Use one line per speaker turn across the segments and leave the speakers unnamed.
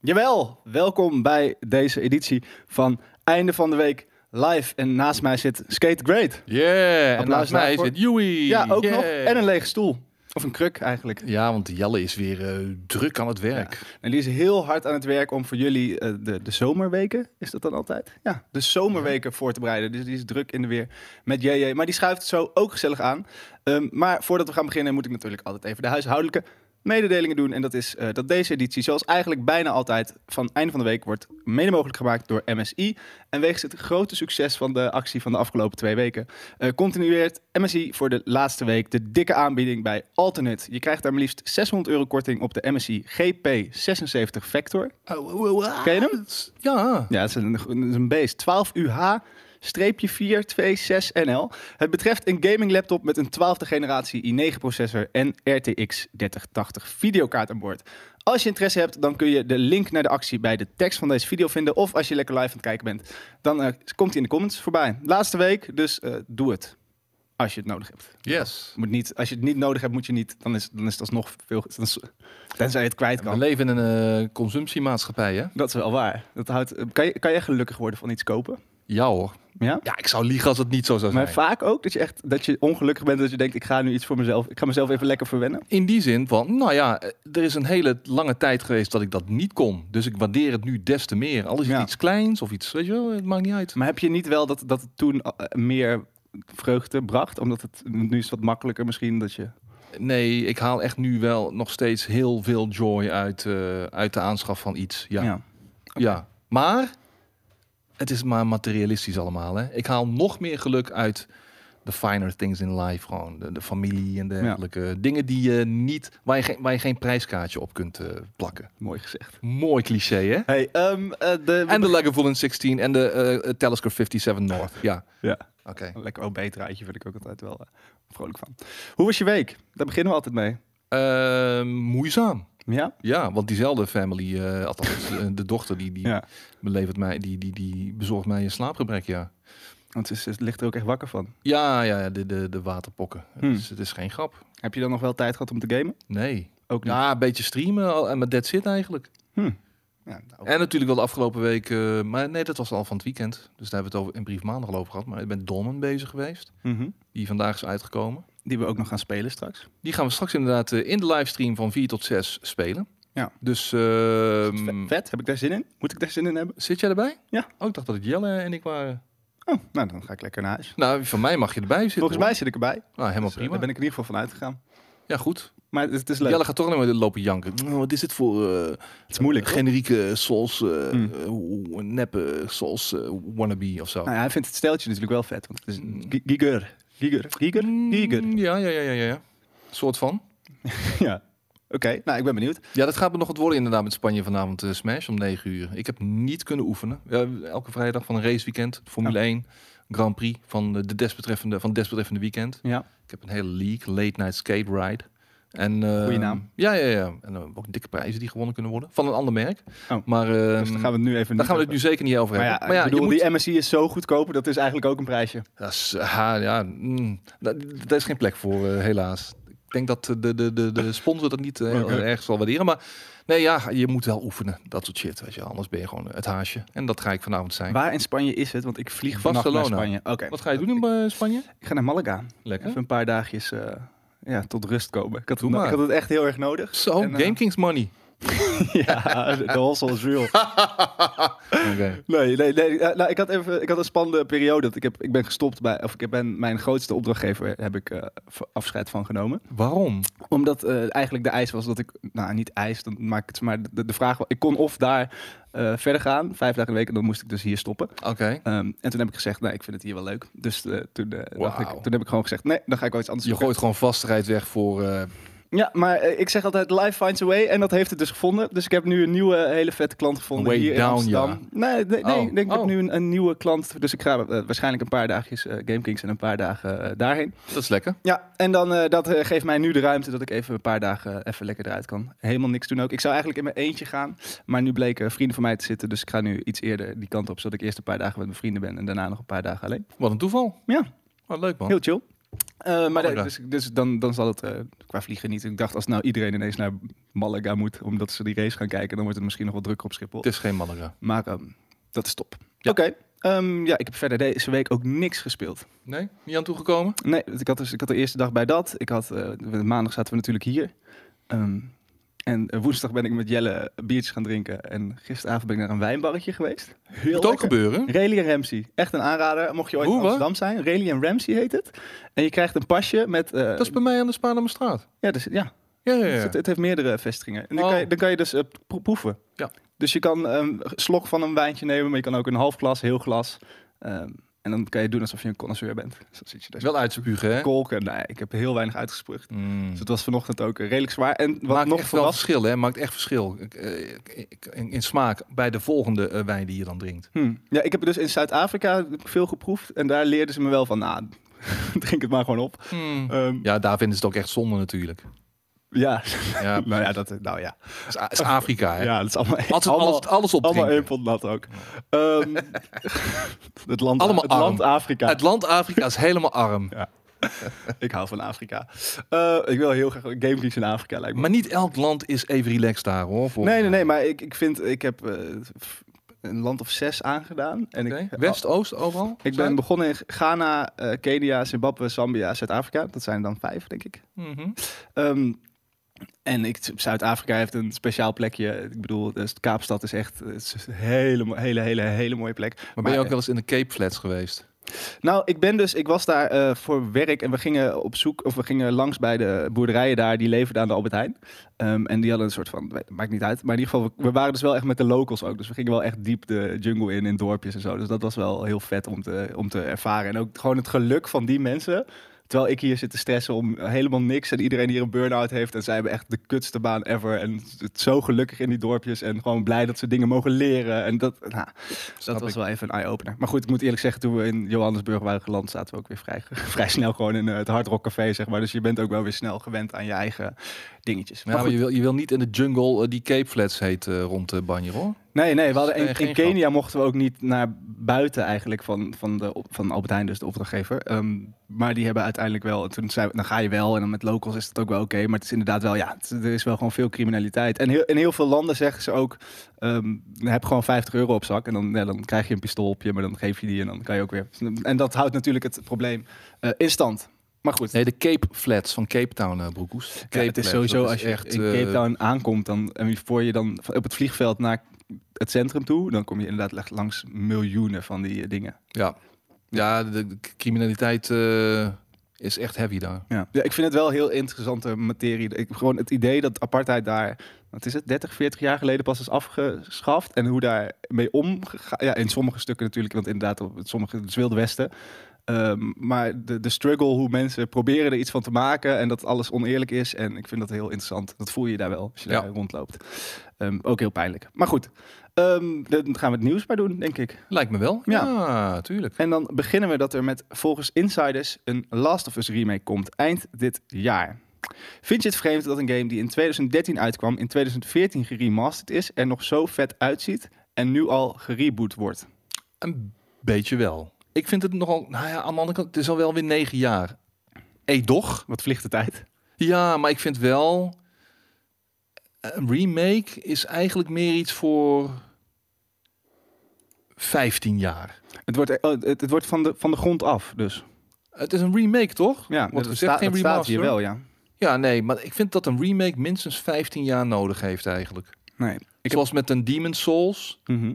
Jawel, welkom bij deze editie van Einde van de Week Live. En naast mij zit Skate Great.
Yeah, en
Applaus
naast mij
daarvoor.
zit Joey.
Ja, ook
Yeah.
nog. En een lege stoel. Of een kruk eigenlijk.
Ja, want Jelle is weer eh, druk aan het werk.
En die is heel hard aan het werk om voor jullie eh, de, de zomerweken, is dat dan altijd? Ja, de zomerweken voor te bereiden. Dus die is druk in de weer met JJ. Maar die schuift zo ook gezellig aan. Ehm, maar voordat we gaan beginnen, moet ik natuurlijk altijd even de huishoudelijke mededelingen doen. En dat is eh, dat deze editie, zoals eigenlijk bijna altijd, van einde van de week wordt mede mogelijk gemaakt door MSI. En wegens het grote succes van de actie van de afgelopen twee weken, eh, continueert MSI voor de laatste week de dikke aanbieding bij Alternate. Je krijgt daar maar liefst 600 euro korting op de MSI GP76 Vector.
Oh, oh, oh, ah.
Ken je hem?
Ja.
Ja, het is een, het is een beest. 12UH-426NL. Het betreft een gaming laptop met een 12e generatie i9 processor en RTX 3080 videokaart aan boord. Als je interesse hebt, dan kun je de link naar de actie bij de tekst van deze video vinden. Of als je lekker live aan het kijken bent, dan eh, komt hij in de comments voorbij. Laatste week, dus eh, doe het. Als je het nodig hebt.
Yes.
Moet niet, als je het niet nodig hebt, moet je niet. Dan is, dan is dat nog veel. dan is- Tenzij je het kwijt
We
kan.
leven in een eh, consumptiemaatschappij, hè?
Dat is wel waar. Dat houdt, eh, kan, je, kan je gelukkig worden van iets kopen?
Ja hoor.
Ja?
Ja, ik zou liegen als het niet zo zou zijn.
Maar vaak ook dat je echt dat je ongelukkig bent dat je denkt ik ga nu iets voor mezelf. Ik ga mezelf even lekker verwennen.
In die zin van, nou ja, eh, er is een hele lange tijd geweest dat ik dat niet kon. Dus ik waardeer het nu des te meer. Al is het
Ja.
iets kleins of iets, weet je wel, het maakt niet uit.
Maar heb je niet wel dat, dat het toen eh, meer vreugde bracht? Omdat het nu is het wat makkelijker misschien dat je.
Nee, ik haal echt nu wel nog steeds heel veel joy uit, eh, uit de aanschaf van iets. Ja. Ja, maar het is maar materialistisch allemaal. Hè? Ik haal nog meer geluk uit de finer things in life. Gewoon de, de familie en dergelijke. Dingen die je niet, waar, je geen, waar je geen prijskaartje op kunt eh, plakken.
mooi gezegd.
Mooi cliché, hè?
Hey, ehm, eh, de,
En de Lagavulin 16 en de eh, Telescope 57 North. Ja,
ja,
oké.
een lekker OB-draadje vind ik ook altijd wel eh, vrolijk van. Hoe was je week? Daar beginnen we altijd mee.
Eh, moeizaam.
Ja?
Ja, want diezelfde family, eh, althans eh, de dochter, die, die
Ja.
belevert mij, die, die, die bezorgt mij een slaapgebrek, ja.
Want ze, ze ligt er ook echt wakker van.
Ja, ja, ja, de, de, de waterpokken.
Hmm.
Het, is, het is geen grap.
Heb je dan nog wel tijd gehad om te gamen?
Nee.
Ook niet.
Ja, een beetje streamen al- en met dat zit eigenlijk.
Ja, nou,
En natuurlijk wel de afgelopen week, eh, maar nee, dat was al van het weekend. Dus daar hebben we het over in brief maandag al over gehad. Maar ik ben Dolmen bezig geweest,
mhm.
die vandaag is uitgekomen.
Die we ook nog gaan spelen straks.
Die gaan we straks inderdaad eh, in de livestream van 4 tot 6 spelen.
Ja.
Dus
Is dat
ehm,
vet, vet. heb ik daar zin in? Moet ik daar zin in hebben?
zit jij erbij?
Ja.
Oh, ik dacht dat het Jelle en ik waren.
Oh, nou dan ga ik lekker naar huis.
Nou, van mij mag je erbij zitten.
Volgens mij zit ik erbij.
hoor. Nou, helemaal
Dus, eh,
prima.
Daar ben ik in ieder geval van uitgegaan.
Ja, goed.
Maar het, het is leuk.
Jelle gaat toch alleen maar lopen janken. Oh, wat is dit voor... eh,
het is moeilijk. hoor.
generieke Souls, eh,
Hmm.
eh, neppe Souls eh, wannabe of zo.
Nou ja, hij vindt het steltje natuurlijk wel vet. Want het is een gi- Giger. Giger. Giger. Giger.
Mm, Ja, ja, ja, ja, ja, ja. Soort van.
Ja. Oké, nou ik ben benieuwd.
Ja, dat gaat me nog wat worden inderdaad met Spanje vanavond eh, Smash om 9 uur. Ik heb niet kunnen oefenen. Ja, elke vrijdag van een raceweekend, Formule 1, Grand Prix van eh, de desbetreffende, van het desbetreffende weekend.
Ja.
Ik heb een hele league, Late Night Skate Ride. En, eh,
Goeie naam.
Ja, ja, ja. En eh, ook dikke prijzen die gewonnen kunnen worden. Van een ander merk.
Oh.
Maar eh,
Dus daar gaan we het nu even
daar gaan we het
niet
nu zeker niet over
over.
hebben.
Maar ja, ik
je
bedoel,
moet-
die MSI is zo goedkoop. Dat is eigenlijk ook een prijsje.
Dat is, eh, ha, ja, mm, da- daar is geen plek voor, eh, helaas. Ik denk dat de, de, de, de sponsor dat niet eh, heel
Oké.
erg zal waarderen. Maar nee, ja, je moet wel oefenen. Dat soort shit. Weet je. wel. Anders ben je gewoon het haasje. En dat ga ik vanavond zijn.
Waar in Spanje is het? Want ik vlieg vannacht
Barcelona.
naar Spanje. Oké.
Wat ga je doen in eh, Spanje?
Ik ga naar Malaga.
Lekker.
Even een paar dagjes eh, ja, tot rust komen. Ik had,
Doe
het, no-
maar.
ik had het echt heel erg nodig.
Zo,
En, eh,
GameKings money.
ja, de hustle is real.
Oké.
Nee, nee, nee. Eh, nou, ik had even, ik had een spannende periode. Ik, heb, ik ben gestopt bij, of ik heb- ben mijn grootste opdrachtgever heb ik eh, v- afscheid van genomen.
Waarom?
Omdat eh, eigenlijk de eis was dat ik, nou niet eis, dan maak ik het, maar de, de vraag was, ik kon of daar eh, verder gaan, vijf dagen in de week, en dan moest ik dus hier stoppen.
Oké.
Ehm, en toen heb ik gezegd, nee, ik vind het hier wel leuk. Dus eh, toen, eh, dacht
Wauw.
ik, toen heb ik gewoon gezegd, nee, dan ga ik wel iets anders
Je
zoeken.
gooit gewoon vastigheid weg voor... eh,
Ja, maar eh, ik zeg altijd life finds a way en dat heeft het dus gevonden. Dus ik heb nu een nieuwe hele vette klant gevonden
Way
hier in
down,
Amsterdam.
ja.
Nee, nee, nee,
Oh,
ik denk ik
oh.
heb nu een, een nieuwe klant. Dus ik ga eh, waarschijnlijk een paar dagjes eh, GameKings en een paar dagen eh, daarheen.
dat is lekker.
Ja, en dan eh, dat eh, geeft mij nu de ruimte dat ik even een paar dagen eh, even lekker eruit kan. Helemaal niks doen ook. Ik zou eigenlijk in mijn eentje gaan, maar nu bleken vrienden van mij te zitten. Dus ik ga nu iets eerder die kant op, zodat ik eerst een paar dagen met mijn vrienden ben en daarna nog een paar dagen alleen.
Wat een toeval.
Ja,
Wat Oh, leuk man.
heel chill. Eh, maar
Malaga.
nee, dus, dus dan, dan zal het eh, qua vliegen niet. Ik dacht, als nou iedereen ineens naar Malaga moet, omdat ze die race gaan kijken, dan wordt het misschien nog wat drukker op Schiphol.
Het is geen Malaga.
Maar ehm, dat is top.
Ja.
Oké. Ehm, ja, ik heb verder deze week ook niks gespeeld.
Nee? Niet aan toegekomen?
Nee, want ik had, dus, ik had de eerste dag bij dat. Ik had, eh, we- maandag zaten we natuurlijk hier. Ehm, en eh, woensdag ben ik met Jelle biertjes gaan drinken. En gisteravond ben ik naar een wijnbarretje geweest. Heel
Moet ook
lekker.
gebeuren.
Rally en Ramsey. Echt een aanrader. Mocht je ooit
Hoe,
in
wat?
Amsterdam zijn. Rally en Ramsey heet het. En je krijgt een pasje met... eh,
Dat is bij mij aan de Spaarnamenstraat.
Ja, dus, ja.
Ja, ja,
Dus
ja.
het, het heeft meerdere vestigingen. En dan,
Oh.
kan, je, dan kan je dus eh, pro- proeven.
Ja.
Dus je kan een slok van een wijntje nemen, maar je kan ook een half glas, heel glas. Ehm, en dan kan je doen alsof je een connoisseur bent. Dus dan zit je daar zo
Wel uitspugen, hè?
te kolken. Nee, ik heb heel weinig uitgespuugd.
Mm.
Dus het was vanochtend ook eh, redelijk zwaar. En wat
Maakt
nog
echt wel
verrast...
verschil, hè? Maakt echt verschil. Ik, eh, ik- ik- in, in smaak bij de volgende eh, wijn die je dan drinkt.
Hm. Ja, ik heb dus in Zuid-Afrika veel geproefd. En daar leerden ze me wel van, nou, drink het maar gewoon op.
Mm.
Ehm,
Ja, daar vinden ze het ook echt zonde natuurlijk.
ja.
Ja,
nou ja, dat nou ja.
het is, A- het is Afrika, hè?
ja, dat is allemaal,
Altijd
allemaal,
alles, alles opdrinken.
allemaal één pot nat ook. Ehm, het land,
Allemaal
het
arm.
land Afrika.
Het land Afrika is helemaal arm.
Ik hou van Afrika. Eh, ik wil heel graag gamekeys in Afrika lijkt me.
Maar niet elk land is even relaxed daar, hoor. volgens
nee, nee,
mij.
nee. Maar ik, ik vind, ik heb eh, f- een land of zes aangedaan. En
Oké.
ik, eh,
West, Oost, overal?
ik ben begonnen in Ghana, eh, Kenia, Zimbabwe, Zambia, Zuid-Afrika. Dat zijn er dan vijf, denk ik.
Mhm.
Ehm, en ik, Zuid-Afrika heeft een speciaal plekje. Ik bedoel, dus Kaapstad is echt eh, het is een hele, mo- hele, hele, hele mooie plek.
Maar ben je ook wel eens in de Cape Flats geweest?
Nou, ik ben dus, ik was daar eh, voor werk en we gingen op zoek, of we gingen langs bij de boerderijen daar, die leverden aan de Albert Heijn. Ehm, en die hadden een soort van, weet- maakt niet uit, maar in ieder geval, we, we waren dus wel echt met de locals ook. Dus we gingen wel echt diep de jungle in, in dorpjes en zo. Dus dat was wel heel vet om te, om te ervaren. En ook gewoon het geluk van die mensen. Terwijl ik hier zit te stressen om helemaal niks en iedereen hier een burn-out heeft. En zij hebben echt de kutste baan ever. En het zo gelukkig in die dorpjes en gewoon blij dat ze dingen mogen leren. En dat, nou,
Snap
dat was
ik.
wel even een eye-opener. Maar goed, ik moet eerlijk zeggen, toen we in Johannesburg waren geland, zaten we ook weer vrij, vrij snel gewoon in eh, het Hard Rock Café, zeg maar. Dus je bent ook wel weer snel gewend aan je eigen dingetjes.
Ja,
Maar
maar
goed,
je wil, je wil niet in de jungle eh, die Cape Flats heet eh, rond de Banjer, hoor.
nee, nee, we hadden
Nee,
in,
geen
in Kenia mochten we ook niet naar buiten eigenlijk van, van, de, op- van Albert Heijn, dus de opdrachtgever. Ehm, maar die hebben uiteindelijk wel, en toen zei, we, dan ga je wel en dan met locals is het ook wel oké. maar het is inderdaad wel, ja, het- er is wel gewoon veel criminaliteit. En heel, in heel veel landen zeggen ze ook, ehm, heb gewoon 50 euro op zak en dan, ja, dan krijg je een pistool op je, maar dan geef je die en dan kan je ook weer. En dat houdt natuurlijk het probleem eh, in stand. Maar goed,
Nee, de Cape Flats van Cape Town, eh Broekhoes. Cape
Ja, het is
Flats,
sowieso
dat
als je
echt
in
eh,
Cape Town aankomt dan, en voor je dan van- op het vliegveld naar het centrum toe, dan kom je inderdaad echt langs miljoenen van die eh, dingen.
ja, ja de, de criminaliteit eh, is echt heavy daar.
Ja. ik vind het wel heel interessante materie. Ik, gewoon het idee dat apartheid daar, wat is het, 30, 40 jaar geleden pas is afgeschaft en hoe daar mee omgegaan. Ja, in sommige stukken natuurlijk, want inderdaad, op sommige, het is Wilde Westen. Ehm, maar de, de struggle, hoe mensen proberen er iets van te maken en dat alles oneerlijk is. En ik vind dat heel interessant. Dat voel je daar wel als je
Ja.
daar rondloopt. Ehm, ook heel pijnlijk. Maar goed, ehm dan gaan we het nieuws maar doen, denk ik.
Lijkt me wel. Ja,
Ja.
tuurlijk.
En dan beginnen we dat er met volgens insiders een Last of Us remake komt eind dit jaar. Vind je het vreemd dat een game die in 2013 uitkwam, in 2014 geremasterd is, er nog zo vet uitziet en nu al gereboot wordt?
Een beetje wel. Ik vind het nogal, nou ja, aan de andere kant, het is al wel weer negen jaar. Edoch.
Wat vliegt de tijd?
Ja, maar ik vind wel, een remake is eigenlijk meer iets voor 15 jaar.
Het wordt, oh, het, het wordt van, de, van de grond af, dus.
Het is een remake, toch?
Ja,
Wordt
dat,
gezegd,
sta-
geen
dat staat
remaster.
hier wel, ja.
Ja, nee, maar ik vind dat een remake minstens 15 jaar nodig heeft eigenlijk.
Nee.
Ik was met een Demon's Souls.
Mhm.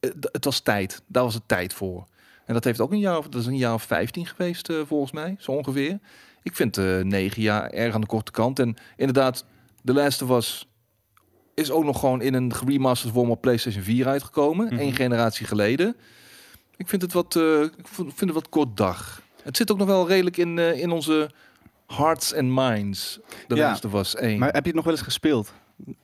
eh, d- Het was tijd. Daar was het tijd voor. En dat heeft ook een jaar of dat is een jaar of 15 geweest, eh, volgens mij, zo ongeveer. Ik vind eh 9 jaar erg aan de korte kant. En inderdaad, de laatste was is ook nog gewoon in een geremasterd vorm op PlayStation 4 uitgekomen,
Mhm.
één generatie geleden. Ik vind het wat, eh, ik vo- vind het wat kort dag. Het zit ook nog wel redelijk in, eh, in onze hearts and minds. De
Ja.
laatste was één.
Maar heb je het nog wel eens gespeeld?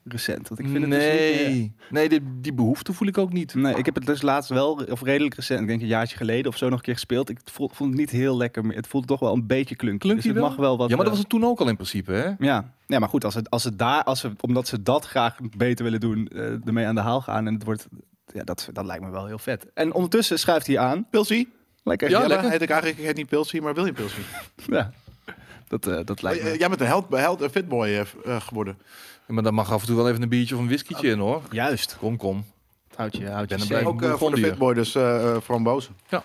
Recent? Want ik vind het dus niet-
nee, nee, die, die behoefte voel ik ook niet.
Nee, ik heb het dus laatst wel, of redelijk recent, ik denk een jaartje geleden of zo nog een keer gespeeld. Ik vo- vond het niet heel lekker meer. Het voelde toch wel een beetje klunky.
Klunky
dus het
wel?
mag wel wat...
ja, maar dat
eh,
was het toen ook al in principe, hè?
Ja. ja, maar goed, als het, als het daar, als ze, omdat ze dat graag beter willen doen, eh, ermee aan de haal gaan en het wordt... Ja, dat, dat lijkt me wel heel vet. En ondertussen schuift hij aan.
Wil zie.
Lekker.
Ja,
Ja,
Jelle,
lekker.
heet ik eigenlijk, ik heet niet Pilsie, maar William Pilsie.
Dat, eh, dat lijkt
Eh, eh,
me.
Jij bent een held, held een fitboy eh, f- eh, geworden.
Maar dan mag af en toe wel even een biertje of een whiskietje in hoor.
Juist.
Kom, kom.
Houd je, houd
Ben
je.
er
safe.
blij-
Ook eh, voor de
Bourgondië.
fitboy dus eh eh, frambozen.
Ah,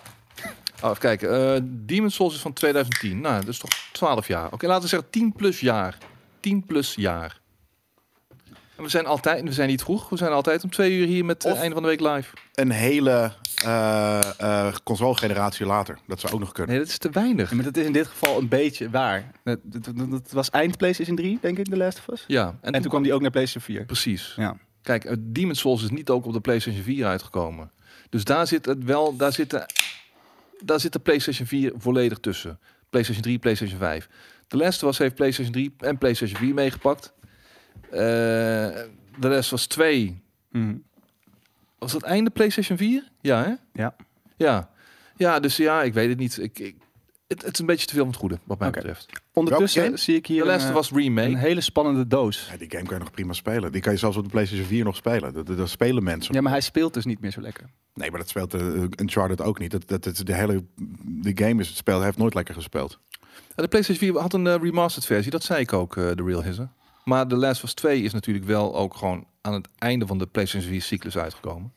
even kijken. Eh Demon's Souls is van 2010. Nou, dat is toch 12 jaar. Oké, laten we zeggen 10 plus jaar. 10 plus jaar. En we zijn altijd, we zijn niet vroeg. We zijn altijd om twee uur hier met het
Of-
einde van de week live.
Een hele eh, eh, console-generatie later. Dat zou ook nog kunnen.
Nee, dat is te weinig.
Ja, maar dat is in dit geval een beetje waar. Dat, dat- dat- dat was eind PlayStation 3, denk ik, de Last of Us. En,
Ja, en,
toen kwam die ook naar PlayStation 4.
Precies.
Ja.
Kijk, eh, Demon's Souls is niet ook op de PlayStation 4 uitgekomen. Dus daar zit het wel, daar zit de, daar zit de PlayStation 4 volledig tussen. PlayStation 3, PlayStation 5. De Last was heeft PlayStation 3 en PlayStation 4 meegepakt. Eh, de Last was 2
Mhm.
was dat einde PlayStation 4? Ja, hè?
Ja.
Ja, ja dus ja, ik weet het niet. Ik, ik, het, het is een beetje te veel van het goede, wat mij
Oké.
betreft.
Ondertussen
game?
zie ik
De
hier
laatste
een,
was
eh, een
remake.
hele spannende doos.
Ja, die game kan je nog prima spelen. Die kan je zelfs op de PlayStation 4 nog spelen. Dat, dat, dat spelen mensen.
Ja, maar hij speelt dus niet meer zo lekker.
Nee, maar dat speelt eh, Uncharted ook niet. Dat, dat, dat, de hele de game is het spel. Hij heeft nooit lekker gespeeld.
De PlayStation 4 had een eh, remastered versie, dat zei ik ook, eh, de Real Hissen. Maar de Last was 2 is natuurlijk wel ook gewoon aan het einde van de PlayStation 4 cyclus uitgekomen.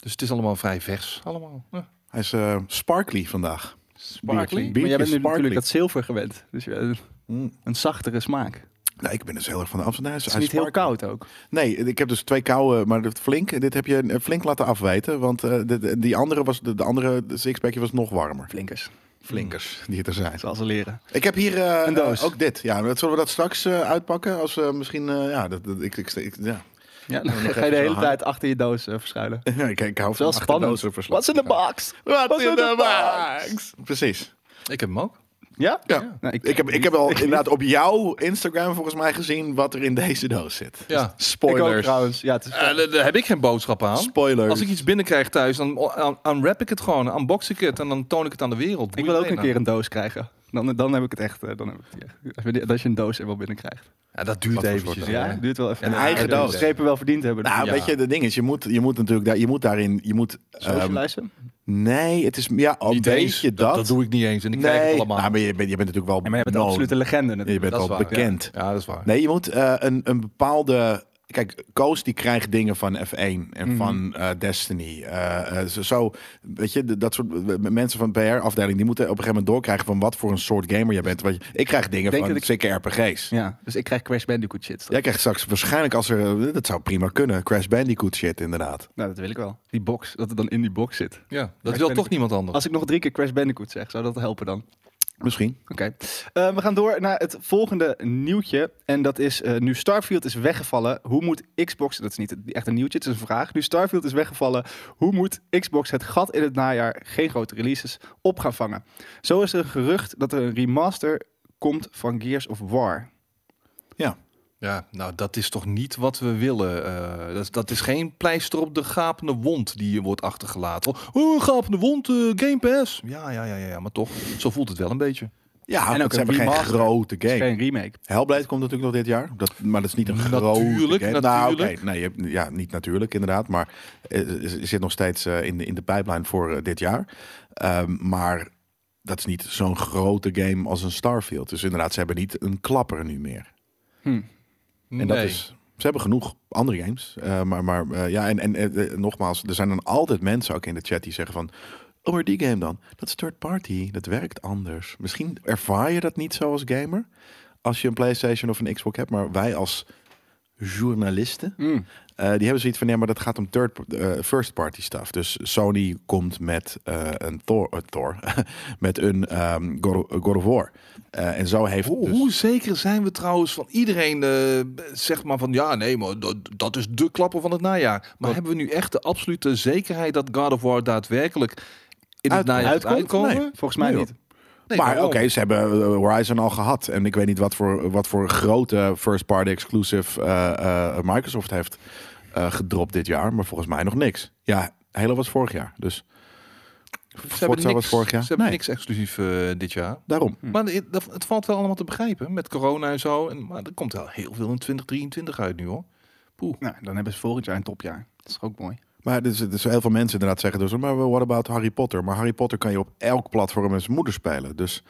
Dus het is allemaal vrij vers. Allemaal. Ja.
Hij is eh, sparkly vandaag.
Sparkly?
Maar jij bent nu
Biertje
natuurlijk dat
sparkly.
zilver gewend. Dus je- een-
Mm.
een zachtere smaak. Het
Nee, ik ben dus heel erg van de afstand.
is niet heel koud ook.
Nee, ik heb dus twee kouwen, maar dat flink. Dit heb je eh, flink laten afweten, want eh, de- de- die andere was de, de andere de sixpackje was nog warmer.
Mm. Flinkers,
Flinkers Mm. die er zijn.
zoals ze leren.
Ik heb hier eh,
Een doos.
eh, ook dit. Ja, maar dat zullen we dat straks eh, uitpakken als we misschien eh, ja, dat, dat- ik, ik, ik- ja.
Ja, dan
nog
ga je
even
de
zo
hele
hangen.
tijd achter je doos eh, verschuilen. Het
ik, ik hou
is wel
van
spannend. What's in the box?
Wat
What's
in de box? Precies.
Ik heb hem ook.
Ja?
Ja.
Nou, ik,
Ik heb, ik heb al inderdaad op jouw Instagram volgens mij gezien wat er in deze doos zit.
Ja.
ik
Spoilers.
ook trouwens. Ja, het is-
Dus, Eh, daar daar heb ik geen boodschap aan.
Spoilers.
Als ik iets binnenkrijg thuis, dan un- unwrap ik het gewoon, unbox ik het en dan toon ik het aan de wereld.
ik wil ook een keer een doos krijgen. Dan, dan heb ik het echt. eh, Dan heb ik het echt. Als je- Als je een doos er wel binnen krijgt.
Ja, dat duurt
Wat voor
eventjes.
soort
hè.
Ja, het duurt wel even.
Een
Ja,
eigen
de
doos.
Strepen wel verdiend hebben.
Nou,
Ja.
weet je, het ding is, je moet, je moet natuurlijk daar, je moet daarin, je moet... ehm,
Socializen?
Nee, het is ja, al een
Niet eens.
beetje dat.
dat. doe ik niet eens en ik
nee.
krijg het allemaal.
Nou, maar je bent, je bent natuurlijk wel
Ja, maar je bent een
known.
absolute legende
Je
natuurlijk.
bent
Dat
wel
is waar,
bekend.
ja, dat is waar.
Nee, je moet eh, een, een bepaalde... Kijk, Koos die krijgt dingen van F1 en
Mhm.
van eh, Destiny. Eh, eh, zo, zo, weet je, de- dat soort eh, mensen van PR-afdeling... die moeten op een gegeven moment doorkrijgen... van wat voor een soort gamer je bent. Want je- ik krijg dingen
Denk
van
dat ik-
sikke RPG's.
Ja, dus ik krijg Crash Bandicoot shit.
Jij krijgt straks waarschijnlijk als er... eh, Dat zou prima kunnen. Crash Bandicoot shit, inderdaad.
Nou, dat wil ik wel. Die box, dat het dan in die box zit.
Ja, dat
Maar
wil
ik
toch niemand anders.
Als ik nog drie keer Crash Bandicoot zeg, zou dat helpen dan?
Misschien.
Oké. Eh, we gaan door naar het volgende nieuwtje. En dat is, eh, nu Starfield is weggevallen, hoe moet Xbox... Dat is niet echt een nieuwtje, het is een vraag. Nu Starfield is weggevallen, hoe moet Xbox het gat in het najaar... geen grote releases, op gaan vangen? Zo is er een gerucht dat er een remaster komt van Gears of War.
Ja, nou dat is toch niet wat we willen. Eh, dat, dat is geen pleister op de gapende wond die je wordt achtergelaten. Oh, gapende wond, eh, Game Pass. Ja, ja, ja, ja, ja, maar toch. Zo voelt het wel een beetje.
Ja,
En ook
ze hebben
een
geen
remaster.
grote game.
Geen remake.
Hellblade komt natuurlijk nog dit jaar, dat, maar dat is niet een
Natuurlijk,
grote game. Nou,
natuurlijk.
oké, nee, je hebt, ja, niet natuurlijk inderdaad, maar eh, eh, zit nog steeds eh, in, de, in de pipeline voor eh, dit jaar. Ehm, maar dat is niet zo'n grote game als een Starfield. Dus inderdaad, ze hebben niet een klapper nu meer. En dat is, ze hebben genoeg andere games. Eh, maar maar eh, ja, en, en eh, eh, nogmaals, er zijn dan altijd mensen ook in de chat die zeggen van... Oh, maar die game dan? Dat is third party, dat werkt anders. Misschien ervaar je dat niet zo als gamer... als je een PlayStation of een Xbox hebt. Maar wij als journalisten... eh, die hebben zoiets van, nee, maar dat gaat om third, eh, first party stuff. Dus Sony komt met eh, een Thor, eh, Thor met een ehm, God, of- God of War. Eh, en zo heeft
Hoe,
dus-
hoe zeker zijn we trouwens van iedereen, eh, zeg maar van ja, nee, maar dat, dat is de klapper van het najaar. Maar
Wat-
hebben we nu echt de absolute zekerheid dat God of War daadwerkelijk in
Uit-
het najaar gaat
uitkomt?
uitkomen?
Nee.
Volgens mij
Nee,
niet.
Nee,
maar oké,
waarom?
ze hebben eh, Horizon al gehad. En ik weet niet wat voor, wat voor grote first-party exclusive eh, eh, Microsoft heeft eh, gedropt dit jaar. Maar volgens mij nog niks. Ja, Halo was vorig jaar. Dus
Ze hebben
Forza was
niks-
vorig jaar.
Ze hebben
Nee,
niks exclusief eh, dit jaar.
daarom.
Hm.
Maar het, dat- het valt wel allemaal te begrijpen met corona en zo. En, maar er komt wel heel veel in 2023 uit nu hoor.
Nou, dan hebben ze volgend jaar een topjaar. Dat is toch ook mooi.
Maar dus, dus heel veel mensen inderdaad zeggen dus, maar what about Harry Potter? Maar Harry Potter kan je op elk platform en zijn moeder spelen. Dus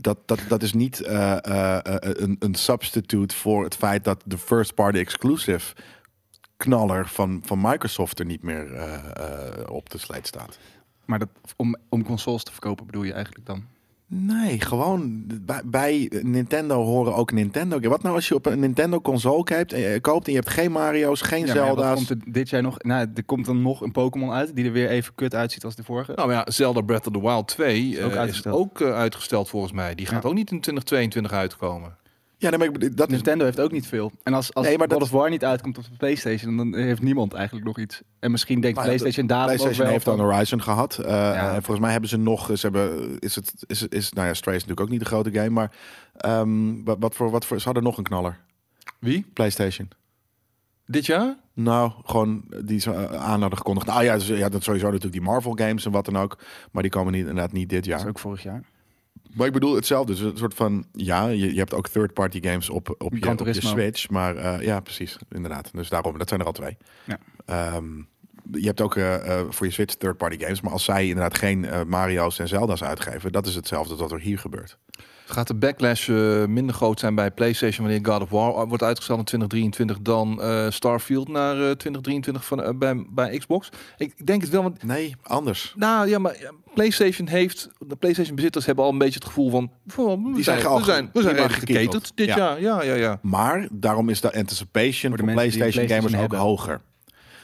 dat, dat, dat is niet eh, eh, eh, een, een substitute voor het feit dat de first party exclusive knaller van, van Microsoft er niet meer eh, eh, op de slide staat.
Maar dat, om, om consoles te verkopen bedoel je eigenlijk dan?
Nee, gewoon bij, bij Nintendo horen ook Nintendo. Wat nou als je op een Nintendo console koopt en je, koopt en je hebt geen Mario's, geen
Ja, maar ja, wat
Zelda's?
komt er dit jaar nog? Nou, er komt dan nog een Pokémon uit die er weer even kut uitziet als de vorige.
Nou ja, Zelda Breath of the Wild 2 eh,
ook
is
uitgesteld.
ook, eh, uitgesteld volgens mij. Die gaat
Ja.
ook niet in 2022 uitkomen.
Ja, nee, maar ik bedoel, dat is
Nintendo heeft ook niet veel. En als, als
Nee, maar
God
dat-
of War niet uitkomt op de PlayStation, dan heeft niemand eigenlijk nog iets. En misschien denkt
Maar ja,
PlayStation daarom
PlayStation
ook wel
heeft dan
van-
Horizon gehad. Eh,
Ja.
En volgens mij hebben ze nog. Ze hebben, is het, is, is, nou ja, Stray is natuurlijk ook niet de grote game. Maar ehm, wat, wat, voor, wat voor. Ze hadden nog een knaller.
Wie?
PlayStation.
Dit jaar?
Nou, gewoon die ze eh, aan hadden gekondigd. Nou ja, dus, ja, dat sowieso natuurlijk die Marvel games en wat dan ook. Maar die komen niet, inderdaad niet dit
Dat
jaar.
is ook vorig jaar.
Maar ik bedoel hetzelfde. Dus een soort van. Ja, je, je hebt ook third-party games op, op, je,
Gran
op je
Turismo.
Switch. Maar eh, ja, precies. Inderdaad. Dus daarom, dat zijn er al twee.
Ja.
Ehm, je hebt ook eh, eh, voor je Switch third-party games. Maar als zij inderdaad geen eh, Mario's en Zelda's uitgeven, dat is hetzelfde als wat er hier gebeurt.
Gaat de backlash eh, minder groot zijn bij PlayStation wanneer God of War eh, wordt uitgesteld in 2023 dan eh, Starfield naar eh, 2023 van, eh, bij, bij Xbox? Ik, ik denk het wel, want
Nee, anders.
nou ja, maar ja, PlayStation heeft, de PlayStation bezitters hebben al een beetje het gevoel van, "Wow, we,
Die zijn
zijn,
al
we zijn, we
ge-
zijn
die
redelijk
waren geketeld."
geketerd dit
Ja.
jaar. Ja, ja, ja.
Maar daarom is de anticipation
Voor de
voor
mensen die
PlayStation,
PlayStation
gamers ook
hebben.
hoger.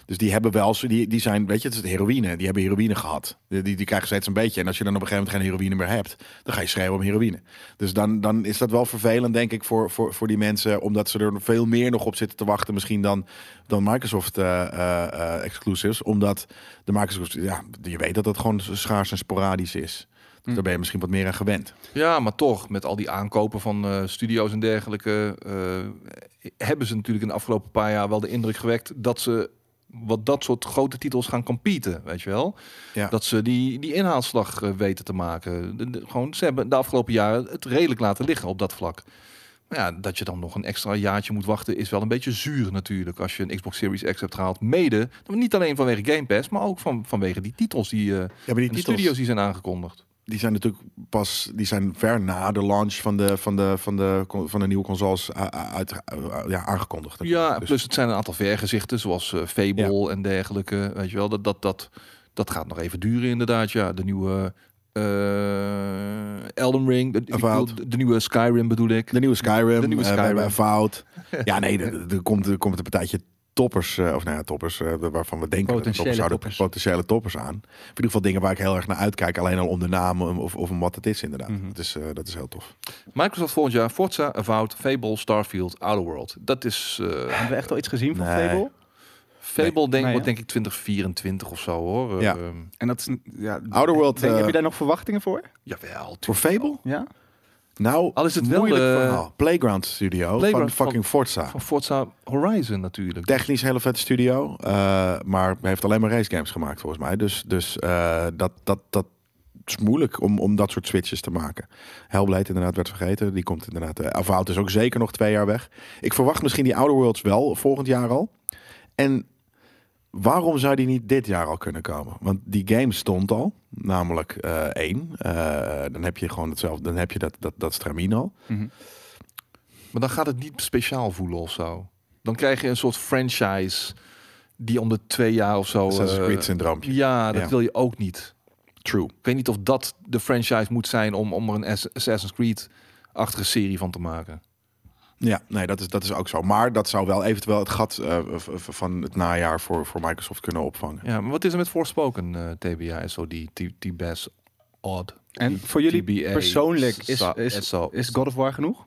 Dus die hebben wel, zo- die, die zijn, weet je, het is de heroïne. Die hebben heroïne gehad. Die, die, die krijgen steeds een beetje. En als je dan op een gegeven moment geen heroïne meer hebt, dan ga je schreeuwen om heroïne. Dus dan, dan is dat wel vervelend, denk ik, voor, voor, voor die mensen. Omdat ze er veel meer nog op zitten te wachten, misschien dan, dan Microsoft eh, eh, eh, exclusives. Omdat de Microsoft, ja, je weet dat dat gewoon schaars en sporadisch is.
Hm.
Dus daar ben je misschien wat meer aan gewend.
Ja, maar toch, met al die aankopen van eh, studio's en dergelijke, eh, hebben ze natuurlijk in de afgelopen paar jaar wel de indruk gewekt dat ze wat dat soort grote titels gaan competen, weet je wel?
Ja.
Dat ze die, die inhaalslag eh, weten te maken. De- de- gewoon, ze hebben de afgelopen jaren het redelijk laten liggen op dat vlak. Maar ja, dat je dan nog een extra jaartje moet wachten is wel een beetje zuur natuurlijk. Als je een Xbox Series X hebt gehaald, mede, niet alleen vanwege Game Pass, maar ook van, vanwege die titels die, eh, en
Ja, maar die
de
titels-
studio's die zijn aangekondigd.
die zijn natuurlijk pas die zijn ver na de launch van de, van de, van de, van de nieuwe consoles eh, uit, eh, ja, aangekondigd.
Ja,
Dus-
plus het zijn een aantal vergezichten, zoals eh, Fable en dergelijke. Weet je wel, dat, dat, dat, dat gaat nog even duren inderdaad. Ja, de nieuwe eh Elden Ring, de, ik
Avowed.
bedoel, de- de nieuwe Skyrim bedoel ik.
de nieuwe Skyrim,
De nieuwe
eh, we
Skyrim.
hebben Fout. ja, nee, er- er komt, er komt een partijtje toppers, eh, of nou ja, toppers, eh, waarvan we denken dat
Potentiële
het toppers zouden,
toppers.
potentiële toppers aan. In ieder geval dingen waar ik heel erg naar uitkijk, alleen al om de naam of, of om wat het is inderdaad.
Mhm.
dat, is, eh, dat is heel tof.
Microsoft volgend jaar Forza, Avowed, Fable, Starfield, Outer World. Dat is eh,
Hebben we echt al iets gezien van
Nee.
Fable?
Fable denk,
nee,
wordt
hè?
denk ik 2024 of zo hoor. Eh,
Ja.
ehm,
En dat is... een- Ja,
Outer World,
denk-
eh,
heb je daar nog verwachtingen voor?
jawel.
Voor Fable?
Ja?
Nou,
Al is het wel
moeilijk
de-
verhaal. Playground Studio
Playground
van
van-
fucking Forza.
Van Forza Horizon natuurlijk.
Technisch hele vette studio, eh, maar heeft alleen maar race games gemaakt volgens mij. Dus, dus eh, dat, dat, dat is moeilijk om, om dat soort switches te maken. Hellblade inderdaad werd vergeten, die komt inderdaad. Uh, Avowed is ook zeker nog twee jaar weg. Ik verwacht misschien die Outer Worlds wel volgend jaar al. En waarom zou die niet dit jaar al kunnen komen? Want die game stond al, namelijk eh één. Eh, dan heb je gewoon hetzelfde, dan heb je dat, dat, dat stramien al.
Maar dan gaat het niet speciaal voelen of zo. Dan krijg je een soort franchise die om de twee jaar of zo...
Assassin's
eh,
Creed syndroompje.
Ja, dat
Ja.
wil je ook niet.
True.
Ik weet niet of dat de franchise moet zijn om, om er een Ass- Assassin's Creed-achtige serie van te maken.
Ja, nee, dat is, dat is ook zo. Maar dat zou wel eventueel het gat eh, v- v- van het najaar voor, voor Microsoft kunnen opvangen.
Ja, maar wat is er met Voorspoken, eh, TBA, SOD, T- TBS, Odd?
En voor jullie
TBA,
persoonlijk is,
Sa-
is,
SO.
is God of War genoeg?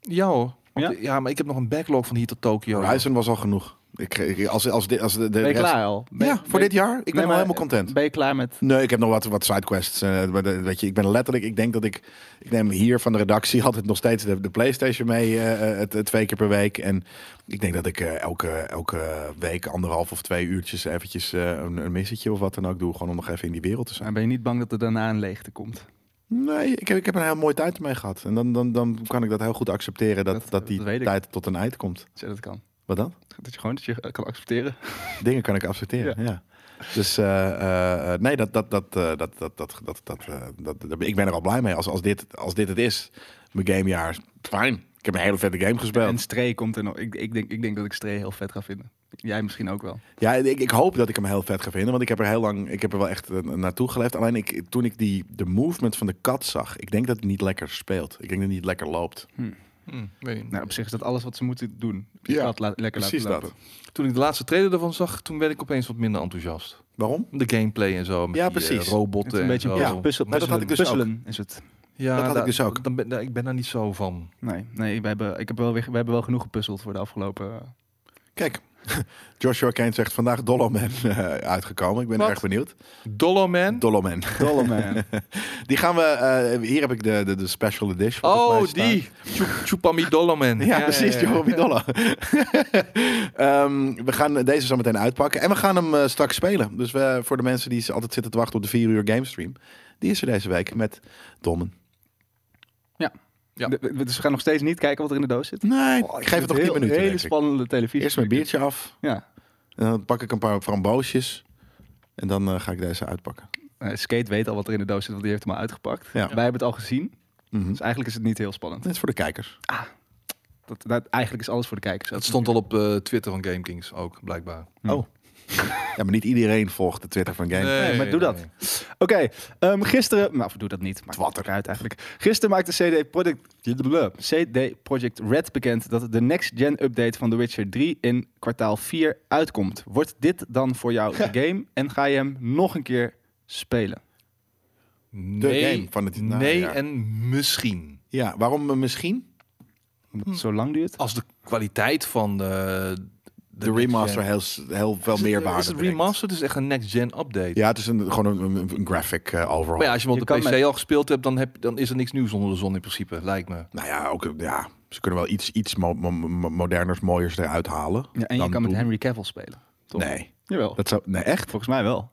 Ja hoor. Want,
Ja?
ja? maar ik heb nog een backlog van hier tot Tokio.
Horizon was al genoeg. Ik, ik- als, als, dit- als de, de
Oh, Ben je
rest-
klaar al? Ben-
Ja, voor
ben-
dit jaar. Ik ben
Nee,
al
maar,
helemaal content.
Ben je klaar met...
Nee, ik heb nog wat, wat sidequests. eh, maar de- weet je, ik ben letterlijk, ik denk dat ik, ik neem hier van de redactie altijd nog steeds de, de PlayStation mee eh, eh, het- het twee keer per week. En ik denk dat ik eh, elke, elke week anderhalf of twee uurtjes eventjes eh, een, een missietje of wat dan ook doe. Gewoon om nog even in die wereld te zijn.
Maar ben je niet bang dat er daarna een leegte komt?
Nee, ik heb, ik heb een heel mooie tijd ermee gehad. En dan, dan, dan kan ik dat heel goed accepteren dat, dat,
Dat-
die
dat weet ik.
tijd tot een eind komt.
Zeg dat kan.
Wat dan?
Dat je gewoon dat je eh, kan accepteren.
Dingen kan ik accepteren, ja. Dus eh, eh, eh, nee, dat, dat, dat, eh, dat, dat, dat, dat, dat, eh, dat, dat- ik ben er al blij mee. Als, als, dit, als dit het is, mijn gamejaar, fijn. Ik heb een hele vette game
En
gespeeld.
Stray komt er nog. Ik, ik, denk, ik denk dat ik Stray heel vet ga vinden. Jij misschien ook wel.
Ja, ik, ik hoop dat ik hem heel vet ga vinden, want ik heb er heel lang, ik heb er wel echt eh, naartoe geleefd. Alleen ik, toen ik die, de movement van de kat zag, ik denk dat het niet lekker speelt. Ik denk dat het niet lekker loopt.
Hm, weet je.
Nou, op zich is dat alles wat ze moeten doen. Die
Ja,
kat la- lekker
Precies
laten
dat.
lopen.
Toen ik de laatste trailer ervan zag, toen werd ik opeens wat minder enthousiast.
Waarom?
De gameplay en zo. Met
Ja,
die, eh,
precies.
Het
robotten
is een beetje
en
een puzzel,
zo.
puzzel,
maar dat had ik dus
puzzelen is het.
Ja,
Dat had ik dus ook.
Dan ben, daar- ik ben daar niet zo van.
Nee, nee we, hebben, ik heb wel weer, we hebben wel genoeg gepuzzeld voor de afgelopen... eh,
Kijk, Joshua Kane zegt vandaag Dolloman eh, uitgekomen. Ik ben
Wat?
erg benieuwd.
Dollar Man.
Dolloman.
Dolle man.
Die gaan we, eh, hier heb ik de, de, de special edition. volgens mij
oh,
staan.
die. Chup- Chupami Dollar Man.
Ja, precies,
ja, ja.
Joe Bidollo. Ehm, we gaan deze zo meteen uitpakken. En we gaan hem eh, straks spelen. Dus we, voor de mensen die altijd zitten te wachten op de 4 uur gamestream. Die is er deze week met Dommen.
Ja.
De- we- dus we gaan nog steeds niet kijken wat er in de doos zit. Oh,
Nee, ik geef het nog 10
heel,
minuten.
Hele
denk ik.
spannende televisie.
Eerst mijn biertje af.
Ja.
En dan pak ik een paar framboosjes. En dan eh, ga ik deze uitpakken.
Eh, Skate weet al wat er in de doos zit, want die heeft hem al uitgepakt.
Ja.
Wij hebben het al gezien.
Mhm.
Dus eigenlijk is het niet heel spannend.
Dit is voor de kijkers.
Dat, dat, eigenlijk is alles voor de kijkers.
Dat stond al op eh, Twitter van GameKings ook, blijkbaar.
Hm. Ja, maar niet iedereen volgt de Twitter van Game.
maar doe dat. Oké, ehm, gisteren... Nou, doe dat niet. Maakt wat eruit eigenlijk. Gisteren maakte CD Projekt, CD Projekt Red bekend dat de next-gen update van The Witcher 3 in kwartaal 4 uitkomt. Wordt dit dan voor jou de game en ga je hem nog een keer spelen?
Nee,
game van het- nou,
nee
ja.
en misschien.
Ja, waarom eh, misschien?
Omdat het zo lang duurt?
Als de kwaliteit van eh, de,
De remaster heel, s- heel veel meer waarde
Is het
brengt.
remaster? Het is echt een next-gen update.
Ja, het is een, gewoon een, een- een graphic eh, overhaul.
Maar ja, als je hem
Je
op de
kan
PC
met-
al gespeeld hebt, dan, heb, dan is er niks nieuws onder de zon in principe, lijkt me.
Nou ja, ook, ja, ze kunnen wel iets, iets mo- mo- mo- moderners, mooiers eruit halen.
Ja, en je
Dan
kan met
doen-
Henry Cavill spelen. Toch?
Nee,
Jawel.
dat zou, nee, echt?
Volgens mij wel.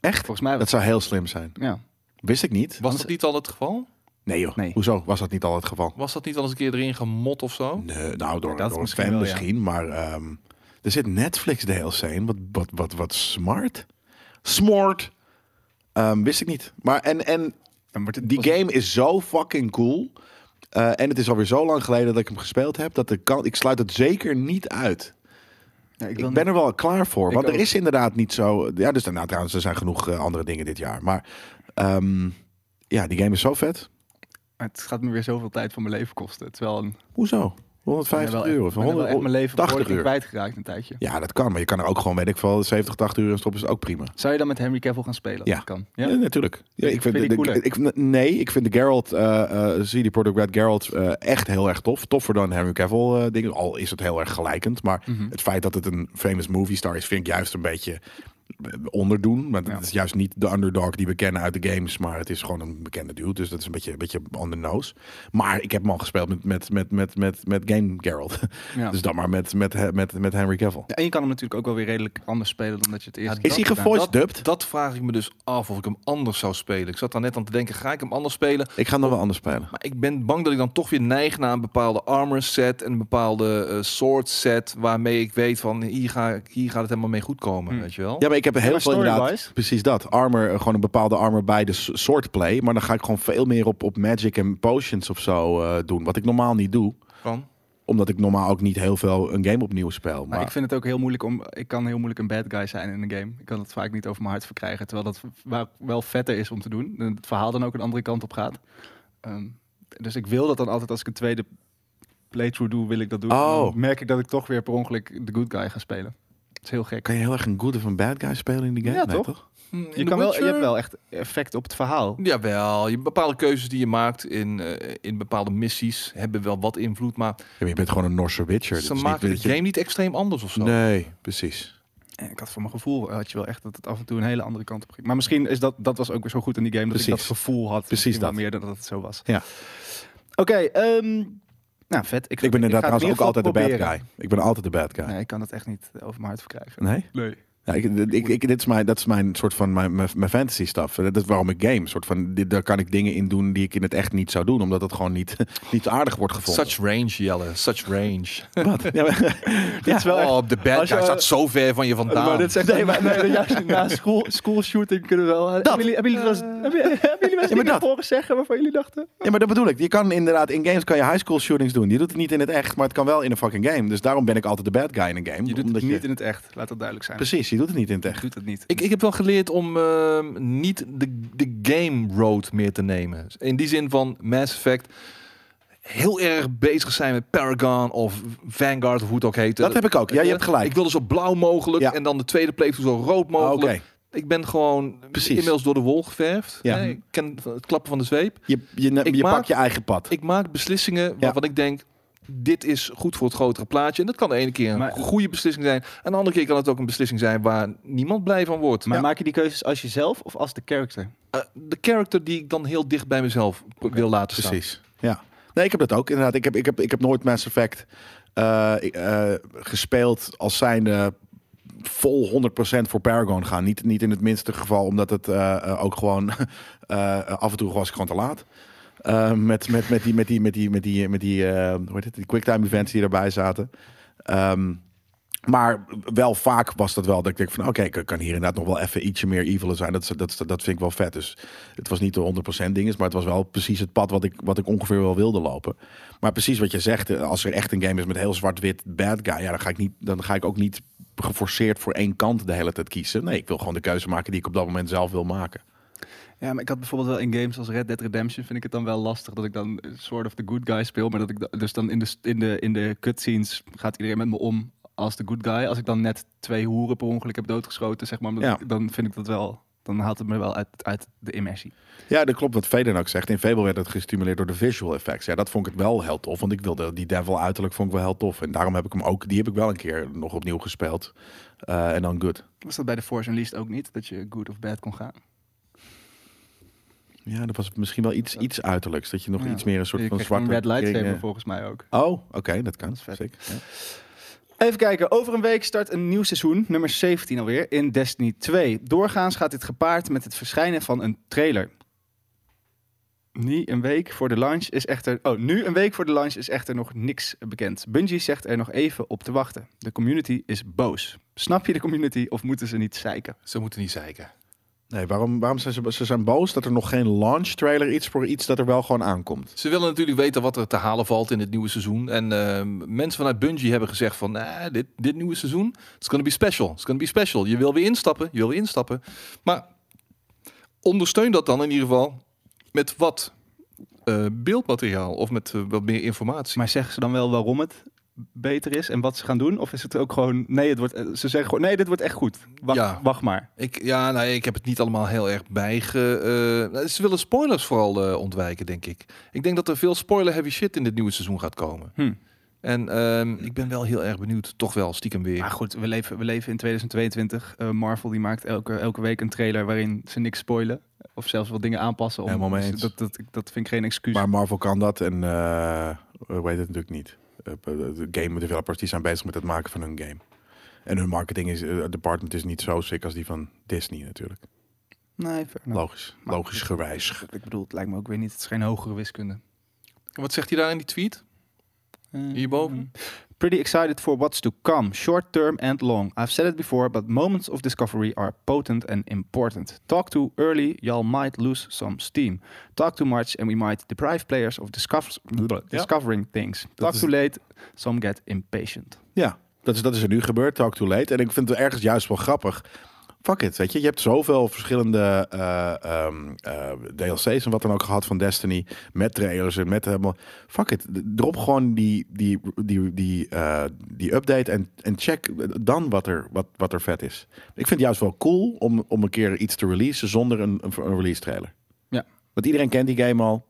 Echt?
Volgens mij wel.
Dat zou heel slim zijn.
Ja.
Wist ik niet.
Was dat niet al het geval?
Nee joh,
Nee.
hoezo? Was dat niet al het geval?
Was dat niet al eens een keer erin gemot of zo?
Nee, nou, door,
dat
door
misschien
misschien fan
wel, ja.
misschien, maar ehm, er zit Netflix DLC in. Wat, wat, wat, wat smart. Smart. Ehm, wist ik niet. Maar en, en
Dan wordt het
die game is zo fucking cool. Eh, en het is alweer zo lang geleden dat ik hem gespeeld heb. Dat ik, kan, ik sluit het zeker niet uit.
Ja, ik,
Ik,
wil
ben
niet-
er wel klaar voor.
Ik
Want er
ook.
is inderdaad niet zo. Ja, dus nou, trouwens, er zijn genoeg eh, andere dingen dit jaar. Maar ehm, ja, die game is zo vet.
Het gaat me weer zoveel tijd van mijn leven kosten. Terwijl een,
Hoezo?
ik ben er
150
wel
euro.
echt- ik ben er wel echt mijn leven
80
behoorlijk in
uur.
kwijtgeraakt een tijdje.
Ja, dat kan. Maar je kan er ook gewoon, weet ik veel, 70, 80 uur en stoppen is ook prima.
Zou je dan met Henry Cavill gaan spelen? als
Ja.
dat Kan?
Ja,
Ja?
natuurlijk. Ja,
ik
ik vind
vind
de,
die cooler.
ik, nee, ik vind de Geralt, eh eh CD Product Red Geralt, eh, echt heel erg tof. Toffer dan Henry Cavill eh, dingen. Al is het heel erg gelijkend. Maar
Mhm.
het feit dat het een famous movie star is, vind ik juist een beetje eh, onderdoen. Want
Ja.
het is juist niet de underdog die we kennen uit de games. Maar het is gewoon een bekende dude. Dus dat is een beetje, een beetje on the nose. Maar ik heb hem al gespeeld met, met, met, met, met, met Game Geralt.
Ja.
dus dan maar met, met, met, met Henry Cavill.
Ja, En je kan hem natuurlijk ook wel weer redelijk anders spelen dan dat je het eerst
Ja,
Is hij
gedaan.
gevoiced dubbed?
Dat, dat vraag ik me dus af of ik hem anders zou spelen. Ik zat daar net aan te denken, ga ik hem anders spelen?
Ik ga hem nog wel anders spelen.
Maar ik ben bang dat ik dan toch weer neig naar een bepaalde armor set en een bepaalde eh, sword set, waarmee ik weet van hier, ga, ik- hier gaat het helemaal mee goed komen, weet je wel?
Hmm. Ja, maar ik heb heel
maar
veel inderdaad.
story-wise?
Precies dat. Armor, eh, gewoon een bepaalde armor bij de s- soort play. Maar dan ga ik gewoon veel meer op, op magic en potions of zo eh, doen. Wat ik normaal niet doe.
Kan.
Omdat ik normaal ook niet heel veel een game opnieuw speel. Maar,
Maar ik vind het ook heel moeilijk om. Ik kan heel moeilijk een bad guy zijn in een game. Ik kan het vaak niet over mijn hart verkrijgen. Terwijl dat wa- wel vetter is om te doen. En Het verhaal dan ook een andere kant op gaat. Ehm, dus ik wil dat dan altijd als ik een tweede playthrough doe, wil ik dat doen.
Oh.
Dan merk ik dat ik toch weer per ongeluk de good guy ga spelen. Dat is heel gek.
Kan je heel erg een good of een bad guy spelen in die game?
Ja,
Nee,
toch?
Hm,
Hmm,
in
Je,
The
kan wel, je
Witcher?
hebt wel echt effect op het verhaal.
Jawel, je, bepaalde keuzes die je maakt in, eh, in bepaalde missies hebben wel wat invloed, maar
Ja, maar je bent gewoon een Norse Witcher.
ze
Dat is
maken de
niet, dat je-
game niet extreem anders of zo.
Nee, precies.
En Eh, ik had voor mijn gevoel, had je wel echt dat het af en toe een hele andere kant op ging. Maar misschien is dat, dat was ook weer zo goed in die game, dat ik
Precies.
dat gevoel had.
Precies
Misschien wel
dat.
Meer dan dat het zo was.
Ja.
Oké, ehm, nou vet. Ik,
Ik ben
ga
inderdaad
het
trouwens
in
ook
ieder
altijd
geval
de bad
proberen.
guy. Ik ben altijd de bad guy.
Nee, ik kan dat echt niet over mijn hart verkrijgen.
Nee?
Nee.
Nou, ik, ik, ik, dit is mijn, dat is mijn soort van mijn, mijn, mijn fantasy stuff. Dat is waarom ik game. Soort van, dit, daar kan ik dingen in doen die ik in het echt niet zou doen. Omdat het gewoon niet, niet aardig wordt gevonden.
Such range, Jelle. Such range.
Wat? Ja, maar-
Dit is wel echt-
oh, de bad
als je-
guy staat zo ver van je
Oh,
vandaan.
Maar dit is echt- nee, maar nee, juist na school, school shooting kunnen we wel. Hebben jullie, hebben jullie wel eens- hebben jullie- hebben jullie wel eens
Eh. Ja, maar
dingen
dat.
horen zeggen waarvan jullie dachten?
Ja, maar dat bedoel ik. Je kan inderdaad, in games kan je high school shootings doen. Je doet het niet in het echt, maar het kan wel in een fucking game. Dus daarom ben ik altijd de bad guy in een game.
Je doet
Omdat
het niet in het echt, laat dat duidelijk zijn.
Precies, je doet het niet in het
Je
echt.
doet het niet.
Ik, ik heb wel geleerd om ehm, niet de, de game road meer te nemen. In die zin van Mass Effect heel erg bezig zijn met Paragon of Vanguard of hoe het ook heet.
Dat heb ik ook. Ja, je hebt gelijk.
Ik wilde zo blauw mogelijk
Ja.
en dan de tweede playthrough zo rood
Ah,
mogelijk.
Oké,
Ik ben gewoon
Precies.
inmiddels door de wol geverfd.
Ja.
Hè, Ik ken het klappen van de zweep.
je, je, ne-
Ik
je
maak-
pakt je eigen pad.
Ik maak beslissingen waarvan ik denk... dit is goed voor het grotere plaatje. En dat kan de ene keer een
Maar-
goede beslissing zijn. En de andere keer kan het ook een beslissing zijn... waar niemand blij van wordt.
Maar maak je die keuzes als jezelf of als de character?
Eh, de character die ik dan heel dicht bij mezelf p- wil laten staan.
Precies. Ja. Nee, ik heb dat ook. Inderdaad, ik heb, ik heb, ik heb nooit Mass Effect eh, eh, gespeeld als zijnde vol 100% voor Paragon gaan. Niet, niet in het minste geval, omdat het eh, eh, ook gewoon eh, af en toe was ik gewoon te laat. Eh, met, met, met die, met die, met die, met die, met die, eh, hoe heet het, die quicktime events die erbij zaten. Ehm, maar wel vaak was dat wel dat ik denk van oké, ik kan hier inderdaad nog wel even ietsje meer evil zijn. Dat, is- dat, is- dat vind ik wel vet. Dus het was niet de 100% dinges, maar het was wel precies het pad wat ik, wat ik ongeveer wel wilde lopen. Maar precies wat je zegt, eh, als er echt een game is met heel zwart-wit bad guy, ja, dan ga ik niet, dan ga ik ook niet geforceerd voor één kant de hele tijd kiezen. Nee, ik wil gewoon de keuze maken die ik op dat moment zelf wil maken.
Ja, maar ik had bijvoorbeeld wel in games als Red Dead Redemption vind ik het dan wel lastig dat ik dan eh, sort of the good guy speel, maar dat ik da- dus dan in de, st- in de, in de cutscenes gaat iedereen met me om als de good guy. Als ik dan net twee hoeren per ongeluk heb doodgeschoten, zeg maar,
Ja.
dan vind ik dat wel, dan haalt het me wel uit, uit de immersie.
Ja, dat klopt wat Veden ook zegt. In Fable werd het gestimuleerd door de visual effects. Ja, dat vond ik het wel heel tof. Want ik wilde die devil uiterlijk vond ik wel heel tof. En daarom heb ik hem ook, die heb ik wel een keer nog opnieuw gespeeld. Eh, en dan good.
Was dat bij de Force Unleashed ook niet, dat je good of bad kon gaan?
Ja, dat was misschien wel iets, iets uiterlijks. Dat je nog
Ja.
iets meer een soort
Je
van
kreeg
zwarte...
een red light
kring,
lightsaber
eh,
volgens mij ook.
Oh, oké, dat kan.
vet.
Zeker. Ja.
Even kijken, over een week start een nieuw seizoen, nummer 17 alweer, in Destiny 2. Doorgaans gaat dit gepaard met het verschijnen van een trailer. Nu een week voor de launch is echter, oh, nu een week voor de launch is echter nog niks bekend. Bungie zegt er nog even op te wachten. De community is boos. Snap je de community of moeten ze niet zeiken?
Ze moeten niet zeiken.
Nee, waarom, waarom zijn ze, ze zijn boos dat er nog geen launch trailer iets voor iets dat er wel gewoon aankomt?
Ze willen natuurlijk weten wat er te halen valt in het nieuwe seizoen. En eh, mensen vanuit Bungie hebben gezegd van... "Nah, dit, dit nieuwe seizoen, it's gonna be special. It's gonna be special. Je wil weer instappen, je wil weer instappen. Maar ondersteun dat dan in ieder geval met wat eh, beeldmateriaal... of met eh, wat meer informatie.
Maar zeggen ze dan wel waarom het beter is en wat ze gaan doen? Of is het ook gewoon, nee, het wordt, eh, ze zeggen gewoon, nee, dit wordt echt goed. Wacht,
Ja.
wacht maar.
Ik, ja, nou, ik heb het niet allemaal heel erg bijge... eh, ze willen spoilers vooral eh, ontwijken, denk ik. Ik denk dat er veel spoiler-heavy shit in dit nieuwe seizoen gaat komen.
Hm.
En ehm, ik ben wel heel erg benieuwd. Toch wel, stiekem weer.
Maar goed, we leven, we leven in 2022. Eh, Marvel die maakt elke, elke week een trailer waarin ze niks spoilen. Of zelfs wat dingen aanpassen. Om,
Helemaal mee
dus
eens.
dat, dat, dat vind ik geen excuus.
Maar Marvel kan dat en eh weet het natuurlijk niet. Eh, de game developers die zijn bezig met het maken van hun game. En hun marketing is, eh, department is niet zo sick als die van Disney natuurlijk.
nee, fair enough.
Logisch,
Maar-
logisch gewijs.
Ik bedoel, het lijkt me ook weer niet. Het is geen hogere wiskunde.
Wat zegt hij daar in die tweet?
Eh,
Hierboven?
Pretty excited for what's to come, short term and long. I've said it before, but moments of discovery are potent and important. Talk too early, y'all might lose some steam. Talk too much, and we might deprive players of discover- discovering things. Talk
is-
too late, some get impatient.
Ja, dat is, dat is er nu gebeurd, Talk Too Late. En ik vind het ergens juist wel grappig. Fuck it, weet je. Je hebt zoveel verschillende eh, ehm, eh, DLC's en wat dan ook gehad van Destiny. Met trailers en met helemaal... Fuck it, d- drop gewoon die, die, die, die, eh, die update en, en check dan wat er, wat, wat er vet is. Ik vind het juist wel cool om, om een keer iets te releasen zonder een, een, een release trailer.
Ja.
Want iedereen kent die game al.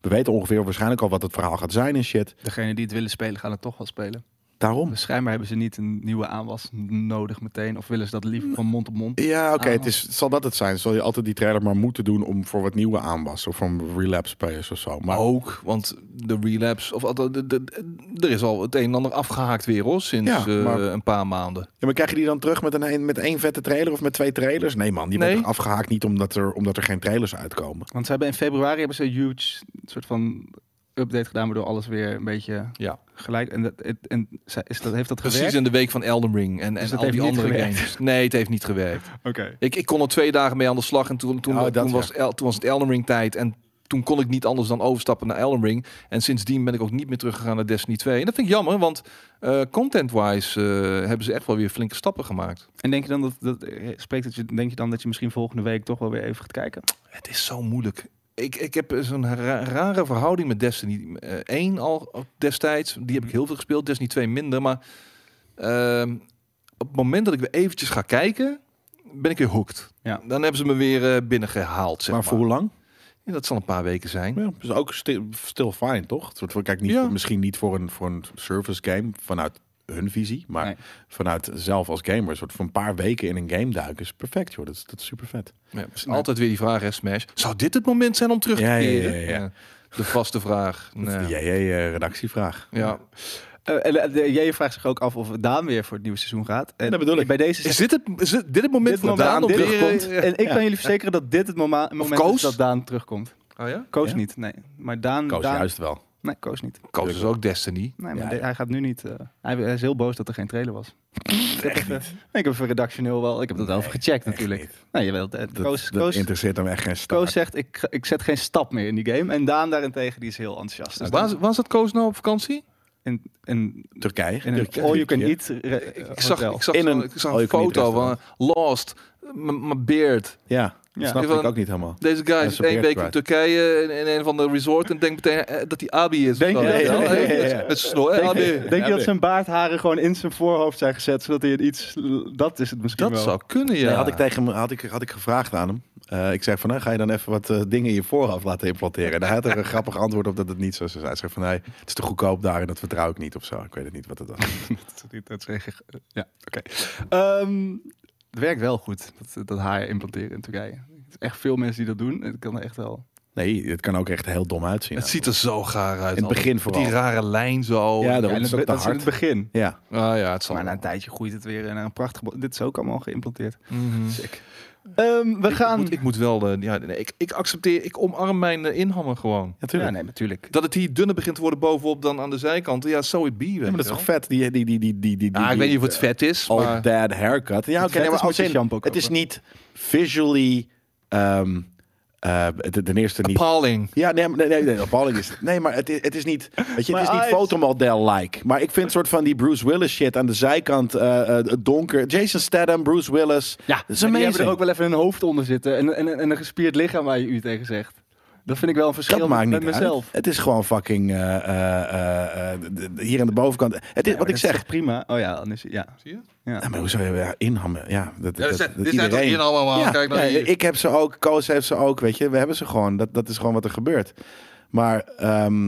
We weten ongeveer waarschijnlijk al wat het verhaal gaat zijn en shit.
Degene die het willen spelen, gaan het toch wel spelen.
Daarom.
Dus schijnbaar hebben ze niet een nieuwe aanwas nodig meteen. Of willen ze dat liever van mond op mond?
Ja, oké, het
Aanwas.
is zal dat het zijn? Zal je altijd die trailer maar moeten doen om voor wat nieuwe aanwas of van relapse players of zo? Maar
Ook, want de relapse, of de, de, de- er is al het een en ander afgehaakt weer hoor, sinds
Ja,
eh,
maar-
een paar maanden.
Ja, maar krijg je die dan terug met, een, een- met één vette trailer of met twee trailers? Nee man, die wordt
Nee.
afgehaakt niet omdat er, omdat er geen trailers uitkomen.
Want ze hebben in februari hebben ze een huge soort van update gedaan, waardoor alles weer een beetje
Ja.
gelijk. En, dat, en, en zij- is dat, heeft dat
Precies
gewerkt?
in de week van Elden Ring en, en
dat
al
heeft
die
niet
andere
gewerkt?
games. Nee, het heeft niet gewerkt.
Oké.
Ik, ik kon er twee dagen mee aan de slag en toen, toen,
Oh, dat,
toen,
ja.
was, El- toen was het Elden Ring tijd en toen kon ik niet anders dan overstappen naar Elden Ring. En sindsdien ben ik ook niet meer teruggegaan naar Destiny 2. En dat vind ik jammer, want eh, content-wise eh, hebben ze echt wel weer flinke stappen gemaakt.
En denk je dan dat, dat eh, spreekt dat je, denk je dan dat je misschien volgende week toch wel weer even gaat kijken?
Het is zo moeilijk. Ik, ik heb zo'n ra- rare verhouding met Destiny eh, 1 al destijds. Die heb ik heel veel gespeeld. Destiny 2 minder. Maar ehm, op het moment dat ik weer eventjes ga kijken, ben ik weer hooked.
Ja.
Dan hebben ze me weer eh, binnengehaald. Zeg maar
maar voor hoe lang?
Ja, dat zal een paar weken zijn.
Ja, dus ook stil, still fine, toch? Het wordt wel- Kijk, niet,
Ja.
misschien niet voor een, voor een service game vanuit hun visie, maar
Nee.
vanuit zelf als gamer. Een soort van een paar weken in een game duiken is perfect, joh. Dat is, dat is super vet.
Ja, dus Altijd weer die vraag, hè, Smash. Zou dit het moment zijn om terug te
Ja, ja, ja,
keren?
ja, ja.
De vaste vraag. Nee.
Jij, jij, eh, redactievraag.
Ja.
Eh, en eh, de- jij vraagt zich ook af of Daan weer voor het nieuwe seizoen gaat. En
Dat bedoel ik.
Bij deze
Is dit het, is dit dit het moment
Dit
dat
moment
Daan op
dit-
terugkomt?
En ik
Ja.
kan jullie verzekeren dat dit het moma- moment
Koos?
is dat Daan terugkomt.
Oh ja?
Koos
Ja?
niet, nee. Maar Daan...
Koos
Daan
juist wel.
Nee, Koos niet.
Koos is ook Destiny.
Nee, maar
Ja,
de-
ja.
hij gaat nu niet... eh, hij, hij is heel boos dat er geen trailer was. Ik heb even- nee, ik heb even redactioneel wel... Ik heb dat wel even gecheckt natuurlijk.
Echt niet.
Nee, jawel. eh,
Dat,
Koos,
dat
Koos,
interesseert hem echt geen staart.
Koos zegt, ik, ga- ik zet geen stap meer in die game. En Daan daarentegen, die is heel enthousiast. Dus
Waar, waar zat Koos nou op vakantie?
in, in,
Turkije.
in een
Turkije.
all-you-can-eat re- eh,
Ik zag,
hotel.
ik zag,
In
zo'n-
een-
ik zag
Oh,
een
je kan niet
foto van eh, Lost, m- mijn beard.
Ja, dat
Ja.
snap
Even-
ik ook niet helemaal.
Deze guy is
zijn
één
beard
week in
kwijt.
Turkije in, in een van de resort en denkt meteen eh, dat hij Abi is.
Denk
of zo.
je-
Weet je wel?
Ja, ja,
ja, ja.
Met snor, eh, Abi.
Denk je dat
nee.
zijn baardharen gewoon in zijn voorhoofd zijn gezet, zodat hij het iets... Dat is het misschien
Dat
wel.
zou kunnen, ja.
Nee, had ik tegen hem, had ik, had ik gevraagd aan hem. Eh, ik zei van, nou, ga je dan even wat eh, dingen in je voorhoofd laten implanteren? En hij had er een grappig antwoord op dat het niet zo zou zijn. Hij zei van, nee, het is te goedkoop daar en dat vertrouw ik niet of zo. Ik weet het niet wat het was.
Dat- dat- dat zeg ik- Ja, oké. Ehm, het werkt wel goed, dat, dat haar implanteren in Turkije. Er zijn echt veel mensen die dat doen. Het kan echt wel.
Nee, het kan ook echt heel dom uitzien.
Het ziet er zo gaar uit.
In het begin
Met Die
vooral.
rare lijn zo.
Ja,
Ja,
daarom
en
is
dat,
het ook
dat
te
is in het
hard.
begin.
Ja,
Ah ja, het zal
Maar na een
wel.
tijdje groeit het weer naar een prachtig... bo- Dit is ook allemaal geïmplanteerd.
Mhm.
Ehm, we
Ik
gaan...
moet, ik moet wel... eh, ja, nee, ik, ik accepteer, ik omarm mijn eh, inhammen gewoon.
ja,
natuurlijk.
nee, natuurlijk.
Dat het hier dunner begint te worden bovenop dan aan de zijkanten. Ja, so it be. weet
Ja, maar dat is
je
toch
wel.
vet? Die, die, die, die, die, die,
Ah, ik weet niet of
die-
het vet is,
All
maar...
Dad haircut. Ja, oké,
vet
nee, maar
is moet
als
je
in,
shampoo
het is
kopen.
niet visually... ehm, eh, ten- ten eerste niet
Appalling.
Ja, nee, maar- nee, nee, nee, appalling is. Nee, maar het is, het is niet. Weet je, het is
Maar
niet
eyes.
fotomodel-like. Maar ik vind een soort van die Bruce Willis shit aan de zijkant eh, eh, donker. Jason Statham, Bruce Willis.
Ja,
dat is
maar Dus die hebben
amazing.
er ook wel even hun hoofd onder zitten. En, en, en een gespierd lichaam waar je u tegen zegt. Dat vind ik wel een verschil
dat maakt
met
niet
mezelf.
uit. Het is gewoon fucking eh, eh, eh, d- d- hier aan de bovenkant. Het is
Ja, maar
wat
dat
ik
is
zeg.
toch Prima. Oh ja, dan is, ja.
Zie je?
Ja, maar hoezo ja, inhammen? Ja, dat,
Ja,
dat,
dit zijn-
dat
dit zijn toch
iedereen.
inhammen,
ja,
man. Kijk naar
ja,
hier.
ik heb ze ook, Koos heeft ze ook, weet je. We hebben ze gewoon. Dat, dat is gewoon wat er gebeurt. Maar ehm,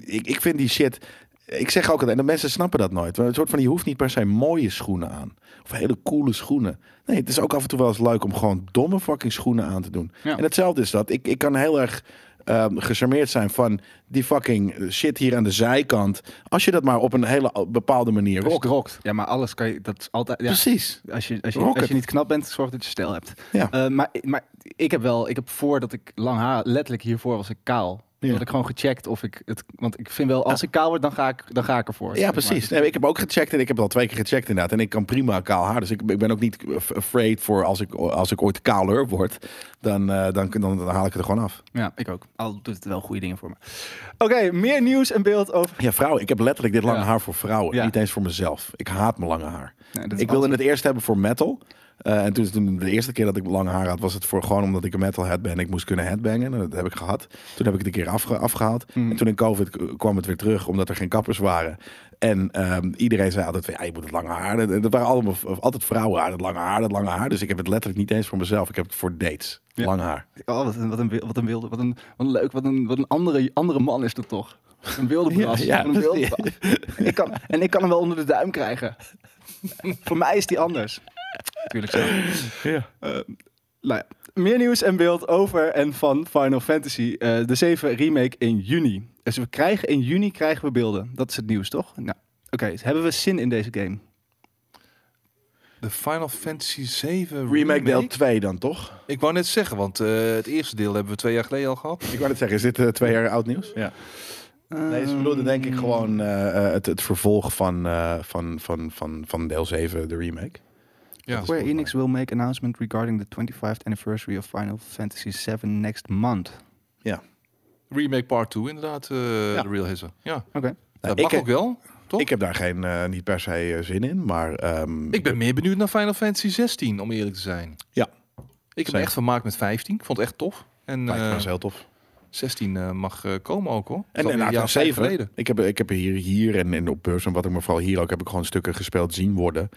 ik, ik vind die shit. Ik zeg ook altijd, en de mensen snappen dat nooit. want Een soort van, je hoeft niet per se mooie schoenen aan. Of hele coole schoenen. Nee, het is ook af en toe wel eens leuk om gewoon domme fucking schoenen aan te doen.
Ja.
En hetzelfde is dat. Ik, ik kan heel erg ehm gecharmeerd zijn van die fucking shit hier aan de zijkant. Als je dat maar op een hele bepaalde manier
Als je het
rokt.
rokt. Ja, maar alles kan je... Dat is altijd... Ja.
Precies.
Als je, als, je,
Rocket.
als je niet knap bent, zorg dat je stijl hebt.
Ja.
Eh, maar, maar ik heb wel, ik heb voordat ik lang haar, letterlijk hiervoor was ik kaal.
Ja.
Had ik gewoon gecheckt of ik het, want ik vind wel, als ik kaal word, dan ga ik, dan ga ik ervoor. zeg
Ja,
maar.
precies. Nee, ik heb ook gecheckt en ik heb het al twee keer gecheckt inderdaad. En ik kan prima kaal haar. Dus ik, ik ben ook niet af- afraid voor als ik, als ik ooit kaaler word. Dan, eh, dan, dan, dan haal ik het er gewoon af.
Ja, ik ook. Al doet het wel goede dingen voor me. Oké, meer nieuws en beeld over.
Ja, vrouwen. Ik heb letterlijk dit lange
Ja.
haar voor vrouwen.
Ja.
Niet eens voor mezelf. Ik haat mijn lange haar.
Nee, dat is
ik wilde
altijd-
het eerst hebben voor metal. Eh, en toen, toen de eerste keer dat ik lang haar had, was het voor gewoon omdat ik een metalhead ben. en Ik moest kunnen headbangen. En dat heb ik gehad. Toen heb ik het een keer afge- afgehaald. En toen in COVID k- kwam het weer terug, omdat er geen kappers waren. En ehm, iedereen zei altijd: van, ja, je moet het lange haar. En Dat waren allemaal v- altijd vrouwen aan het lange haar, dat lange haar. Dus ik heb het letterlijk niet eens voor mezelf. Ik heb het voor dates.
Ja.
Lang haar.
Oh, wat een, wat een, wil- wat een wilde, wat een, wat een leuk, wat een, wat een andere, andere man is dat toch? Een wilde bras.
Ja, ja,
een wilde bras. En, ik kan, en ik kan hem wel onder de duim krijgen. Voor mij is die anders. Tuurlijk zo.
Ja.
Nou ja, meer nieuws en beeld over en van Final Fantasy, eh, de 7 remake in juni. Dus we krijgen in juni krijgen we beelden. Dat is het nieuws, toch? Nou, oké. dus hebben we zin in deze game?
De Final Fantasy 7
Remake deel 2 dan toch?
Ik wou net zeggen, want eh, het eerste deel hebben we twee jaar geleden al gehad.
Ik wou net zeggen, is dit eh, twee jaar oud nieuws? Nee, ze bedoelden denk
Ehm,
ik gewoon eh, eh, het, het vervolg van, eh, van, van, van, van deel 7, de remake.
Ja.
Square
volgens
Enix will make announcement regarding the 25th anniversary of Final Fantasy 7 next month.
Remake Part 2 inderdaad, eh,
Ja. Nou,
de Real Hissen. Ja,
Oké.
dat
ik eh,
mag
heb-
ook wel. Toch?
Ik heb daar geen, eh, niet per se eh, zin in, maar... ehm,
Ik ben meer benieuwd naar Final Fantasy 16, om eerlijk te zijn.
Ja.
Ik heb me
Zeker.
echt vermaakt met 15. Ik vond het echt tof. En
lijkt me
eh,
wel eens heel tof.
16 eh, mag eh, komen ook hoor.
En
Dat is alweer
daarna
een jaar of vijf geleden.
Ik heb, ik heb hier, hier en, en op beurs en wat ik me vooral hier ook heb ik gewoon stukken gespeeld zien worden.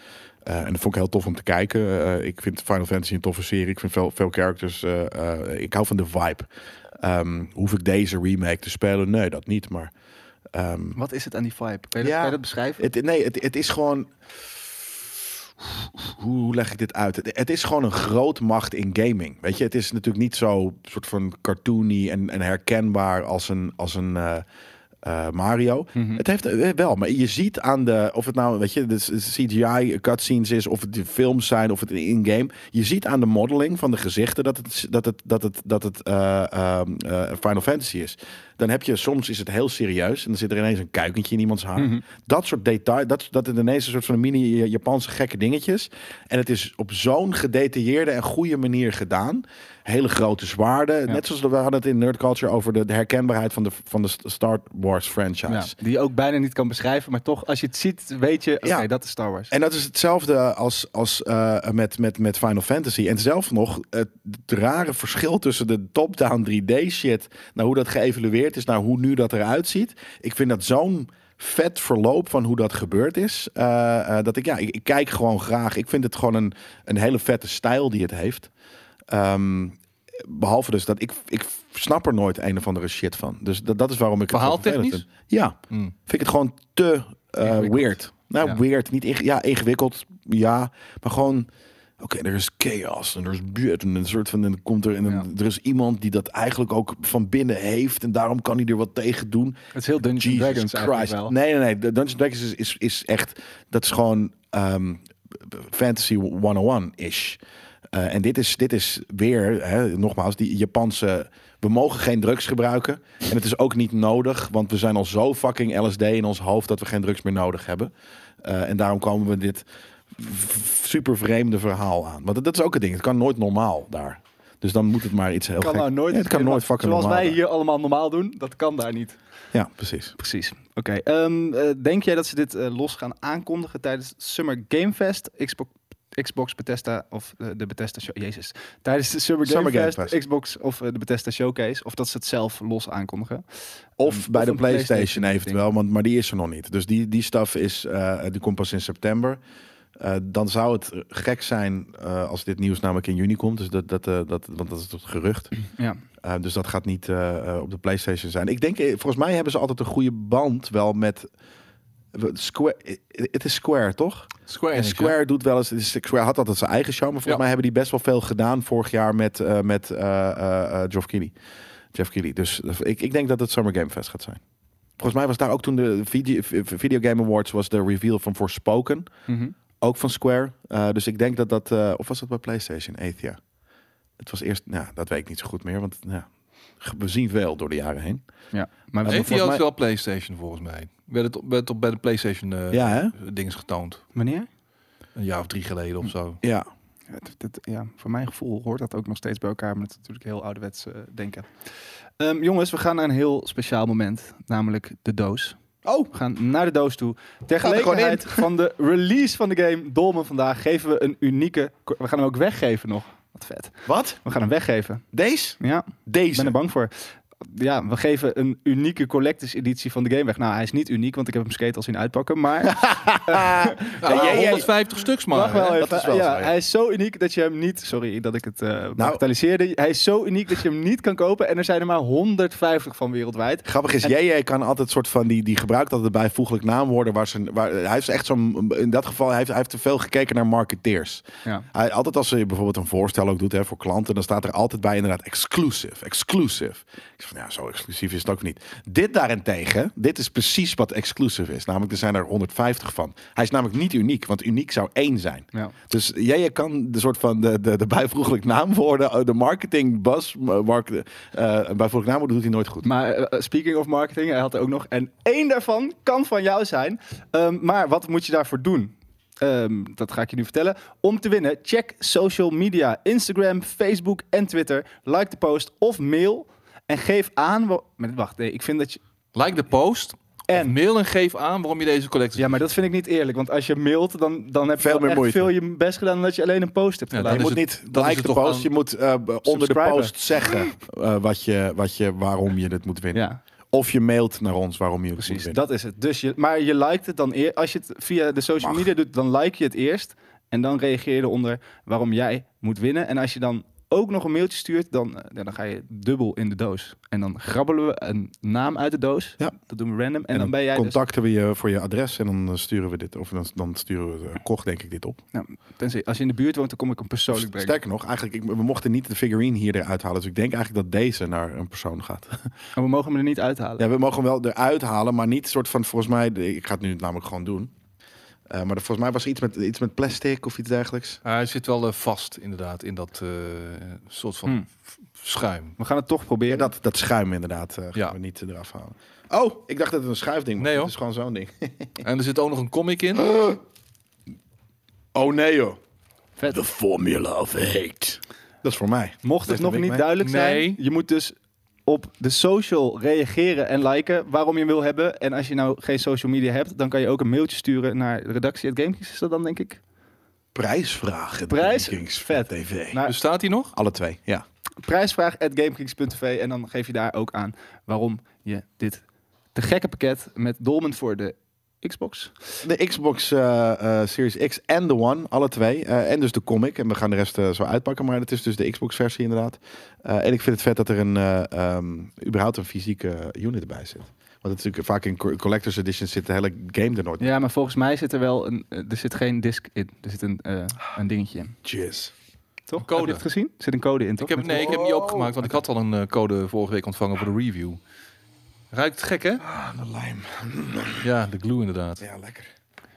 Eh, en dat vond ik heel tof om te kijken. Eh, ik vind Final Fantasy een toffe serie. Ik vind veel, veel characters. eh, eh, ik hou van de vibe. Ehm, hoef ik deze remake te spelen? Nee, dat niet. Maar ehm,
Wat is het aan die vibe? Kan je, dat,
Ja.
kan je dat beschrijven?
het, nee, het, het is gewoon. Hoe hoe leg ik dit uit? Het, het is gewoon een grootmacht in gaming. Weet je, het is natuurlijk niet zo soort van cartoony en, en herkenbaar als een, als een eh, eh, Mario. Het heeft eh, wel, maar je ziet aan de. Of het nou, weet je, de CGI cutscenes is, of het de films zijn, of het in-game. Je ziet aan de modeling van de gezichten dat het, dat het, dat het, dat het eh, ehm, eh, Final Fantasy is. Dan heb je soms is het heel serieus en dan zit er ineens een kuikentje in iemands haar. Dat soort detail, dat, dat het ineens een soort van mini eh, Japanse gekke dingetjes. En het is op zo'n gedetailleerde en goede manier gedaan. Hele grote zwaarden. Net zoals we hadden het in Nerd Culture over de, de herkenbaarheid van de, van de Star Wars franchise.
Ja, die je ook bijna niet kan beschrijven, maar toch, als je het ziet, weet je, oké,
Ja.
dat is Star Wars.
En dat is hetzelfde als, als eh, met, met, met Final Fantasy. En zelf nog het, het rare verschil tussen de top-down 3D shit... naar hoe dat geëvalueerd is, naar hoe nu dat eruit ziet. Ik vind dat zo'n vet verloop van hoe dat gebeurd is. eh, eh, dat ik, ja, ik, ik kijk gewoon graag. Ik vind het gewoon een, een hele vette stijl die het heeft. Ehm, behalve dus dat ik, ik snap er nooit een of andere shit van. Dus dat, dat is waarom ik het zo
Verhaaltechnisch?
vervelend vind. Ja.
Hmm.
Vind ik het gewoon te eh,
Ingewikkeld.
weird. Nou,
Ja.
weird. Niet inge- ja, ingewikkeld. Ja, maar gewoon... Oké, er is chaos en er is buurt en een soort van en dan komt er en dan-
Ja.
er is iemand die dat eigenlijk ook van binnen heeft en daarom kan hij er wat tegen doen.
Het is heel Dungeons and Dragons eigenlijk wel.
Nee, nee, nee. De Dungeons Dragons is, is, is echt... Dat is gewoon ehm, Fantasy 101-ish. Eh, en dit is, dit is weer, hè, nogmaals, die Japanse... We mogen geen drugs gebruiken. En het is ook niet nodig, want we zijn al zo fucking LSD in ons hoofd... dat we geen drugs meer nodig hebben. Eh, en daarom komen we dit v- super vreemde verhaal aan. Want dat, dat is ook het ding. Het kan nooit normaal daar. Dus dan moet het maar iets heel
kan
gek-
nou nooit.
Ja, het kan nooit fucking
Zoals
normaal
wij
daar.
hier allemaal normaal doen, dat kan daar niet.
Ja, precies.
Precies. Oké. ehm, eh, denk jij dat ze dit eh, los gaan aankondigen tijdens het Summer Game Fest? Xbox, Xbox Bethesda of eh, de Bethesda Show. Jezus. Tijdens de Summer Game,
Summer Game
Fest,
Fest.
Xbox of eh, de Bethesda Showcase. Of dat ze het zelf los aankondigen. Hm.
Of
Of
bij de
een
PlayStation,
PlayStation
eventueel, want, maar die is er nog niet. Dus die, die staf is, eh, die komt pas in september. Eh, dan zou het gek zijn eh, als dit nieuws namelijk in juni komt. Dus dat, dat, eh, dat, want dat is het gerucht.
Ja.
Eh, dus dat gaat niet eh, eh, op de PlayStation zijn. Ik denk, eh, volgens mij hebben ze altijd een goede band wel met. Square, eh, het is Square, toch?
Square
En
Enix,
Square doet wel eens. dus Square had altijd zijn eigen show, maar volgens
Ja.
mij hebben die best wel veel gedaan vorig jaar met, eh, met eh eh, eh, Geoff Keighley. Jeff Keighley. Dus eh, ik, ik denk dat het Summer Game Fest gaat zijn. Volgens mij was daar ook toen de video, video Game Awards was de reveal van Forspoken,
Mhm.
ook van Square. Eh, dus ik denk dat dat eh, of was dat bij PlayStation Athia? Het was eerst, nou, dat weet ik niet zo goed meer, want nou, we zien veel door de jaren heen.
Ja. Maar we-
Ja.
Eh,
Heeft hij
volgens
ook
mij-
wel PlayStation volgens mij? Werd het, werd op bij de PlayStation eh
Ja, hè?
dings getoond.
wanneer?
Een jaar of drie geleden of zo.
Ja.
Het- het- ja, voor mijn gevoel hoort dat ook nog steeds bij elkaar. Maar het is natuurlijk heel ouderwets eh, denken. Ehm, jongens, we gaan naar een heel speciaal moment. Namelijk de doos.
Oh,
We gaan naar de doos toe. Ter
Gaat er gewoon
gelegenheid van de release van de game Dolmen vandaag geven we een unieke... We gaan hem ook weggeven nog. Wat vet.
wat?
We gaan hem weggeven.
Deze?
Ja, ik
Deze?
ben er bang voor. ja, we geven een unieke collectors editie van de game weg. Nou, hij is niet uniek, want ik heb hem skate als in uitpakken, maar...
Nou,
jij- jij-
150 stuks maar.
Wacht wel
hè?
even.
is wel
ja,
zo, ja.
Hij is zo uniek dat je hem niet... Sorry dat ik het eh bagatelliseerde. Hij is zo uniek dat je hem niet kan kopen. En er zijn er maar 150 van wereldwijd.
Grappig is, JJ kan altijd soort van die, die gebruikt altijd bijvoeglijk naamwoorden waar ze, waar, hij heeft echt zo'n, in dat geval, hij heeft, hij heeft te veel gekeken naar marketeers.
Ja.
Hij, altijd als je bijvoorbeeld een voorstel ook doet hè, voor klanten, dan staat er altijd bij inderdaad exclusive, exclusive. Ik zeg van, ja, zo exclusief is het ook niet. Dit daarentegen, dit is precies wat exclusive is. Namelijk, er zijn er 150 van. Hij is namelijk niet uniek, want uniek zou één zijn.
Ja.
Dus jij je kan de soort van de, de, de bijvoeglijk naamwoorden, de marketing bas, market, eh bijvoeglijk naamwoorden doet hij nooit goed.
Maar eh, speaking of marketing, hij had er ook nog. En één daarvan kan van jou zijn. Ehm, maar wat moet je daarvoor doen? Ehm, dat ga ik je nu vertellen. Om te winnen, check social media: Instagram, Facebook en Twitter. Like de post of mail. En geef aan. wa- Maar wacht, nee, ik vind dat je.
Like de post. En
En?
mail en geef aan waarom je deze collectie.
Ja, maar dat vind ik niet eerlijk. Want als je mailt, dan, dan heb je
Veel
wel
meer
echt
moeite.
veel je best gedaan. dan dat je alleen een post hebt Dus-
Ja,
gedaan.
je
dat
moet
is het-
niet
dat is
like
het
de
toch
post,
aan-
je moet eh, b- onder de
Subscriben.
post zeggen eh, wat je, wat je, waarom je dit moet winnen.
Ja.
Of je mailt naar ons waarom je het moet
Precies,
winnen.
dat is het. Dus je, maar je liked het dan eer, als je het via de social
Mag.
media doet, dan like je het eerst en dan reageer je eronder waarom jij moet winnen. En als je dan ook nog een mailtje stuurt, dan, eh, ja, dan ga je dubbel in de doos. En dan grabbelen we een naam uit de doos.
Ja.
Dat doen we random. En,
En
dan ben jij dus,
contacten we je voor je adres en dan eh, sturen we dit. Of dan, dan sturen we eh, Koch denk ik dit op.
nou, tenzij, als je in de buurt woont, dan kom ik hem persoonlijk brengen.
Sterker nog, eigenlijk, ik, we mochten niet de figurine hier eruit halen. Dus ik denk eigenlijk dat deze naar een persoon gaat.
Maar we mogen hem er niet uithalen.
Ja, we mogen hem wel eruit halen, maar niet soort van volgens mij. de- Ik ga het nu namelijk gewoon doen. Eh, maar de- volgens mij was er iets met, iets met plastic of iets dergelijks.
Hij zit wel eh, vast inderdaad in dat eh, soort van
Hmm.
f- schuim.
We gaan het toch
Ja,
proberen.
dat, dat schuim inderdaad eh, gaan
Ja.
we niet eh, eraf halen. Oh, ik dacht dat het een schuifding was.
Nee,
Nee,
hoor.
Het is gewoon zo'n ding.
En er zit ook nog een comic in.
Oh nee joh.
Vet.
formula of hate. Dat is voor mij.
Mocht het
Ligt
nog
er
niet
mee?
duidelijk zijn,
Nee.
je moet dus op de social reageren en liken waarom je hem wil hebben. En als je nou geen social media hebt, dan kan je ook een mailtje sturen naar redactie is dat dan denk ik?
Prijsvragen.
Prijs?
Rankings,
Vet. Nou-
TV.
Naar
Bestaat die Dus nog?
Alle twee, ja.
prijsvraag en dan geef je daar ook aan waarom je dit te gekke pakket met Dolmen voor de Xbox.
De Xbox eh, eh, Series X en de One, alle twee. Eh, en dus de comic. En we gaan de rest eh, zo uitpakken. Maar het is dus de Xbox-versie inderdaad. Eh, en ik vind het vet dat er een, eh, ehm, überhaupt een fysieke unit erbij zit. Want het is natuurlijk vaak in co- collector's editions zit de hele game er nooit.
Ja, maar volgens mij zit er wel een, eh, er zit geen disc in, er zit een, eh, een dingetje in.
Cheers.
Toch?
Een code.
Heb je het gezien? Er zit een code in, toch?
Ik heb, nee, ik heb hem niet opengemaakt, want ik had al een eh, code vorige week ontvangen voor de review. Ruikt gek, hè?
Aan de lijm.
Ja, de glue inderdaad.
Ja, lekker.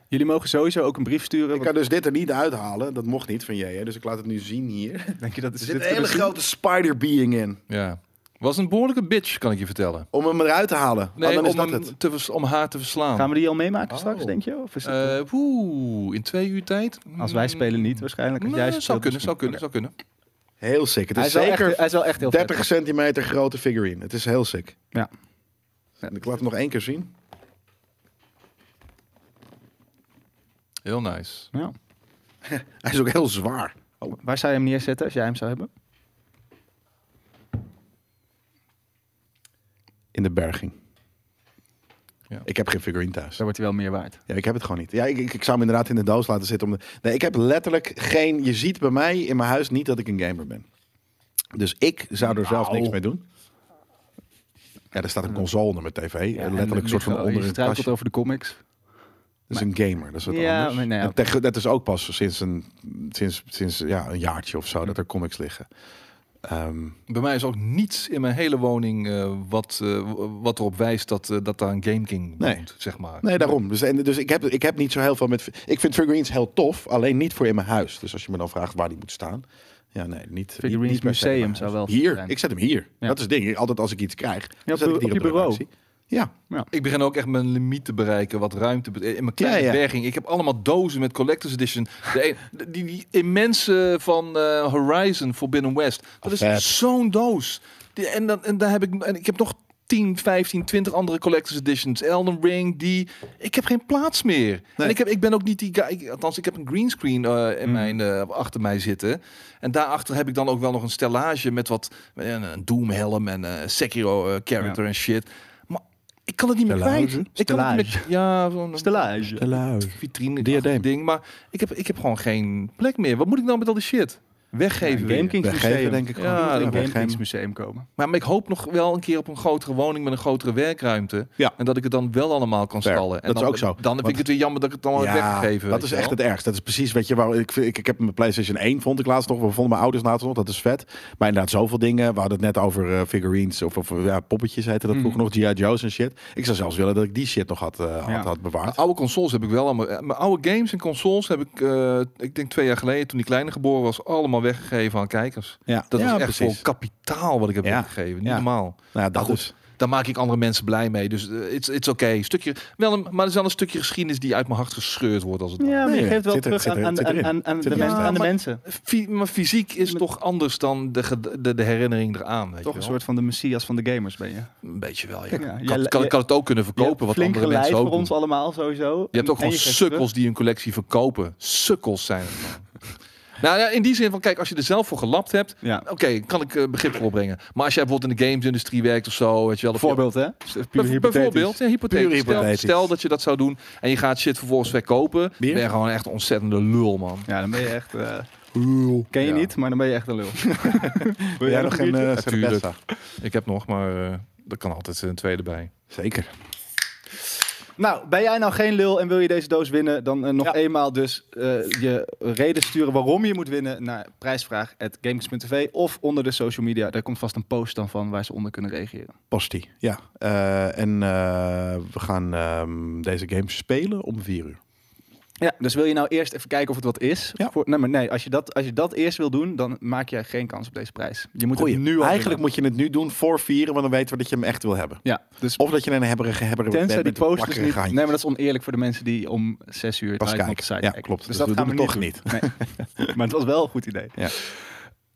Jullie mogen sowieso ook een brief sturen.
Ik kan dus dit er niet uithalen. Dat mocht niet van jij. Dus ik laat het nu zien hier. Dus Er
want denk je dat is
zit een
dit te
hele
bezien?
grote spider-being in.
Ja. Was een behoorlijke bitch, kan ik je vertellen. Oh,
Om hem eruit te halen. Nee, dan is
om,
dat
hem
het.
te vers- om haar te verslaan.
Gaan we die al meemaken
Oh.
straks, denk je? Of is het,
Eh, Oeh, in twee uur tijd?
als wij
Mm,
spelen niet waarschijnlijk. Als
nee,
jij
zou
speelt
kunnen, zou
misschien.
kunnen, zou kunnen.
Heel sick. Het
Hij
is
is, wel
zeker
echt, hij is wel echt heel
30
vet.
centimeter grote figurine. Het is heel sick.
Ja.
Ik laat hem nog één keer zien.
Heel nice.
Ja.
Hij is ook heel zwaar.
Waar zou je hem neerzetten als jij hem zou hebben?
In de berging.
Ja.
Ik heb geen figurine thuis.
Dan wordt hij wel meer waard.
Ja, ik heb het gewoon niet. Ja, ik, ik, ik zou hem inderdaad in de doos laten zitten. Om de... Nee, ik heb letterlijk geen... Je ziet bij mij in mijn huis niet dat ik een gamer ben. Dus ik zou er zelf
Nou.
niks mee doen. Ja, er staat een console onder mijn tv. Eh, letterlijk een soort van onder
Je
een kastje.
struikelt over de comics.
Dat is een gamer, dat is wat
Ja,
anders.
maar nou ja.
En tegen- dat is ook pas sinds een, sinds, sinds, ja, een jaartje of
Hm.
zo dat er comics liggen. Ehm,
Bij mij is ook niets in mijn hele woning eh, wat, eh, w- wat erop wijst dat, eh, dat daar een Game King
Nee.
woont, zeg maar.
nee, daarom. Dus, en, dus ik, heb, ik heb niet zo heel veel met... Ik vind figurines heel tof, alleen niet voor in mijn huis. Dus als je me dan vraagt waar die moet staan... Ja, nee, niet- niet...
Figurines
niet per se in
Museum
mijn
zou
huis.
wel
Hier,
zijn.
ik zet hem hier.
Ja.
Dat is het ding. Altijd als ik iets krijg, dan
op
zet ik
de-
het
op
hier op,
je
de
bureau.
redactie. Ja,
Ik begin ook echt mijn limiet te bereiken wat ruimte betreft. In mijn kleine
Ja, ja.
berging. Ik heb allemaal dozen met collector's edition. De een- die, die immense van eh, Horizon Forbidden West. Dat
vet.
is zo'n doos. Die, en, dan, en daar heb ik en ik heb nog 10, 15, 20 andere collectors editions. Elden Ring, die... Ik heb geen plaats meer. En ik, heb, ik ben ook niet die guy... ik- althans, ik heb een greenscreen eh in
Mm.
mijn, eh, achter mij zitten. En daarachter heb ik dan ook wel nog een stellage met wat... eh, Een Doom-helm en eh, Sekiro eh, character en shit. Maar ik kan het niet meer
Stellage?
kwijt. Ik kan het niet meer, ja, zo'n
Stellage.
vitrine
Diadeem.
ding. Maar ik heb, ik heb gewoon geen plek meer. Wat moet ik nou met al die shit? Weggeven weer.
Gamekings
Weggeven
Museum.
denk ik
Ja,
gewoon.
dat
een
wordt
Gamekings Museum komen.
Maar ik hoop nog wel een keer op een grotere woning met een grotere werkruimte.
Ja.
En dat ik het dan wel allemaal kan
Fair.
stallen. En
Dat is
dan,
ook zo.
Dan vind
Want-
ik het weer jammer dat ik het dan heb weggegeven.
dat
weet
is
je wel.
echt het ergste. Dat is precies, weet je, waar ik, ik, ik heb mijn PlayStation 1 vond ik laatst nog. We vonden mijn ouders laatst nog, dat is vet. Maar inderdaad, zoveel dingen. We hadden het net over eh, figurines of, of ja, poppetjes heette dat
Mm.
vroeger nog. G.I. Joe's en shit. Ik zou zelfs willen dat ik die shit nog had, eh,
Ja.
had, had bewaard.
Mijn oude consoles heb ik wel allemaal. eh, Mijn oude games en consoles heb ik, eh, ik denk twee jaar geleden, toen die kleine geboren was, allemaal weggegeven aan kijkers.
Ja,
Dat
ja,
was echt voor kapitaal wat ik heb
Ja.
weggegeven. Niet
Ja.
normaal.
Nou, ja, dat
goed.
is.
Daar maak ik andere mensen blij mee. Dus eh, it's, it's oké. Een Stukje, wel een, maar er is wel een stukje geschiedenis die uit mijn hart gescheurd wordt als het ware.
Ja, maar je
Nee,
geeft wel
zit er-
terug
zit er-
aan, aan,
zit
aan,
erin.
aan, aan
Zit
de,
er
mensen,
in.
aan de
Ja, maar-
mensen.
Fy- maar fysiek is toch anders dan de, ge- de, de herinnering eraan. Weet
Toch
je
een
wel?
soort van de messias van de gamers ben je.
Een beetje wel, ja.
Ja,
Ik
jij-
had, kan,
jij-
kan het ook kunnen verkopen, wat
flink
andere
geleid
mensen ook
voor
doen.
ons allemaal sowieso.
Je hebt ook gewoon sukkels die hun collectie verkopen. Sukkels zijn het. man. nou ja, in die zin van, kijk, als je er zelf voor gelapt hebt...
Ja.
Oké, kan ik eh, begrip voor opbrengen. Maar als jij bijvoorbeeld in de gamesindustrie werkt of zo... Weet je wel, of je-
Voorbeeld, hè?
Bijv- Bijvoorbeeld, ja, hypothetisch.
Puur
Stel-
hypothetisch.
Stel, dat je dat zou doen en je gaat shit vervolgens verkopen.
Bier?
Ben je gewoon echt een ontzettende lul, man.
Ja, dan ben je echt... eh, ken je
Ja.
niet, maar dan ben je echt een lul.
Wil jij nog geen eh
Natuurlijk.
cerveza?
Ik heb nog, maar eh, er kan altijd een tweede bij.
Zeker.
Nou, ben jij nou geen lul en wil je deze doos winnen, dan eh, nog eenmaal dus eh, je reden sturen waarom je moet winnen naar prijsvraag.gamekings.tv of onder de social media. Daar komt vast een post dan van waar ze onder kunnen reageren.
Posti. Ja. Eh, en eh, we gaan ehm, deze game spelen om vier uur.
Ja, dus wil je nou eerst even kijken of het wat is?
Ja.
Voor, nee, maar nee, als je, dat, als je dat eerst wil doen, dan maak jij geen kans op deze prijs. Je moet
Goeie.
het nu al
Eigenlijk
winnen.
moet je het nu doen voor vieren, want dan weten we dat je hem echt wil hebben.
Ja, dus
Of dat je een hebberige hebberige
Tenzij
bent
die
Oh, met een
post dus niet. Nee,
plakkerige handjes.
maar dat is oneerlijk voor de mensen die om zes uur
Pas
live op de
kijken.
site
Ja,
kijken.
klopt.
Dus
Dus
dat
we
gaan we
doen het
niet
toch
doen. Nee. maar het was wel een goed idee.
Ja.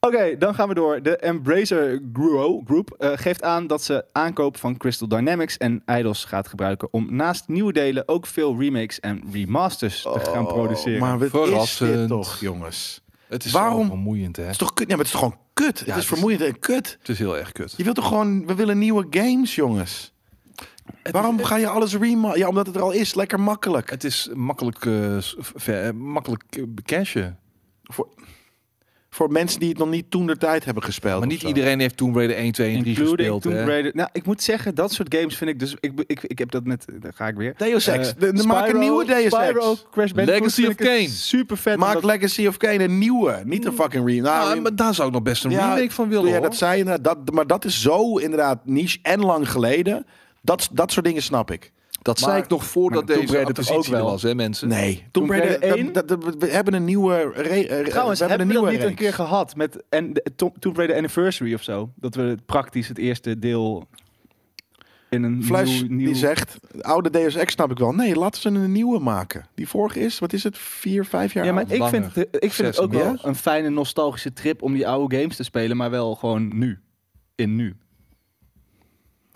Oké, dan gaan we door. De Embracer Gro- Group eh, geeft aan dat ze aankoop van Crystal Dynamics en Idols gaat gebruiken om naast nieuwe delen ook veel remakes en remasters te gaan
Oh,
produceren.
Maar wat is dit
Verrassend.
toch, jongens?
Het is
Waarom?
zo vermoeiend, hè?
Het is toch kut? Ja, maar het is gewoon kut. het
het
is
is-
vermoeiend en kut.
Het is heel erg kut.
Je wilt toch gewoon... We willen nieuwe games, jongens. Waarom ga je alles remaken? Ja, omdat het er al is. Lekker makkelijk.
Het is makkelijk, eh, s- ver- eh, makkelijk eh, cashen.
Voor mensen die het nog niet toen de tijd hebben gespeeld.
Maar
of
niet
zo.
iedereen heeft Tomb Raider 1, 2 en 3
Including
gespeeld.
Tomb
hè?
Raider. Nou, ik moet zeggen, dat soort games vind ik dus... Ik, ik, ik heb dat net... Daar ga ik weer.
Deus Ex.
Eh,
De- de- maak een
Spyro-
nieuwe Deus Ex.
Spyro, Crash Bandicoot
Legacy
vind
of
ik het
Kain.
Super vet.
Maak Legacy of Kane een nieuwe. Niet
Mm.
een fucking remake. Nou,
Ah,
rem-
maar daar zou ik nog best een
Ja,
remake van willen,
ja,
hoor.
dat zei je inderdaad. Dat, maar dat is zo inderdaad niche en lang geleden. Dat, dat soort dingen snap ik.
Dat
Maar-
zei ik nog voordat
maar Tomb
deze
Raider toch ook
acquisitie er
wel?
was, hè, mensen?
Nee.
Tomb
Toen
Raider één?
Dat, dat- we hebben een nieuwe... Re, eh,
Trouwens,
we
hebben we dat niet
reeks.
een keer gehad met en de, Tom- Tomb Raider Anniversary of zo? Dat we het praktisch het eerste deel in een
Flash
nieuw...
die
nieuw-
zegt, oude Deus Ex snap ik wel. Nee, laten ze een nieuwe maken. Die vorige is, wat is het, vier, vijf jaar
ja, maar
oud?
ik
langer.
vind, het, eh, ik vind het
Zes
ook wel
inmiddels.
een fijne nostalgische trip om die oude games te spelen, maar wel gewoon nu. In nu.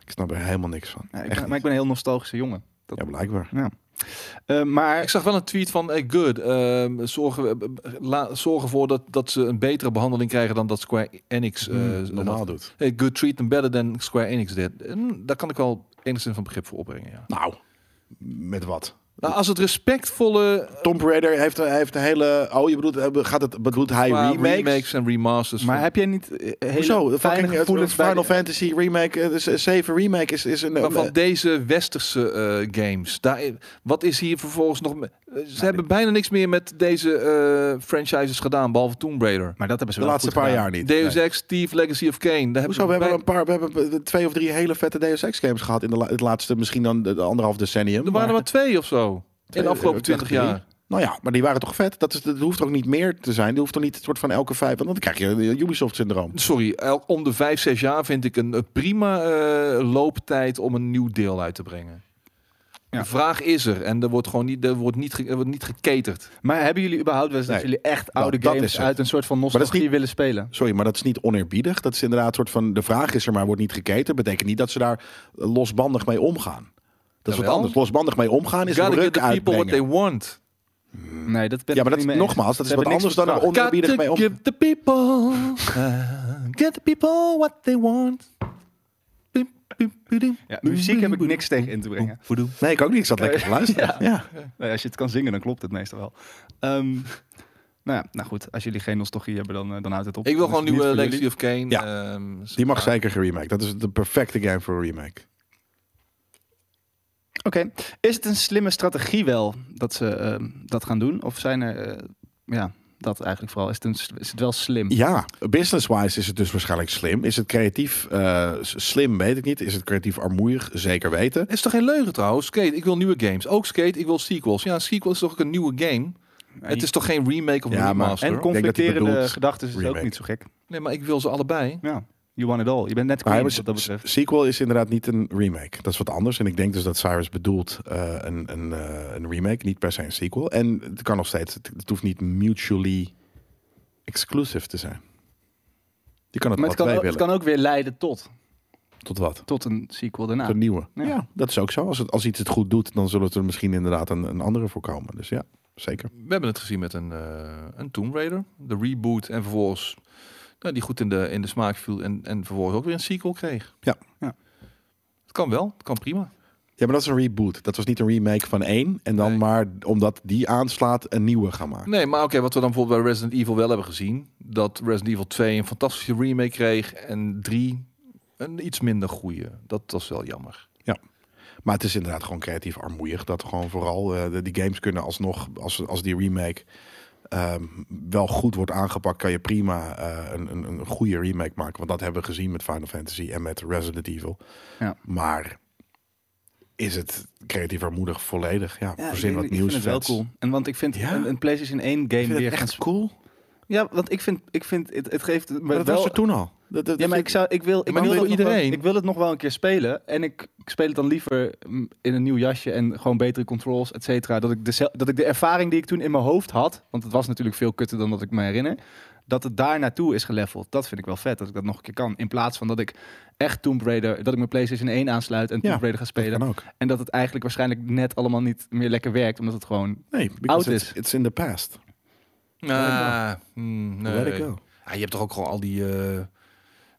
Ik snap er helemaal niks van.
Ja, ik ben,
Echt
maar ik
niet.
ben een heel nostalgische jongen.
Ja, blijkbaar.
Eh,
Ik
maar
zag wel een tweet van hey, Good. ehm zorg, eh, la- zorg ervoor dat, dat ze een betere behandeling krijgen dan dat Square Enix. eh,
Hmm,
Normaal
had.
doet.
Hey, good treat them better than Square Enix did. En daar kan ik wel enigszins van begrip voor opbrengen. Ja.
Nou, met wat?
Nou, als het respectvolle
Tomb Raider heeft, heeft de hele... Oh, je bedoelt, eh, gaat het, bedoelt hij
qua
remakes?
eh, remakes en remasters.
maar
van-
heb jij niet eh, hele
Hoezo? De
fijne
fucking eh,
gevoelens bij
Final
de-
Fantasy remake, eh, dus eh, 7 remake is, is een...
Maar van
eh,
deze westerse eh, games. Daar, wat is hier vervolgens nog... me- eh, Ze hebben bijna niks meer met deze eh, franchises gedaan, behalve Tomb Raider.
Maar dat hebben ze
de
wel
laatste
goed
paar
gedaan.
jaar niet.
Deus
Nee.
Ex, Thief, Legacy of Kane. Daar
Hoezo? We
bij-
hebben een paar, we hebben eh, twee of drie hele vette Deus Ex games gehad in de, la- het laatste, misschien dan de, de anderhalf decennium.
Er waren er
maar-
maar twee of zo. In de afgelopen
Twee, eh,
twintig jaar.
Nou ja, maar die waren toch vet? Dat, is, dat hoeft er ook niet meer te zijn. Die hoeft toch niet een soort van elke vijf... Want dan krijg je een Ubisoft-syndroom.
Sorry, el- om de vijf, zes jaar vind ik een eh, prima eh, looptijd om een nieuw deel uit te brengen.
Ja.
De vraag is er en er wordt gewoon niet, er wordt niet, ge- er wordt niet geketerd.
Maar hebben jullie überhaupt wel eens dat
Nee,
jullie echt
dat-
oude
dat is
games
het.
uit een soort van
dat is
nostalgie
niet-
willen spelen?
Sorry, maar dat is niet oneerbiedig. Dat is inderdaad een soort van de vraag is er, maar wordt niet gekeken. Betekent niet dat ze daar eh, losbandig mee omgaan. Dat is wat
Jawel.
anders. Losbandig mee omgaan is
Gotta
een
give
ruk
the people what
uitbrengen.
they want.
Nee, dat ben ik
Mm. Ja, maar dat
niet
is,
mee eens.
nogmaals, dat
Ze
is wat
hebben
anders
niks
dan er
gevraagd.
oneerbiedig mee
Gotta
omgaan.
give the people, uh, get the people what they want. Bim, bim, bidim.
Ja, muziek heb ik niks tegen in te brengen.
Voedoe.
Nee, ik ook niet. Ik zat lekker te luisteren. Ja.
Nou ja, als je het kan zingen, dan klopt het meestal wel. Ehm, nou, ja, nou goed, als jullie geen nostalgie hebben, dan, eh, dan houdt het op.
Ik wil
Dan is
gewoon
het niet
nieuwe
voor jullie.
Legacy of Kane.
Ja.
ehm, zo-
Die mag zeker geremake. Dat is de perfecte game voor een remake.
Oké, is het een slimme strategie wel dat ze ehm, dat gaan doen? Of zijn er, eh, ja, dat eigenlijk vooral. Is het, een s- is het wel slim?
Ja, business-wise is het dus waarschijnlijk slim. Is het creatief eh, s- slim? Weet ik niet. Is het creatief armoeig? Zeker weten.
Is toch geen leugen trouwens? Skate, ik wil nieuwe games. Ook Skate, ik wil sequels. Ja, een sequel is toch ook een nieuwe game? het is toch geen remake of
Ja, maar-
remaster?
En
denk dat hij
conflicterende
bedoelt
gedachten is ook
remake.
niet zo gek.
Nee, maar ik wil ze allebei.
Ja, you want it all. Je bent net queen,
Maar hij
wat
was-
dat betreft.
s- sequel is inderdaad niet een remake. Dat is wat anders. En ik denk dus dat Cyrus bedoelt eh, een, een, eh, een remake, niet per se een sequel. En het kan nog steeds. Het, het hoeft niet mutually exclusive te zijn. Je kan
Maar
het wel
het kan, ook,
twee willen.
het kan ook weer leiden tot,
Tot wat?
tot een sequel daarna.
Tot een nieuwe.
Ja.
Ja. dat is ook zo. Als, het, als iets het goed doet, dan zullen het er misschien inderdaad een, een andere voorkomen. Dus ja, zeker.
We hebben het gezien met een, eh, een Tomb Raider. De reboot en vervolgens... Nou, die goed in de, in de smaak viel en, en vervolgens ook weer een sequel kreeg.
Ja.
Ja.
Het kan wel, het kan prima.
Ja, maar dat is een reboot. Dat was niet een remake van één. En dan
Nee.
maar omdat die aanslaat, een nieuwe gaan maken.
Nee, maar oké, wat we dan bijvoorbeeld bij Resident Evil wel hebben gezien. Dat Resident Evil 2 een fantastische remake kreeg. En 3 een iets minder goede. Dat was wel jammer.
Maar het is inderdaad gewoon creatief armoeig. Dat gewoon vooral eh, de- die games kunnen alsnog, als, als die remake ehm, wel goed wordt aangepakt, kan je prima eh, een, een, een goede remake maken. Want dat hebben we gezien met Final Fantasy en met Resident Evil.
Ja.
Maar is het creatief armoedig volledig? Ja,
Ja,
verzin
ik-
wat
ik
nieuws.
vind het wel
vets.
cool. En want ik vind
Ja?
een, een PlayStation 1 game
Ik vind
weer
het
gaan
echt
sp-
cool.
Ja, want ik vind, ik vind het, het geeft me
Maar dat
wel
was er toen al. Dat, dat-
Ja, maar
dat-
ik, zou, ik wil, ik,
Maar
wil
wil
dat nog wel-
iedereen?
ik wil het nog wel een keer spelen. En ik, ik speel het dan liever mm, in een nieuw jasje en gewoon betere controls, et cetera. Dat ik, de, zel- dat ik de ervaring die ik toen in mijn hoofd had, want het was natuurlijk veel kutter dan dat ik me herinner, dat het daar naartoe is geleveld. Dat vind ik wel vet, dat ik dat nog een keer kan. In plaats van dat ik echt Tomb Raider, dat ik mijn PlayStation 1 aansluit en
Ja,
Tomb Raider ga spelen.
kan ook.
En dat het eigenlijk waarschijnlijk net allemaal niet meer lekker werkt, omdat het gewoon...
Nee,
Oud
because it's,
is.
it's in the past.
Ah, mm, nee.
Let it go.
Ja, je hebt toch ook gewoon al die, eh,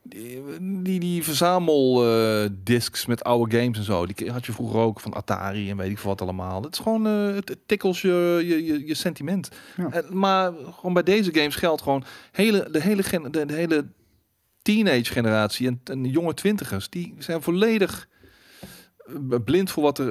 die, die, die verzameldiscs met oude games en zo. Die had je vroeger ook van Atari en weet ik veel wat allemaal. Het is gewoon, eh, het het tikkels je, je, je, je sentiment.
Ja.
Eh, maar gewoon bij deze games geldt gewoon hele, de, hele gen, de, de hele teenage generatie en, en de jonge twintigers. Die zijn volledig eh, blind voor wat er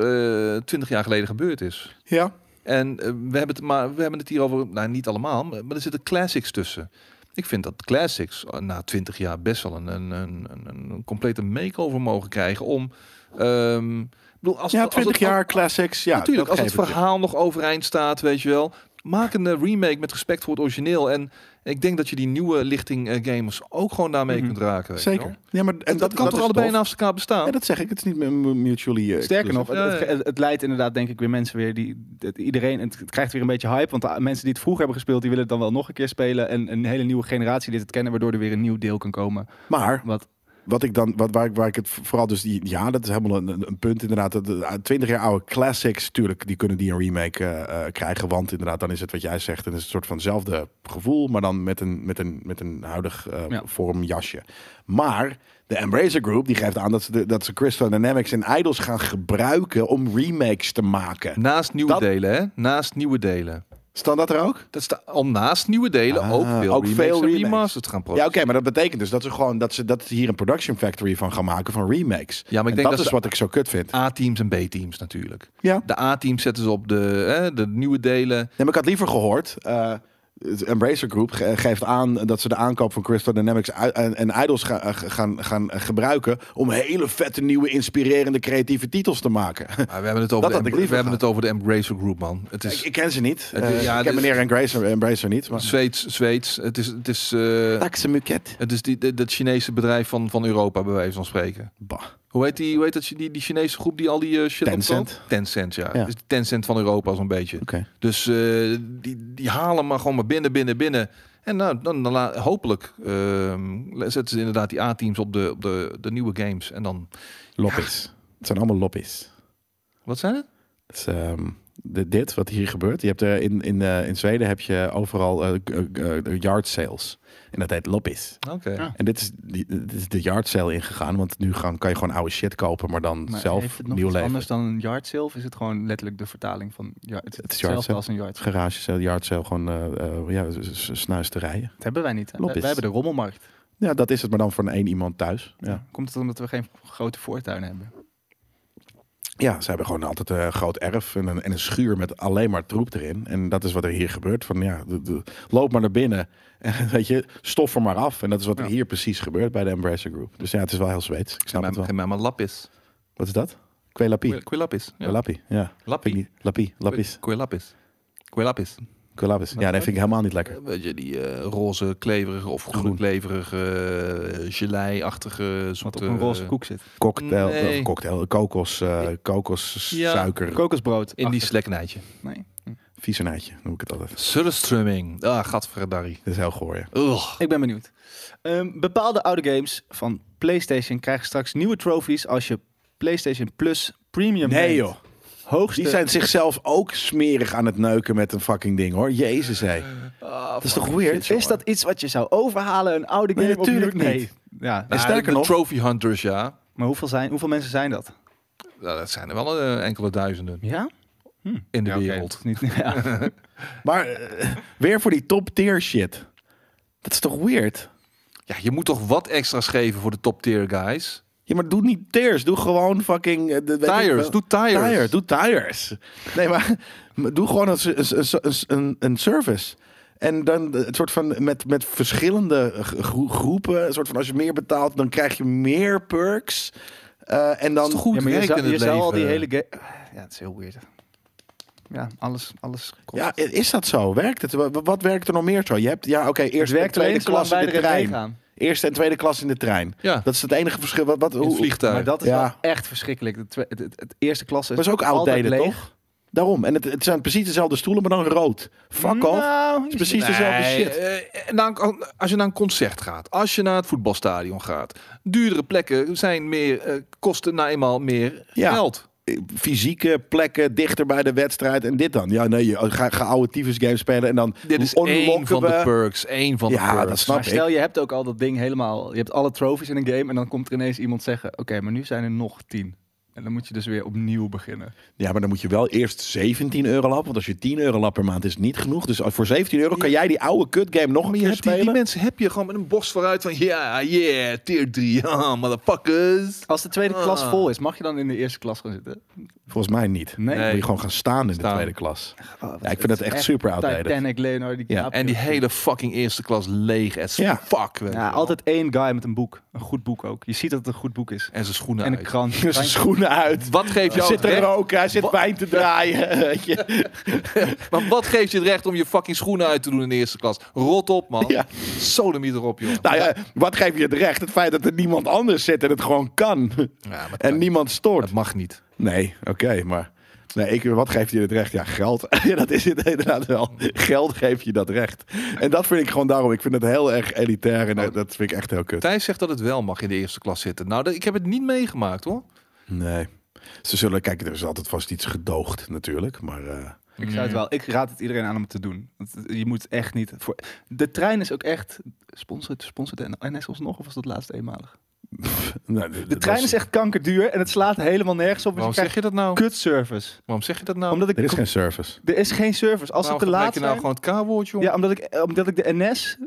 eh, twintig jaar geleden gebeurd is.
Ja,
En eh, we, hebben het, maar we hebben het hier over, nou niet allemaal, maar, maar er zitten classics tussen. Ik vind dat classics eh, na 20 jaar best wel een, een, een, een, een complete makeover mogen krijgen om. ehm, ik bedoel, als,
ja
het- als
20
het-
jaar classics. Ja,
natuurlijk,
dat
als het
geef ik je.
verhaal nog overeind staat, weet je wel. Maak een eh, remake met respect voor het origineel. En ik denk dat je die nieuwe lichting eh, gamers ook gewoon daarmee
Mhm.
kunt raken. weet je wel.
Zeker. Ja, maar en
Dat, kan toch
is
allebei
tof.
naast elkaar bestaan?
Ja, dat zeg ik. Het is niet mu- mutually. eh,
Sterker nog, het,
Ja,
het-
ja.
het- het leidt inderdaad denk ik weer mensen weer die dat iedereen het, het krijgt weer een beetje hype, want de mensen die het vroeger hebben gespeeld, die willen het dan wel nog een keer spelen en een hele nieuwe generatie die het kennen, waardoor er weer een nieuw deel kan komen.
Maar
Wat?
wat ik dan, wat, waar, ik, waar ik het vooral dus die, ja, dat is helemaal een- een, een punt inderdaad. Dat de 20 jaar oude classics, tuurlijk, die kunnen die een remake eh, eh, krijgen, want inderdaad, dan is het wat jij zegt, en is het een soort vanzelfde gevoel, maar dan met een met een met een huidig eh,
Ja.
vorm jasje. Maar de Embracer Group die geeft aan dat ze de, dat ze Crystal Dynamics en Idols gaan gebruiken om remakes te maken.
Naast nieuwe
Dat-
delen, hè? Naast nieuwe delen.
Staan dat er ook?
Dat sta, om naast nieuwe delen
Ah,
ook veel
ook
remakes
veel
en
remakes.
remasters gaan
Ja,
produceren.
oké, maar dat betekent dus dat ze gewoon dat ze dat ze hier een production factory van gaan maken van remakes.
Ja, maar ik denk
En dat,
dat
is
ze-
wat ik zo kut vind.
A-teams en B-teams natuurlijk.
Ja.
De A-teams zetten ze op de, hè, de nieuwe delen.
Nee, maar ik had liever gehoord. eh het Embracer Group ge- geeft aan dat ze de aankoop van Crystal Dynamics ui- en, en Idols ga- eh, gaan, gaan gebruiken om hele vette nieuwe, inspirerende, creatieve titels te maken.
Maar we hebben het over,
had
de,
ik
Embra- we
liever
hebben het over de Embracer Group, man. Het
ik,
is
ik ken ze niet.
Het-
Eh,
ja,
ik ken
dit-
meneer Embracer, Embracer niet. Maar...
Zweeds, Zweeds. Het is, het is, eh,
Taxe Muket.
het is die, de- dat Chinese bedrijf van, van Europa, bij wijze van spreken.
Bah.
Hoe heet, die, hoe heet dat, die, die Chinese groep die al die eh, shit
Tencent.
opkoopt? Tencent, ja.
Ja.
Dus de Tencent van Europa zo'n beetje.
Oké.
Dus eh, die, die halen maar gewoon maar binnen, binnen, binnen. En nou, dan, dan la- hopelijk ehm, zetten ze inderdaad die A-teams op de, op de, de nieuwe games. En dan,
Loppies. Het zijn allemaal loppies.
wat zijn het?
Het is, ehm, de- dit, wat hier gebeurt. Je hebt er in, in, eh, in Zweden heb je overal eh, k- eh, eh, yard sales. En dat heet loppies.
Oké.
Ja.
En dit is, die- dit is de yard sale ingegaan. Want nu gaan, kan je gewoon oude shit kopen, maar dan
Maar heeft
zelf
het nog
nieuw
iets
leven.
anders dan een yard sale? Of is het gewoon letterlijk de vertaling van... Ja, het, is
Het is yard
hetzelfde
sale.
als een yard sale.
Garage sale, yard sale, gewoon eh, eh, ja, s- s- snuisterijen.
Dat hebben wij niet. hè? Wij,
Loppies.
wij hebben de rommelmarkt.
Ja, dat is het, maar dan voor één iemand thuis. Ja.
Komt het omdat we geen grote voortuin hebben?
Ja, ze hebben gewoon altijd een groot erf en een, en een schuur met alleen maar troep erin. En dat is wat er hier gebeurt. Van ja, de- de- loop maar naar binnen. En weet je, stof er maar af. En dat is wat er
Ja.
hier precies gebeurt bij de Embracer Group. Dus ja, het is wel heel Zweeds. Ik snap
Geef
het
mij-
wel.
geef mij maar lapis.
Wat is dat? Kwelapie.
Quilapis. Ja.
Kwelapi, ja. Vind ik
Lapis.
niet. Lapie, lapis.
Quilapis. Quilapis.
Kwelapis. Ja, dat vind ik helemaal niet lekker.
Weet je, die eh, roze kleverige of groen
Groen.
kleverige, eh, gelei-achtige
Wat op
zoete...
een roze
eh,
koek zit.
Cocktail,
Nee.
eh, cocktail kokos, eh, kokos,
Ja.
suiker,
Kokosbrood.
In die
Ach,
sleknijtje.
Nee.
viezenaadje noem ik het altijd.
Surströmming. Ah, gadverdarrie.
Dat is heel goor, ja.
Ugh.
Ik ben benieuwd. Ehm, bepaalde oude games van PlayStation krijgen straks nieuwe trophies als je PlayStation Plus Premium
Nee,
neemt.
joh.
Hoogste...
Die zijn zichzelf ook smerig aan het neuken met een fucking ding, hoor. Jezus, hé.
Ah,
Dat is toch
fuck.
weird?
Is dat iets wat je zou overhalen? Een oude game?
Nee,
opnieuw?
natuurlijk
Oh, Nee.
niet.
Ja,
Nou,
sterker
de
nog-
Trophy Hunters, ja.
maar hoeveel, zijn, hoeveel mensen zijn dat?
Nou, dat zijn er wel eh, enkele duizenden
Ja?
in de
Ja, oké,
wereld.
dat is niet, ja.
Maar eh, weer voor die top tier shit. Dat is toch weird?
Ja, je moet toch wat extra's geven voor de top tier guys?
Ja, maar doe niet tears. Doe gewoon fucking... eh, de- weet ik
Tires,
wel.
doe tires.
Tire, doe tires. Nee, maar maar doe gewoon een, een, een- een, een service. En dan een soort van met, met verschillende gro- groepen. Een soort van als je meer betaalt, dan krijg je meer perks. Eh, en
Dat
dan
is toch goed
Ja, maar je
werk
zou,
in het
je zou al
leven?
die hele game... Ja, het is heel weird. Ja, alles, alles kost.
Ja, is dat zo? Werkt het? Wa- Wat werkt er nog meer zo? Je hebt, ja, oké,
het
eerst en
werkt
tweede
alleen zolang
klas
wij
in de
erin
trein.
meegaan.
Eerste en tweede klas in de trein.
Ja,
Dat is het enige verschil. Wat, wat,
Ah. in het
hoe-
vliegtuig.
Maar dat is
Ja.
wel echt verschrikkelijk. De twe- Het, het, het eerste klasse is,
Maar is ook
altijd
outdated,
leeg.
toch? Daarom. En het, het zijn precies dezelfde stoelen, maar dan rood. Fuck off.
Nou,
Het is precies dezelfde shit.
eh, na een- als je naar een concert gaat, als je naar het voetbalstadion gaat, duurdere plekken zijn meer, eh, kosten nou eenmaal meer
Ja.
geld.
Fysieke plekken dichter bij de wedstrijd en dit dan. Ja, nee, je ga, ga oude tyfus games spelen en dan
Dit is
unlocken
één van
we-
de perks. één van de
Ja,
perks.
dat snap
maar
ik.
stel, je hebt ook al dat ding helemaal. Je hebt alle trophies in een game. En dan komt er ineens iemand zeggen: Oké, maar nu zijn er nog tien. En dan moet je dus weer opnieuw beginnen.
Ja, maar dan moet je wel eerst 17 euro lappen. Want als je 10 euro lapt per maand is het niet genoeg. Dus voor 17 euro kan jij die oude kut game nog een
Maar je
keer
hebt die,
spelen.
die mensen heb je gewoon met een borst vooruit van ja, yeah, tier 3, haha, motherfuckers.
Als de tweede
Ah.
klas vol is, mag je dan in de eerste klas gaan zitten?
Volgens mij niet.
Nee.
Dan moet je gewoon gaan staan in
Staan.
de tweede klas.
Oh, wat-
Ja, ik vind dat echt
is
super outdated.
Titanic, Leonardo DiCaprio.
Ja,
En die hele fucking eerste klas leeg as
Ja.
fuck. weet je
Ja,
wel.
altijd één guy met een boek. Een goed boek ook. Je ziet dat het een goed boek is.
En zijn schoenen
en een
uit.
krant.
Dus zijn schoenen uit.
Wat geeft
Hij
jou het
zit te
recht?
roken, hij zit wijn te draaien. weet je.
Maar wat geeft je het recht om je fucking schoenen uit te doen in de eerste klas? Rot op, man.
Ja.
Sodomiet erop, joh.
Nou ja, wat geef je het recht? Het feit dat er niemand anders zit en het gewoon kan.
Ja, maar
En niemand stoort.
dat mag niet.
Nee, oké, maar... Nee, ik, wat geeft je het recht? Ja, geld. Ja, dat is het inderdaad wel. Geld geeft je dat recht. En dat vind ik gewoon daarom. Ik vind het heel erg elitair en dat, dat vind ik echt heel kut.
Thijs zegt dat het wel mag in de eerste klas zitten. Nou, dat- ik heb het niet meegemaakt, hoor.
Nee. Ze zullen... Kijk, er is altijd vast iets gedoogd natuurlijk, maar... eh,
Ik zou het wel. Ik raad het iedereen aan om het te doen. Want Je moet echt niet. Voor... De trein is ook echt. Sponsort, sponsort de NS ons nog? Of was dat laatst eenmalig?
nou,
De trein is echt kankerduur en het slaat helemaal nergens op. want
Waarom
je
zeg
krijgt
je dat nou?
kut service.
Waarom zeg je dat nou?
Omdat ik
Er is geen service.
Er is geen service. Als
Waarom
het te
gebruik
laat
je
is.
nou gewoon het K-woord, joh?
Ja, omdat ik, eh, omdat ik de NS.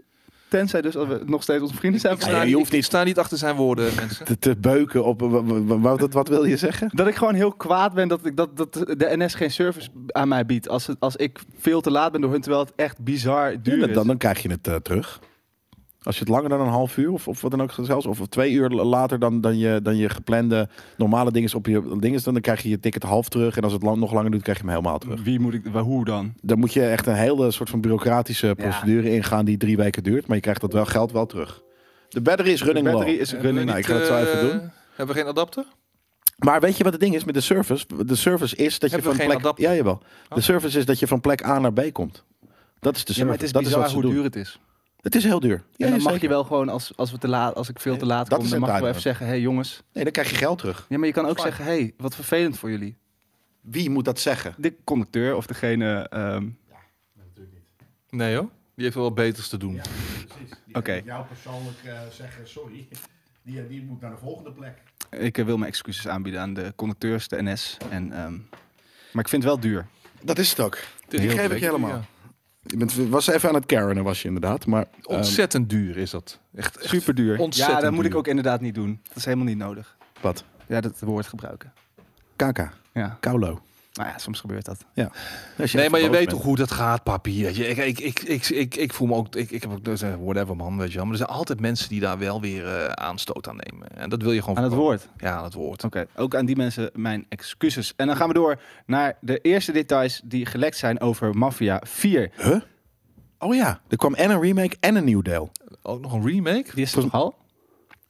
Tenzij dus dat we nog steeds onze vrienden zijn.
Ik sta,
ja, je
niet-
hoeft
ik- ik sta niet achter zijn woorden, mensen.
Te, te beuken op... wa- wa- wa- Wat, wat wil je zeggen?
Dat ik gewoon heel kwaad ben dat, ik, dat, dat de NS geen service aan mij biedt. Als, het, als ik veel te laat ben door hun, terwijl het echt bizar duur
Ja,
is.
dan, dan krijg je het eh, terug. Als je het langer dan een half uur of, of wat dan ook zelfs, of twee uur later dan, dan, je, dan je geplande normale dingen op je dingen, dan krijg je je ticket half terug. En als het lang, nog langer doet, krijg je hem helemaal terug.
Wie moet ik, waar- hoe dan?
Dan moet je echt een hele soort van bureaucratische procedure ingaan die drie weken duurt. Maar je krijgt dat wel geld wel terug. De battery is running
de battery
low.
is
Hebben we
running.
Nou,
niet,
ik ga het zo
eh,
even doen.
Hebben we geen adapter?
Maar weet je wat het ding is met de service? De service is dat
Hebben we
je van
geen
plek
adapter?
Ja, jawel.
Oh.
De service is dat je van plek A naar B komt. Dat is de service.
Ja, maar het is
dat
bizar
wat ze
hoe
doen.
duur het is.
Het is heel duur.
En dan mag
zeker.
je wel gewoon, als, als, we te laat, als ik veel te laat
dat
kom,
is
dan mag je wel even
entitlement.
zeggen, hé hey, jongens.
Nee, dan krijg je geld terug.
Ja, maar je kan ook
Fine.
zeggen, hé, hey, wat vervelend voor jullie.
Wie moet dat zeggen?
De conducteur of degene... ehm,
Nee hoor. Die heeft wel wat beters te doen.
Ja, precies. Die
Oké.
gaat Jou persoonlijk eh, zeggen, sorry, die, eh, die moet naar de volgende plek.
ik eh, wil mijn excuses aanbieden aan de conducteurs, de NS. En, ehm, maar ik vind het wel duur.
Dat is het ook.
Het is
Die
heel
geef ik
gek.
je helemaal.
Ja.
Je bent, was even aan het Karenen, was je inderdaad. Maar ehm,
Ontzettend duur is dat. Echt, echt
Super duur.
ontzettend
Ja, dat moet
duur.
ik ook inderdaad niet doen. Dat is helemaal niet nodig.
wat?
Ja, dat woord gebruiken.
Kaka.
Ja,
Kaulo.
nou ja, soms gebeurt dat.
Als
Nee,
even
maar je
boos
weet
bent.
toch hoe dat gaat, papi. Weet je, ik, ik, ik, ik, ik, ik voel me ook. Ik, ik heb ook. dus, eh, Whatever, man. Weet je wel. Maar er zijn altijd mensen die daar wel weer eh, aanstoot aan nemen. En dat wil je gewoon.
Aan het
voorkomen.
woord.
Ja, aan het woord.
Oké, ook aan die mensen mijn excuses. En dan gaan we door naar de eerste details die gelekt zijn over Mafia 4.
Huh? Oh ja, er kwam en een remake en een nieuw deel.
Ook nog een remake.
Die is er toch al?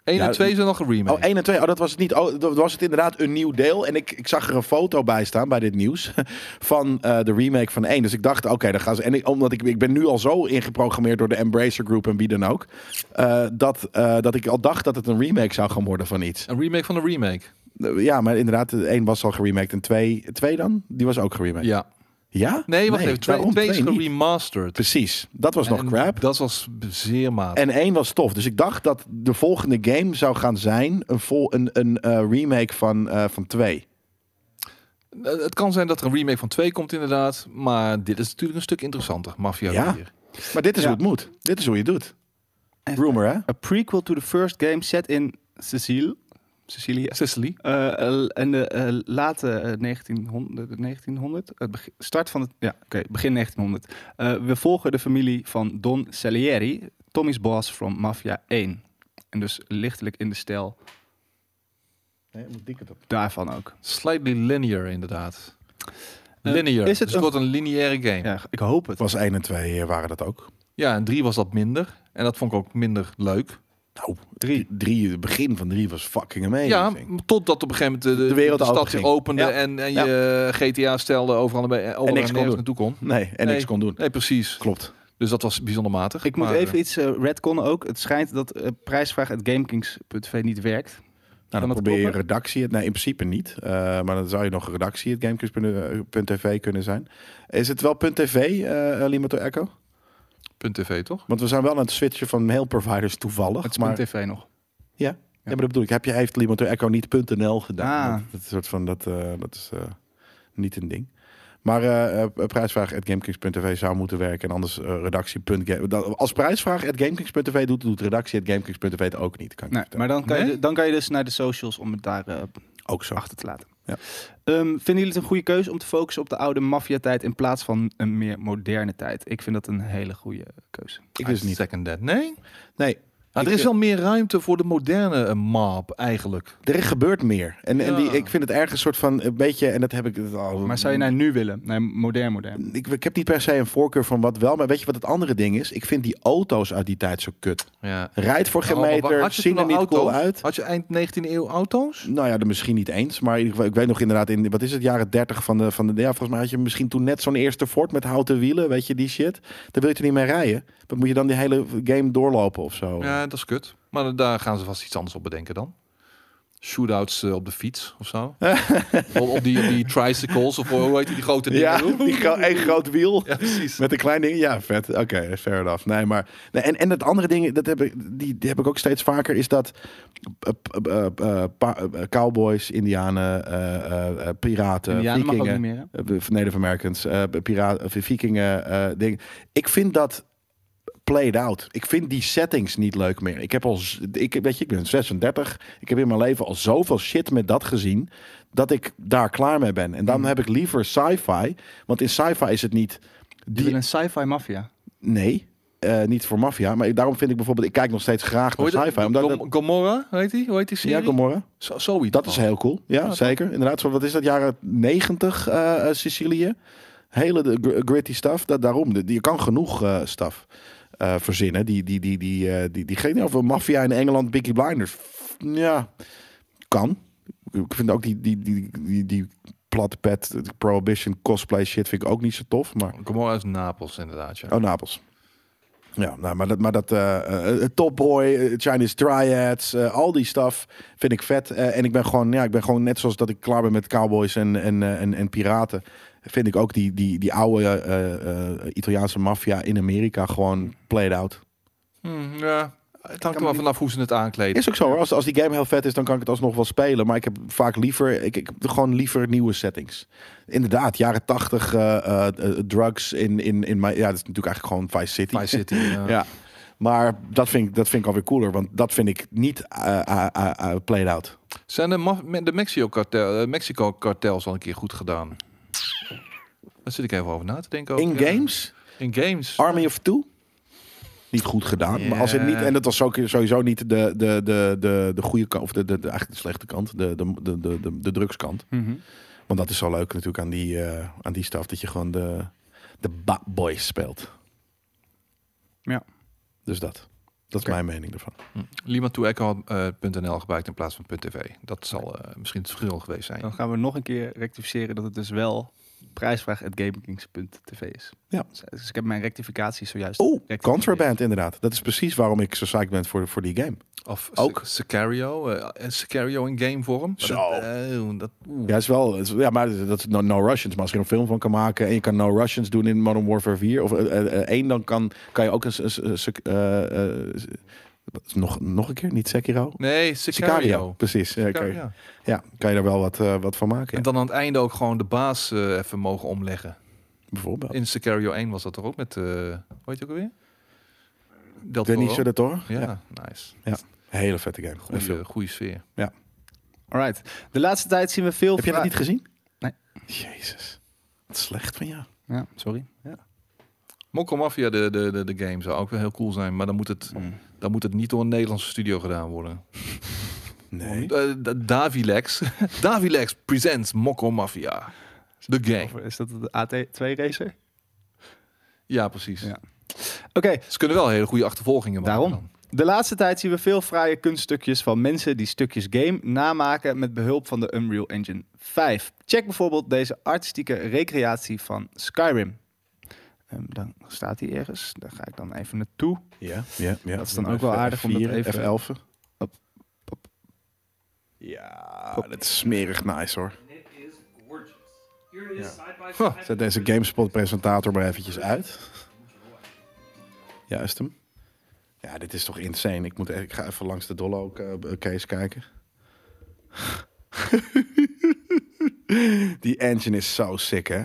1
Ja,
en 2 zijn nog een remake.
Oh, 1 en 2. Oh, dat was het niet. Oh, dat was het inderdaad een nieuw deel. En ik, ik zag er een foto bij staan bij dit nieuws. Van eh, de remake van 1. Dus ik dacht, oké, dan gaan ze. En ik, omdat ik, ik ben nu al zo ingeprogrammeerd door de Embracer Group en wie dan ook. eh, dat, eh, dat ik al dacht dat het een remake zou gaan worden van iets.
Een remake van een remake.
Eh, ja, maar inderdaad, 1 was al geremaked. En 2, 2 dan? Die was ook geremaked. Ja?
Ja. Nee, wacht even. Twee,
waarom
twee is
twee niet?
geremasterd.
Precies. Dat was nog
En
crap.
Dat was b- zeer matig.
En één was tof. Dus ik dacht dat de volgende game zou gaan zijn een, vol, een, een eh, remake van, eh van 2.
Eh, Het kan zijn dat er een remake van 2 komt, inderdaad. Maar dit is natuurlijk een stuk interessanter. Mafia
Ja.
4.
Maar dit is
Ja.
hoe het moet. Dit is hoe je het doet. Rumor, hè?
A prequel to the first game set in Sicil- Sicilië.
Sicily.
Eh, eh, en de eh, late eh, 1900, 1900 het begin- start van het, ja, oké, begin 1900. Eh, we volgen de familie van Don Salieri, Tommy's boss from Mafia 1. En dus lichtelijk in de stijl
Nee, moet dikker op.
daarvan ook.
Slightly linear, inderdaad.
Eh,
Linear.
is het
dus het
een-
wordt een lineaire game. Ja.
Ja, ik hoop het.
Het was 1 en 2 waren dat ook.
en drie was dat minder. En dat vond ik ook minder leuk.
Nou,
Drie.
drie het begin van 3 was fucking
ja,
amazing.
totdat op een gegeven moment de,
De wereld
stad
open
zich
ging.
opende
Ja.
en, en
Ja.
je eh, GTA-stelde overal en, bij- overal en,
kon
nergens
doen.
naartoe kon.
Nee, en
Nee.
niks kon doen.
Nee, precies.
Klopt. Nou,
Dus dat was bijzonder matig.
Ik moet
Maar,
even
eh,
iets eh redconnen ook. Het schijnt dat eh, prijsvraag at gamekings.v niet werkt.
Nou,
Kan
dan
dat
probeer je
kloppen?
redactie het. Nee, in principe niet. Eh, maar dan zou je nog redactie het gamekus.tv kunnen zijn. Is het wel .tv, eh Limato Echo?
eh, Punt .tv, toch?
Want we zijn wel aan het switchen van mailproviders toevallig.
Het is
maar, ja,
.tv nog.
maar dat bedoel ik. Heb je, heeft Limato Echo niet .nl gedaan?
Ah.
Dat, dat soort van, dat, eh, dat is eh, niet een ding. Maar eh eh, prijsvraag at gamekings.tv zou moeten werken. En anders eh, redactie. punt ga- dat- Als prijsvraag at gamekings.tv doet, doet redactie at gamekings.tv het ook niet. Kan ik je
Nee,
vertellen.
maar dan kan,
Nee?
je, dan kan je dus naar de socials om het daar eh,
Ook zo.
achter te laten.
Ja.
Ehm, vinden jullie het een goede keuze om te focussen op de oude maffiatijd in plaats van een meer moderne tijd? Ik vind dat een hele goede keuze.
Ik wist het niet.
Ah, Second Dead. Nee?
Nee,
Ah, er
Ik,
is wel meer ruimte voor de moderne eh, mob, eigenlijk.
er gebeurt meer. En, en die,
Ja.
ik vind het ergens soort van een beetje. En dat heb ik. Oh,
Maar zou je
nou
naar nu willen? Naar modern, modern.
ik, ik heb niet per se een voorkeur van wat wel, maar weet je wat het andere ding is? Ik vind die auto's uit die tijd zo kut.
Ja.
Rijdt voor geen
Oh, maar wa-
meter,
had je
zien er
toen al
niet cool
auto's?
uit.
Had je eind 19e eeuw auto's?
Nou ja, dan misschien niet eens. Maar in ieder geval, ik weet nog inderdaad in, wat is het, jaren 30 van de, van de... Ja, volgens mij had je misschien toen net zo'n eerste Ford met houten wielen, weet je, die shit. Daar wil je toen niet mee rijden. Dan moet je dan die hele game doorlopen of zo.
Ja, dat is kut. Maar da- daar gaan ze vast iets anders op bedenken dan. Shootouts eh, op de fiets of zo. op, op die, op die tricycles of hoe heet die, die grote dingen.
Ja, die gro- één groot wiel.
Ja, precies.
Met een klein ding, ja, vet. Oké, fair enough. Nee, maar, nee, en, en dat andere ding, dat heb ik, die, die heb ik ook steeds vaker, is dat eh, p- eh, eh, pa- eh, cowboys, indianen, eh, eh, eh, piraten,
Indianen mag ook niet
vikingen,
meer. hè?
eh, van Native Americans, eh, piraten, eh, vikingen, eh, ding. Ik vind dat played out. Ik vind die settings niet leuk meer. Ik heb al, z- ik, weet je, ik ben 36. Ik heb in mijn leven al zoveel shit met dat gezien dat ik daar klaar mee ben. En dan heb ik liever sci-fi, want in sci-fi is het niet
Je wil
die
een sci-fi maffia.
Nee, eh, niet voor maffia. Maar daarom vind ik bijvoorbeeld, ik kijk nog steeds graag
Hoe
naar
heet dat?
sci-fi. Omdat
Gom-
dat,
Gomorra, hoe heet die? Hoe heet die
ja,
serie?
Gomorra.
Zo, zoiets.
Dat is heel cool. Ja,
dat-
zeker. Inderdaad, zo, wat is dat, jaren 90 eh, eh, Sicilië? Hele de, gr- gritty stuff. Dat, daarom, de- je kan genoeg eh stuff eh, verzinnen. Die, die, die, die, eh, die, die, die, over maffia in Engeland, Biggie Blinders. F- Ja, kan. Ik vind ook die, die, die, die, die platte pet, de prohibition cosplay shit vind ik ook niet zo tof. Maar
Kom maar uit Napels, inderdaad. Ja.
Oh, Napels. Ja, nou, maar dat, maar dat eh, eh, Top Boy, eh, Chinese Triads, eh, al die stuff vind ik vet. Eh, en ik ben gewoon, ja, ik ben gewoon net zoals dat ik klaar ben met cowboys en, en, eh, en, en piraten. Vind ik ook die, die, die oude eh, eh, Italiaanse maffia in Amerika gewoon played out.
Hm, ja. Het hangt er wel vanaf hoe ze het aankleden.
Is ook zo hoor. Als, als die game heel vet is, dan kan ik het alsnog wel spelen. Maar ik heb vaak liever, ik, ik heb gewoon liever nieuwe settings. Inderdaad, jaren tachtig eh, drugs in, in, in mijn, ja, dat is natuurlijk eigenlijk gewoon Vice City.
Vice City. ja.
Ja. Maar dat vind, ik, dat vind ik alweer cooler, want dat vind ik niet eh, eh, eh, eh, played out.
Zijn de, ma- me- de Mexico-kartel, eh, Mexico-kartels al een keer goed gedaan? Daar zit ik even over na te denken. ook,
In
ja.
games,
In games.
Army of Two, niet goed gedaan. Maar als het niet, en dat was ook sowieso niet de, de, de, de, de goede kant, of de, de, de, eigenlijk de slechte kant, de, de, de, de, de, de drugskant. Want dat is zo leuk natuurlijk aan die, eh, aan die staf, dat je gewoon de, de bad boys speelt.
Ja.
Dus dat. Dat is mijn mening ervan.
Lima to Echo had eh, .nl gebruikt in plaats van .tv. Dat zal eh, misschien het verschil geweest zijn.
Dan gaan we nog een keer rectificeren dat het dus wel prijsvraag.gamekings.tv is.
Ja.
Dus, dus ik heb mijn rectificatie zojuist...
Oh,
rectificeerd.
Contraband inderdaad. Dat is precies waarom ik zo psyched ben voor, voor die game.
Of
Ook.
ook Sicario. eh, en Sicario in gamevorm. Maar
Zo.
Dat, eh, dat, oeh.
Ja, is wel. het is- ja, maar dat is no, No Russians. Maar als je er een film van kan maken en je kan No Russians doen in Modern Warfare 4 of eh, eh, eh, 1, dan kan, kan je ook een. s- een s- een sec- eh, eh, s- wat is- nog, nog een keer, niet Sekiro?
Nee, Sicario.
Precies. Ja, kan,
Sicario,
je-
ja.
ja, kan je daar wel wat, eh, wat van maken?
En
ja.
dan aan het einde ook gewoon de baas eh, even mogen omleggen.
bijvoorbeeld.
In Sicario 1 was dat er ook met, eh hoe heet je ook alweer? Del
Denis
Toro.
Sedator.
ja, nice.
Hele vette game. Een film.
Goede, goede sfeer.
Alright. De laatste tijd zien we veel...
Heb je dat
vra-
niet gezien?
Nee.
Jezus. Wat slecht van jou.
Ja, sorry.
Mokko Mafia, de, de, de, de game, zou ook wel heel cool zijn. Maar dan moet, het,
Oh.
Mm.
dan moet het niet door een Nederlandse studio gedaan worden.
Nee.
Eh, da- Davilex. Davilex presents Mokko Mafia. De game.
Of is dat de AT2-racer?
Ja, precies.
Ja. Oké,
Ze kunnen wel hele goede achtervolgingen maken.
Daarom.
dan.
De laatste tijd zien we veel fraaie kunststukjes van mensen die stukjes game namaken met behulp van de Unreal Engine 5. Check bijvoorbeeld deze artistieke recreatie van Skyrim. Ehm, dan staat hij ergens. Daar ga ik dan even naartoe.
Ja. ja, ja.
Dat is dan ook wel aardig om dat even-
F11.
Op, op.
Ja, dat is smerig nice hoor.
and it is gorgeous. Here it is side by
Huh.
side.
Zet deze GameSpot-presentator maar eventjes uit. Juist hem. Ja, dit is toch insane. Ik, moet, e- ik ga even langs de dollo eh, case kijken. die engine is zo sick, hè?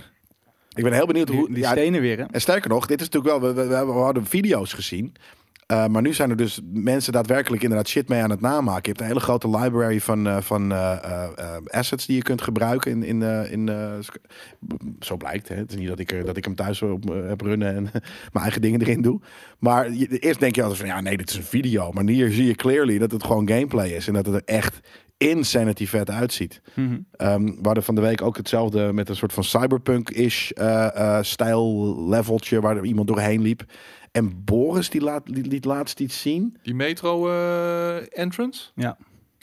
Ik ben heel benieuwd hoe...
Die, die
ja,
stenen weer, hè?
en sterker nog, dit is natuurlijk wel... We, we- we, hebben- we hadden video's gezien. eh, maar nu zijn er dus mensen daadwerkelijk inderdaad shit mee aan het namaken. Je hebt een hele grote library van, eh, van eh, eh, eh, assets die je kunt gebruiken. In, in, eh, in, eh, sc- zo blijkt. Hè? Het is niet dat ik, er, dat ik hem thuis op eh, heb runnen en mijn eigen dingen erin doe. Maar je- eerst denk je altijd van ja, nee, dit is een video. Maar hier zie je clearly dat het gewoon gameplay is. En dat het er echt insanity vet uitziet. Ehm, we hadden van de week ook hetzelfde met een soort van cyberpunk-ish eh, eh, stijl leveltje waar er iemand doorheen liep. En Boris die, laat, die liet laatst iets zien.
Die metro eh, entrance?
Ja.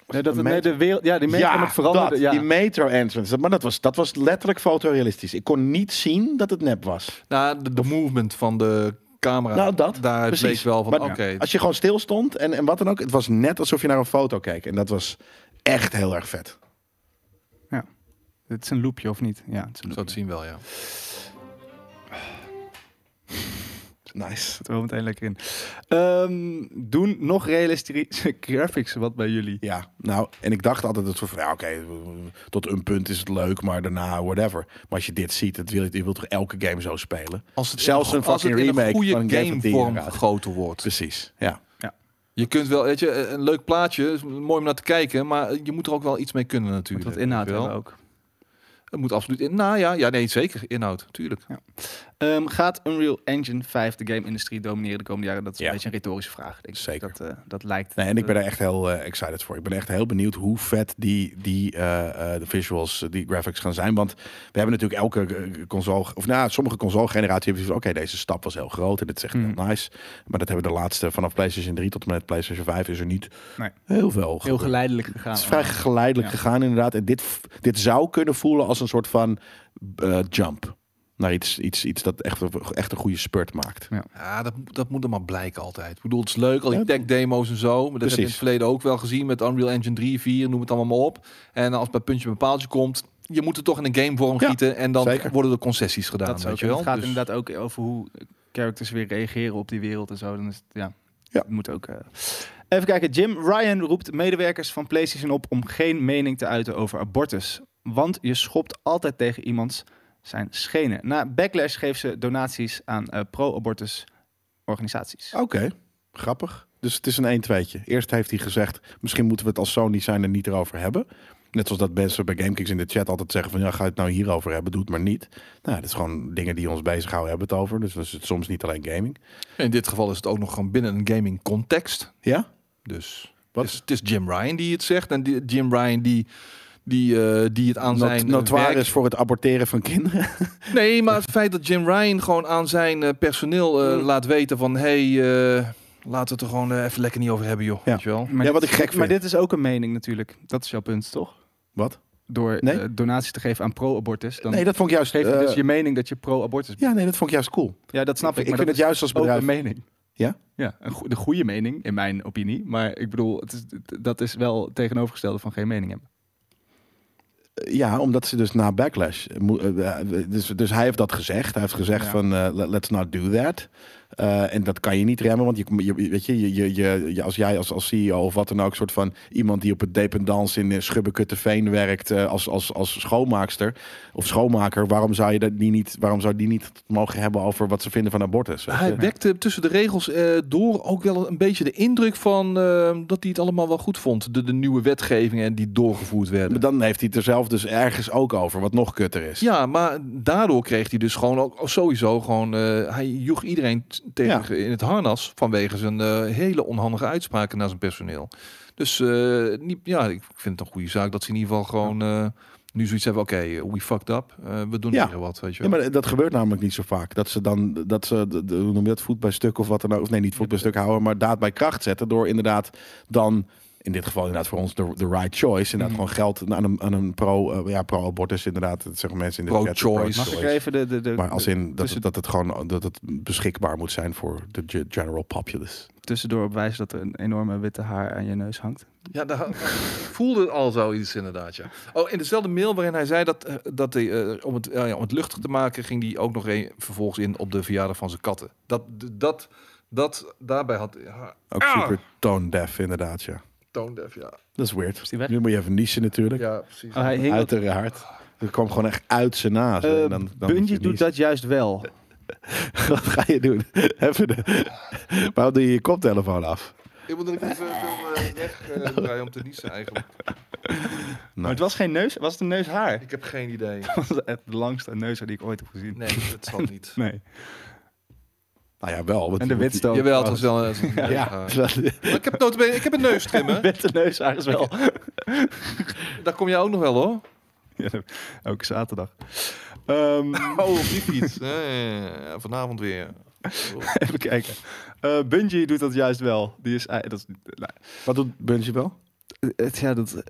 Nee, dat,
een
nee,
meter?
de wereld, ja, die mensen
ja,
kan het veranderen.
dat,
ja.
die metro entrance. Maar dat was, dat was letterlijk fotorealistisch. Ik kon niet zien dat het nep was.
Nou, de, de movement van de camera.
Nou, dat,
Daar
precies.
bleek wel van,
Maar
oké.
Als je gewoon stil stond en, en wat dan ook. Het was net alsof je naar een foto keek. En dat was echt heel erg vet.
Het is een loopje, of niet? Ja, het is een
Zo
loopje.
te zien wel, ja.
Nice.
Het wel meteen lekker in. Ehm, doen nog realistische graphics wat bij jullie.
Ja, nou, en ik dacht altijd dat soort van, ja, oké, tot een punt is het leuk, maar daarna whatever. Maar als je dit ziet, het wil, je wilt toch elke game zo spelen?
Als het
Zelfs
in
een
als
fucking
het in
remake
goede
van Game of the Year
gamevorm
gaat.
gegoten wordt.
Precies, ja.
Je kunt wel, weet je, een leuk plaatje, is mooi om naar te kijken, maar je moet er ook wel iets mee kunnen natuurlijk.
Dat inhoud
weet je wel.
hebben ook.
Het moet absoluut in. Nou ja, ja, nee, zeker. Inhoud, tuurlijk.
Ehm, gaat Unreal Engine 5 de game-industrie domineren de komende jaren? Dat is
Ja.
een beetje een retorische vraag. Denk ik.
Zeker.
Dat, eh, dat lijkt.
Nee, en ik ben er echt heel eh, excited voor. Ik ben echt heel benieuwd hoe vet die, die eh, eh, de visuals, eh, die graphics gaan zijn. Want we hebben natuurlijk elke eh, console, of nou, ja, sommige console-generaties hebben zoiets van, oké, deze stap was heel groot en dit is echt
Hmm.
heel nice. Maar dat hebben we de laatste, vanaf PlayStation 3 tot en met PlayStation 5 is er niet
Nee.
heel veel
heel
gebeurd.
geleidelijk gegaan.
Het is vrij geleidelijk
Ja.
gegaan inderdaad. En dit, f- dit zou kunnen voelen als een soort van eh, jump. Naar iets, iets, iets dat echt, echt een goede spurt maakt.
Ja, dat, moet- dat moet dan maar blijken altijd. Ik bedoel, het is leuk, al die
Ja.
tech-demo's en zo. Maar dat heb je in
Precies.
het verleden ook wel gezien met Unreal Engine 3, 4, noem het allemaal maar op. En als het bij puntje bij paaltje komt, je moet het toch in een gamevorm
Ja,
gieten. En dan
zeker.
worden er concessies gedaan,
dat is ook-
weet je
en
wel.
Het gaat
Dus-
inderdaad ook over hoe characters weer reageren op die wereld en zo. Dan is het, ja,
Ja.
het moet ook. eh. Even kijken, Jim Ryan roept medewerkers van PlayStation op om geen mening te uiten over abortus. Want je schopt altijd tegen iemands zijn schenen. Na backlash geeft ze donaties aan eh, pro-abortus organisaties.
Oké, grappig. Dus het is een 1 tje Eerst heeft hij gezegd, misschien moeten we het als Sony zijn er niet erover hebben. Net zoals dat mensen bij GameKings in de chat altijd zeggen van... ja, ga het nou hierover hebben, doe het maar niet. Nou, dat is gewoon dingen die ons bezighouden, hebben we het over. Dus dat is het soms niet alleen gaming.
In dit geval is het ook nog gewoon binnen een gaming context.
Ja?
Dus
Wat?
Het, is, het is Jim Ryan die het zegt. En die, Jim Ryan die, die, eh, die het aan
Not,
zijn eh,
notoire
werk-
is voor het aborteren van kinderen.
Nee, maar het feit dat Jim Ryan gewoon aan zijn eh, personeel
Hmm.
eh, laat weten van... hey, eh, laten we het er gewoon eh, even lekker niet over hebben, joh.
Ja.
Weet je wel?
Maar
Ja, wat
dit-
ik gek
Maar
vind.
dit is ook een mening natuurlijk. Dat is jouw punt, toch?
Wat?
Door
Nee.
eh, donaties te geven aan pro-abortus. Dan
Nee, dat vond ik juist...
geef je
eh,
dus je mening dat je pro-abortus bent.
Ja, nee, dat vond ik juist cool.
Ja, dat snap ik.
ik
maar
vind
dat
het
is
juist als
ook
bedrijf...
een mening.
Ja?
Ja, een goe- de goede mening, in mijn opinie. Maar ik bedoel, het is, het- dat is wel het tegenovergestelde van geen mening hebben.
Ja, omdat ze dus na backlash. mo- eh, eh, Dus, dus hij heeft dat gezegd. Hij heeft gezegd
Ja.
van eh, let- let's not do that. Eh, en dat kan je niet remmen, want je, je, weet je, je- je, je, je- als jij als, als CEO of wat dan ook, soort van iemand die op het dependance in eh, Schubbekutteveen werkt eh, als, als, als schoonmaakster of schoonmaker, waarom zou, je dat die niet, waarom zou die niet mogen hebben over wat ze vinden van abortus? weet je?
Hij wekte tussen de regels eh, door ook wel een beetje de indruk van eh, dat hij het allemaal wel goed vond. De, de nieuwe wetgevingen die doorgevoerd werden.
Maar dan heeft hij het er zelf dus ergens ook over, wat nog kutter is.
Ja, maar daardoor kreeg hij dus gewoon ook sowieso gewoon. eh, hij joeg iedereen t- tegen in het harnas vanwege zijn eh, hele onhandige uitspraken naar zijn personeel. Dus eh, niet, ja, ik vind het een goede zaak dat ze in ieder geval gewoon eh, nu zoiets hebben. Oké, we fucked up. Eh, we doen
Ja.
hier wat, weet je.
Ja,
wel.
maar dat gebeurt namelijk niet zo vaak. Dat ze dan, dat ze, de- de- hoe noem je dat, voet bij stuk of wat dan ook. Of nee, niet voet bij stuk houden, maar daad bij kracht zetten. Door inderdaad dan, in dit geval inderdaad voor ons, de, de right choice. Inderdaad
Mhm.
gewoon geld aan een, aan een pro, eh, ja, pro-abortus inderdaad. Dat zeggen mensen in de
Pro-choice.
chat,
Mag
Mag ik even Dus de... de, de
Maar als in dat,
tussen-
het- dat het gewoon dat het beschikbaar moet zijn voor de ge- general populace.
tussendoor op wijzen dat er een enorme witte haar aan je neus hangt?
Ja, daar ik voelde al zoiets inderdaad, ja. Oh, in dezelfde mail waarin hij zei dat, eh, dat hij, eh, om, het, eh, ja, om het luchtig te maken, ging hij ook nog een, vervolgens in op de verjaardag van zijn katten. Dat, dat, dat daarbij had ja,
Ook
Ah!
super tone deaf inderdaad, ja.
toondef, ja.
Dat is weird.
die weg?
Nu moet je even niezen natuurlijk.
Ja, precies.
Oh, hij hing dat-
Uiteraard. Dat kwam gewoon echt uit zijn naast.
Eh,
En dan- dan moet je
Bungie doet
niezen.
dat juist wel.
Eh, Wat ga je doen? Even de... Waarom doe je je koptelefoon af?
Ik moet dat ik even eh, weg eh, draaien om te niezen eigenlijk.
Maar het was geen neus, was het een neushaar?
Ik heb geen idee.
Dat was echt de langste neushaar die ik ooit heb gezien.
Nee, dat zal niet.
Nee.
Nou ja, wel. want
En
je
de
moet
witstoot.
Jawel, het was wel eh, een...
die-
ja.
Ja, dat-
Maar ik heb, notabene- ik heb een neustrimmer.
Witte neushaar is wel.
Daar kom je ook nog wel, hoor.
Ja, Ook zaterdag. Ehm,
Oh, op die fiets. Ja, ja, ja. Vanavond weer.
even kijken. Eh Bungie doet dat juist wel. Die is, ei- dat is, nou,
Wat doet Bungie wel?
Eh, het- ja, dat,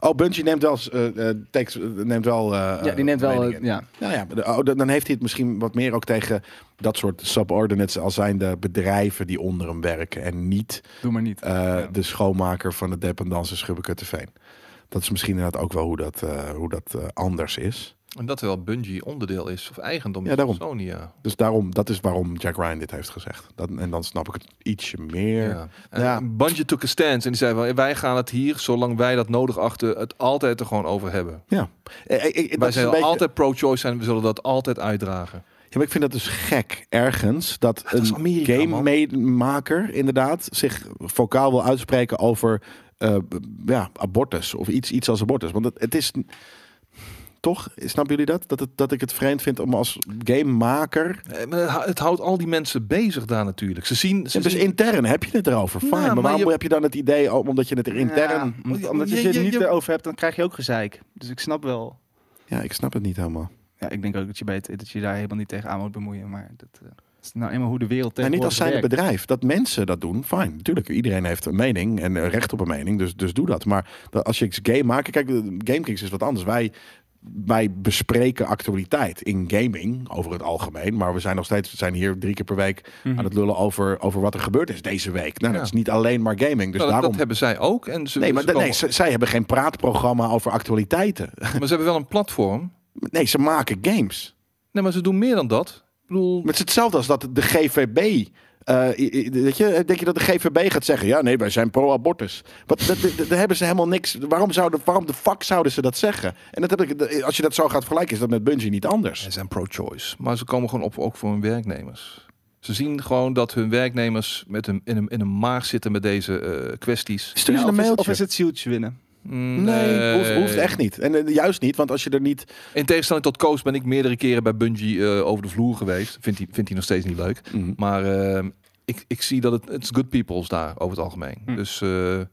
Oh, Bungie neemt wel, eh eh, tekst, eh, neemt wel eh,
ja, die neemt wel.
meningen
eh,
in.
Ja.
Nou ja, de- oh, dan dan heeft hij het misschien wat meer ook tegen dat soort subordinates... al zijn de bedrijven die onder hem werken en niet
Doe maar niet.
eh, de schoonmaker van de dependance Schubbekutteveen. Dat is misschien inderdaad ook wel hoe dat, eh, hoe dat eh, anders is.
En dat wel Bungie onderdeel is of eigendom
Ja,
is
daarom.
van Sony. Ja.
Dus daarom, dat is waarom Jack Ryan dit heeft gezegd. Dat, en dan snap ik het ietsje meer.
Ja. En
Ja.
Bungie took a stance en die zei van wij gaan het hier, zolang wij dat nodig achten, het altijd er gewoon over hebben.
Eh, eh, eh, dat
wij
is een
zijn
beetje-
altijd pro-choice en we zullen dat altijd uitdragen.
Ja, maar ik vind dat dus gek ergens dat
dat is
een
Amerika,
gamemaker inderdaad zich vocaal wil uitspreken over eh, b- ja, abortus of iets, iets als abortus. Want het, het is. Toch? Snappen jullie dat? Dat, het, dat ik het vreemd vind om als gamemaker...
Eh, maar het hou- Het houdt al die mensen bezig daar natuurlijk. Ze zien... Ze
Dus
zien-
intern heb je het erover, fijn.
Nou,
maar
maar
waarom
je-
heb je dan het idee, oh, omdat je het er intern...
Ja, omdat- omdat
Je-
je, het
je-
niet
je-
erover hebt, dan krijg je ook gezeik. Dus ik snap wel.
Ja. ik snap het niet helemaal.
Ja, ik denk ook dat je, beter, dat je daar helemaal niet tegen aan moet bemoeien. Maar dat eh, is nou eenmaal hoe de wereld
En niet als
tegenwoordig
zijn
werkt.
bedrijf. Dat mensen dat doen, fijn. Natuurlijk, iedereen heeft een mening en eh, recht op een mening, dus, dus doe dat. Maar dat- als je iets game maakt... Kijk, eh, GameKings is wat anders. Wij, wij bespreken actualiteit in gaming, over het algemeen. Maar we zijn nog steeds, we zijn hier drie keer per week aan het lullen over, over wat er gebeurd is deze week. Nou,
Mhm. Ja.
dat is niet alleen maar gaming, dus
Nou, dat-
daarom...
Dat hebben zij ook. En ze,
Nee, maar
ze
da-
komen-
nee, z- zij hebben geen praatprogramma over actualiteiten.
maar ze hebben wel een platform.
Nee, ze maken games.
Nee, maar ze doen meer dan dat. Ik bedoel...
Maar het is hetzelfde als dat de GVB. eh, i- i- weet je, denk je dat de GVB gaat zeggen: ja, nee, wij zijn pro-abortus? Wat- dat- dat- Daar hebben ze helemaal niks. Waarom, zouden, waarom de fuck zouden ze dat zeggen? En dat heb ik, als je dat zo gaat vergelijken, is dat met Bungie niet anders.
Ze zijn pro-choice. Maar ze komen gewoon op ook voor hun werknemers. Ze zien gewoon dat hun werknemers met hun, in, een, in een maag zitten met deze eh, kwesties.
Stuur ze
Ja,
een
of, is, of
mailtje.
is het zieltje winnen?
Mm,
Nee, hoeft, hoeft echt niet. En eh, juist niet, want als je er niet.
In tegenstelling tot Koos ben ik meerdere keren bij Bungie eh, over de vloer geweest. Vindt hij, vindt hij nog steeds niet leuk. Maar eh, ik, ik zie dat het it's good people's daar over het algemeen.
Hm.
Dus eh, ehm,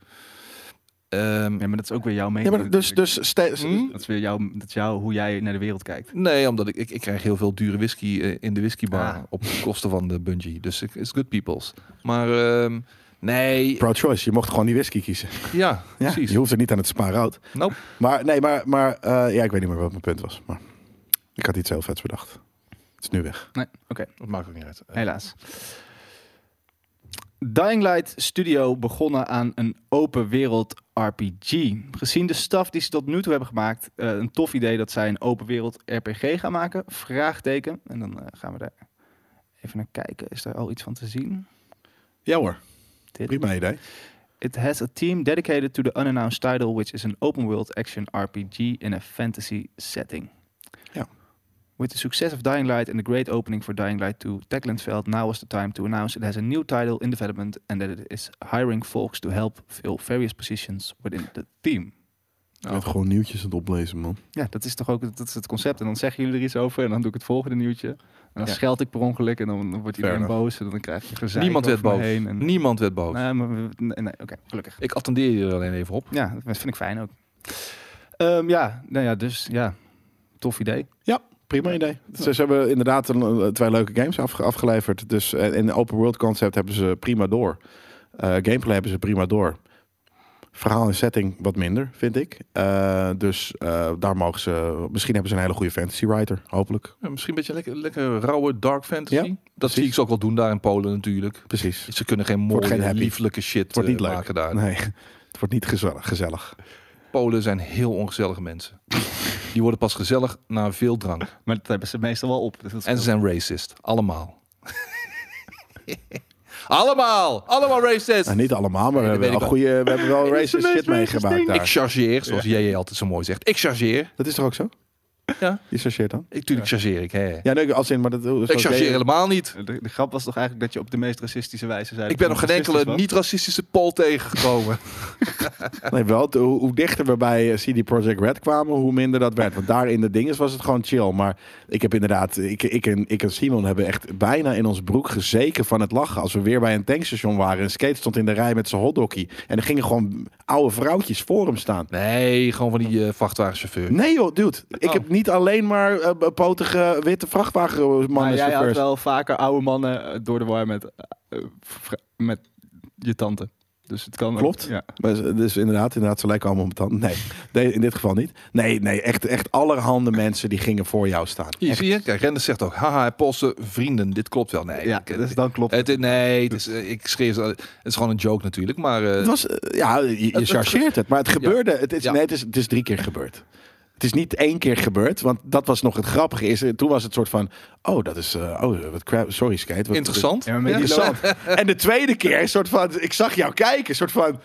Ja, maar dat is ook weer jouw
Ja,
mening.
maar dus, dus ste-
hm?
Dat is weer jouw, dat is jouw, hoe jij naar de wereld kijkt.
nee, omdat ik, ik, ik krijg heel veel dure whisky eh, in de whiskybar
Ah.
op de kosten van de Bungie. Dus ik- it's good people's. Maar ehm, nee,
Pro-choice, je mocht gewoon die whisky kiezen.
ja,
Ja,
precies.
Je hoeft er niet aan het spaarrood.
Nope.
Maar nee, maar, maar eh, ja, ik weet niet meer wat mijn punt was. Maar ik had iets heel vets bedacht. Het is nu weg.
Nee, oké.
Dat maakt ook niet uit. Eh,
Helaas. Dying Light Studio begonnen aan een open wereld RPG. Gezien de staf die ze tot nu toe hebben gemaakt, eh, een tof idee dat zij een open wereld RPG gaan maken. Vraagteken. En dan eh, gaan we daar even naar kijken. Is daar al iets van te zien?
Ja hoor.
Dit.
Prima idee.
It has a team dedicated to the unannounced title, which is an open world action RPG in a fantasy setting.
Ja.
With the success of Dying Light and the great opening for Dying Light 2, Techlandveld now was the time to announce it has a new title in development and that it is hiring folks to help fill various positions within the team.
Ik ben gewoon nieuwtjes aan het oplezen, man.
Ja, dat is toch ook het- dat is het concept. En dan zeggen jullie er iets over en dan doe ik het volgende nieuwtje. En dan
Ja.
scheld ik per ongeluk en dan, dan wordt
Fair
iedereen boos en dan krijg je gezeik
Niemand werd
over me
boos.
heen en- Nou
Niemand werd boos.
Nee, maar we- nee, nee, oké, gelukkig.
Ik attendeer je er alleen even op.
Ja, dat vind ik fijn ook. Ehm, ja, nou ja, dus ja, tof idee.
Prima idee. Ze, ze hebben inderdaad een, eh, twee leuke games afge- afgeleverd. Dus eh, en de open world concept hebben ze prima door. Eh, gameplay hebben ze prima door. Verhaal en setting wat minder, vind ik. Eh, dus eh, daar mogen ze. Misschien hebben ze een hele goede fantasy writer, hopelijk.
Ja, misschien een beetje lekker, lekker rauwe dark fantasy.
Ja,
dat zie ik ze ook wel doen daar in Polen natuurlijk.
Precies.
Ze kunnen geen
Wordt
mooie,
geen happy.
lieflijke shit
wordt
eh,
niet leuk.
maken daar.
Nee, het wordt niet gezellig. gezellig.
Polen zijn heel ongezellige mensen. Die worden pas gezellig na veel drank.
Maar dat hebben ze meestal wel op. Dus dat is
En ze zijn racist. Allemaal. allemaal! Allemaal racist!
Nou, niet allemaal, maar we
dat
hebben wel,
weet ik
goede, we hebben wel racist
meest
shit meegemaakt
Ik
daar.
chargeer, zoals JJ altijd zo mooi zegt. Ik chargeer.
Dat is toch ook zo?
Ja.
Je chargeert dan?
Ik, tuurlijk chargeer ik. Hè.
Ja, nee, als in, maar dat...
ik chargeer helemaal niet.
de, de grap was toch eigenlijk dat je op de meest racistische wijze zei.
Ik
dat
ben nog
het
geen enkele
racistisch was?
niet-racistische poll tegengekomen.
Nee, wel. te- Hoe, hoe dichter we bij eh, CD Projekt Red kwamen, hoe minder dat werd. Want daar in de dinges was het gewoon chill. Maar ik heb inderdaad, ik, ik, en, ik en Simon hebben echt bijna in ons broek gezeken van het lachen. Als we weer bij een tankstation waren en Skate stond in de rij met zijn hotdoggie. En er gingen gewoon oude vrouwtjes voor hem staan.
nee, gewoon van die eh vrachtwagenchauffeur.
Nee joh, dude. Ik
Oh.
heb niet alleen maar eh, potige witte
Maar
vrachtwagenmannen
jij had
chauffeurs.
wel vaker oude mannen eh, door de war met, eh, vra- met je tante. Dus het kan ook-
Klopt.
Ja.
Maar ze- Dus inderdaad, inderdaad, ze lijken allemaal op tanden. Nee, nee, in dit geval niet. Nee, nee, echt, echt allerhande mensen die gingen voor jou staan.
Hier, zie je? Kijk, Renders zegt ook, haha, Poolse vrienden, dit klopt wel. Nee,
ja,
ik- eh,
dus dan klopt het.
het, is- nee het is, eh, ik schreef, het is gewoon een joke natuurlijk, maar eh,
Het was, eh, ja, je, je
het-
chargeert het, maar het gebeurde. Het is,
Ja.
nee, het, is, het is drie keer gebeurd. Het is niet één keer gebeurd, want dat was nog het grappige. Is, eh, toen was het soort van, oh, dat is, eh, oh, wat crap, sorry Skate. Wat,
interessant.
Ja, dus maar met die
Interessant. en de tweede keer, een soort van, ik zag jou kijken, een soort van,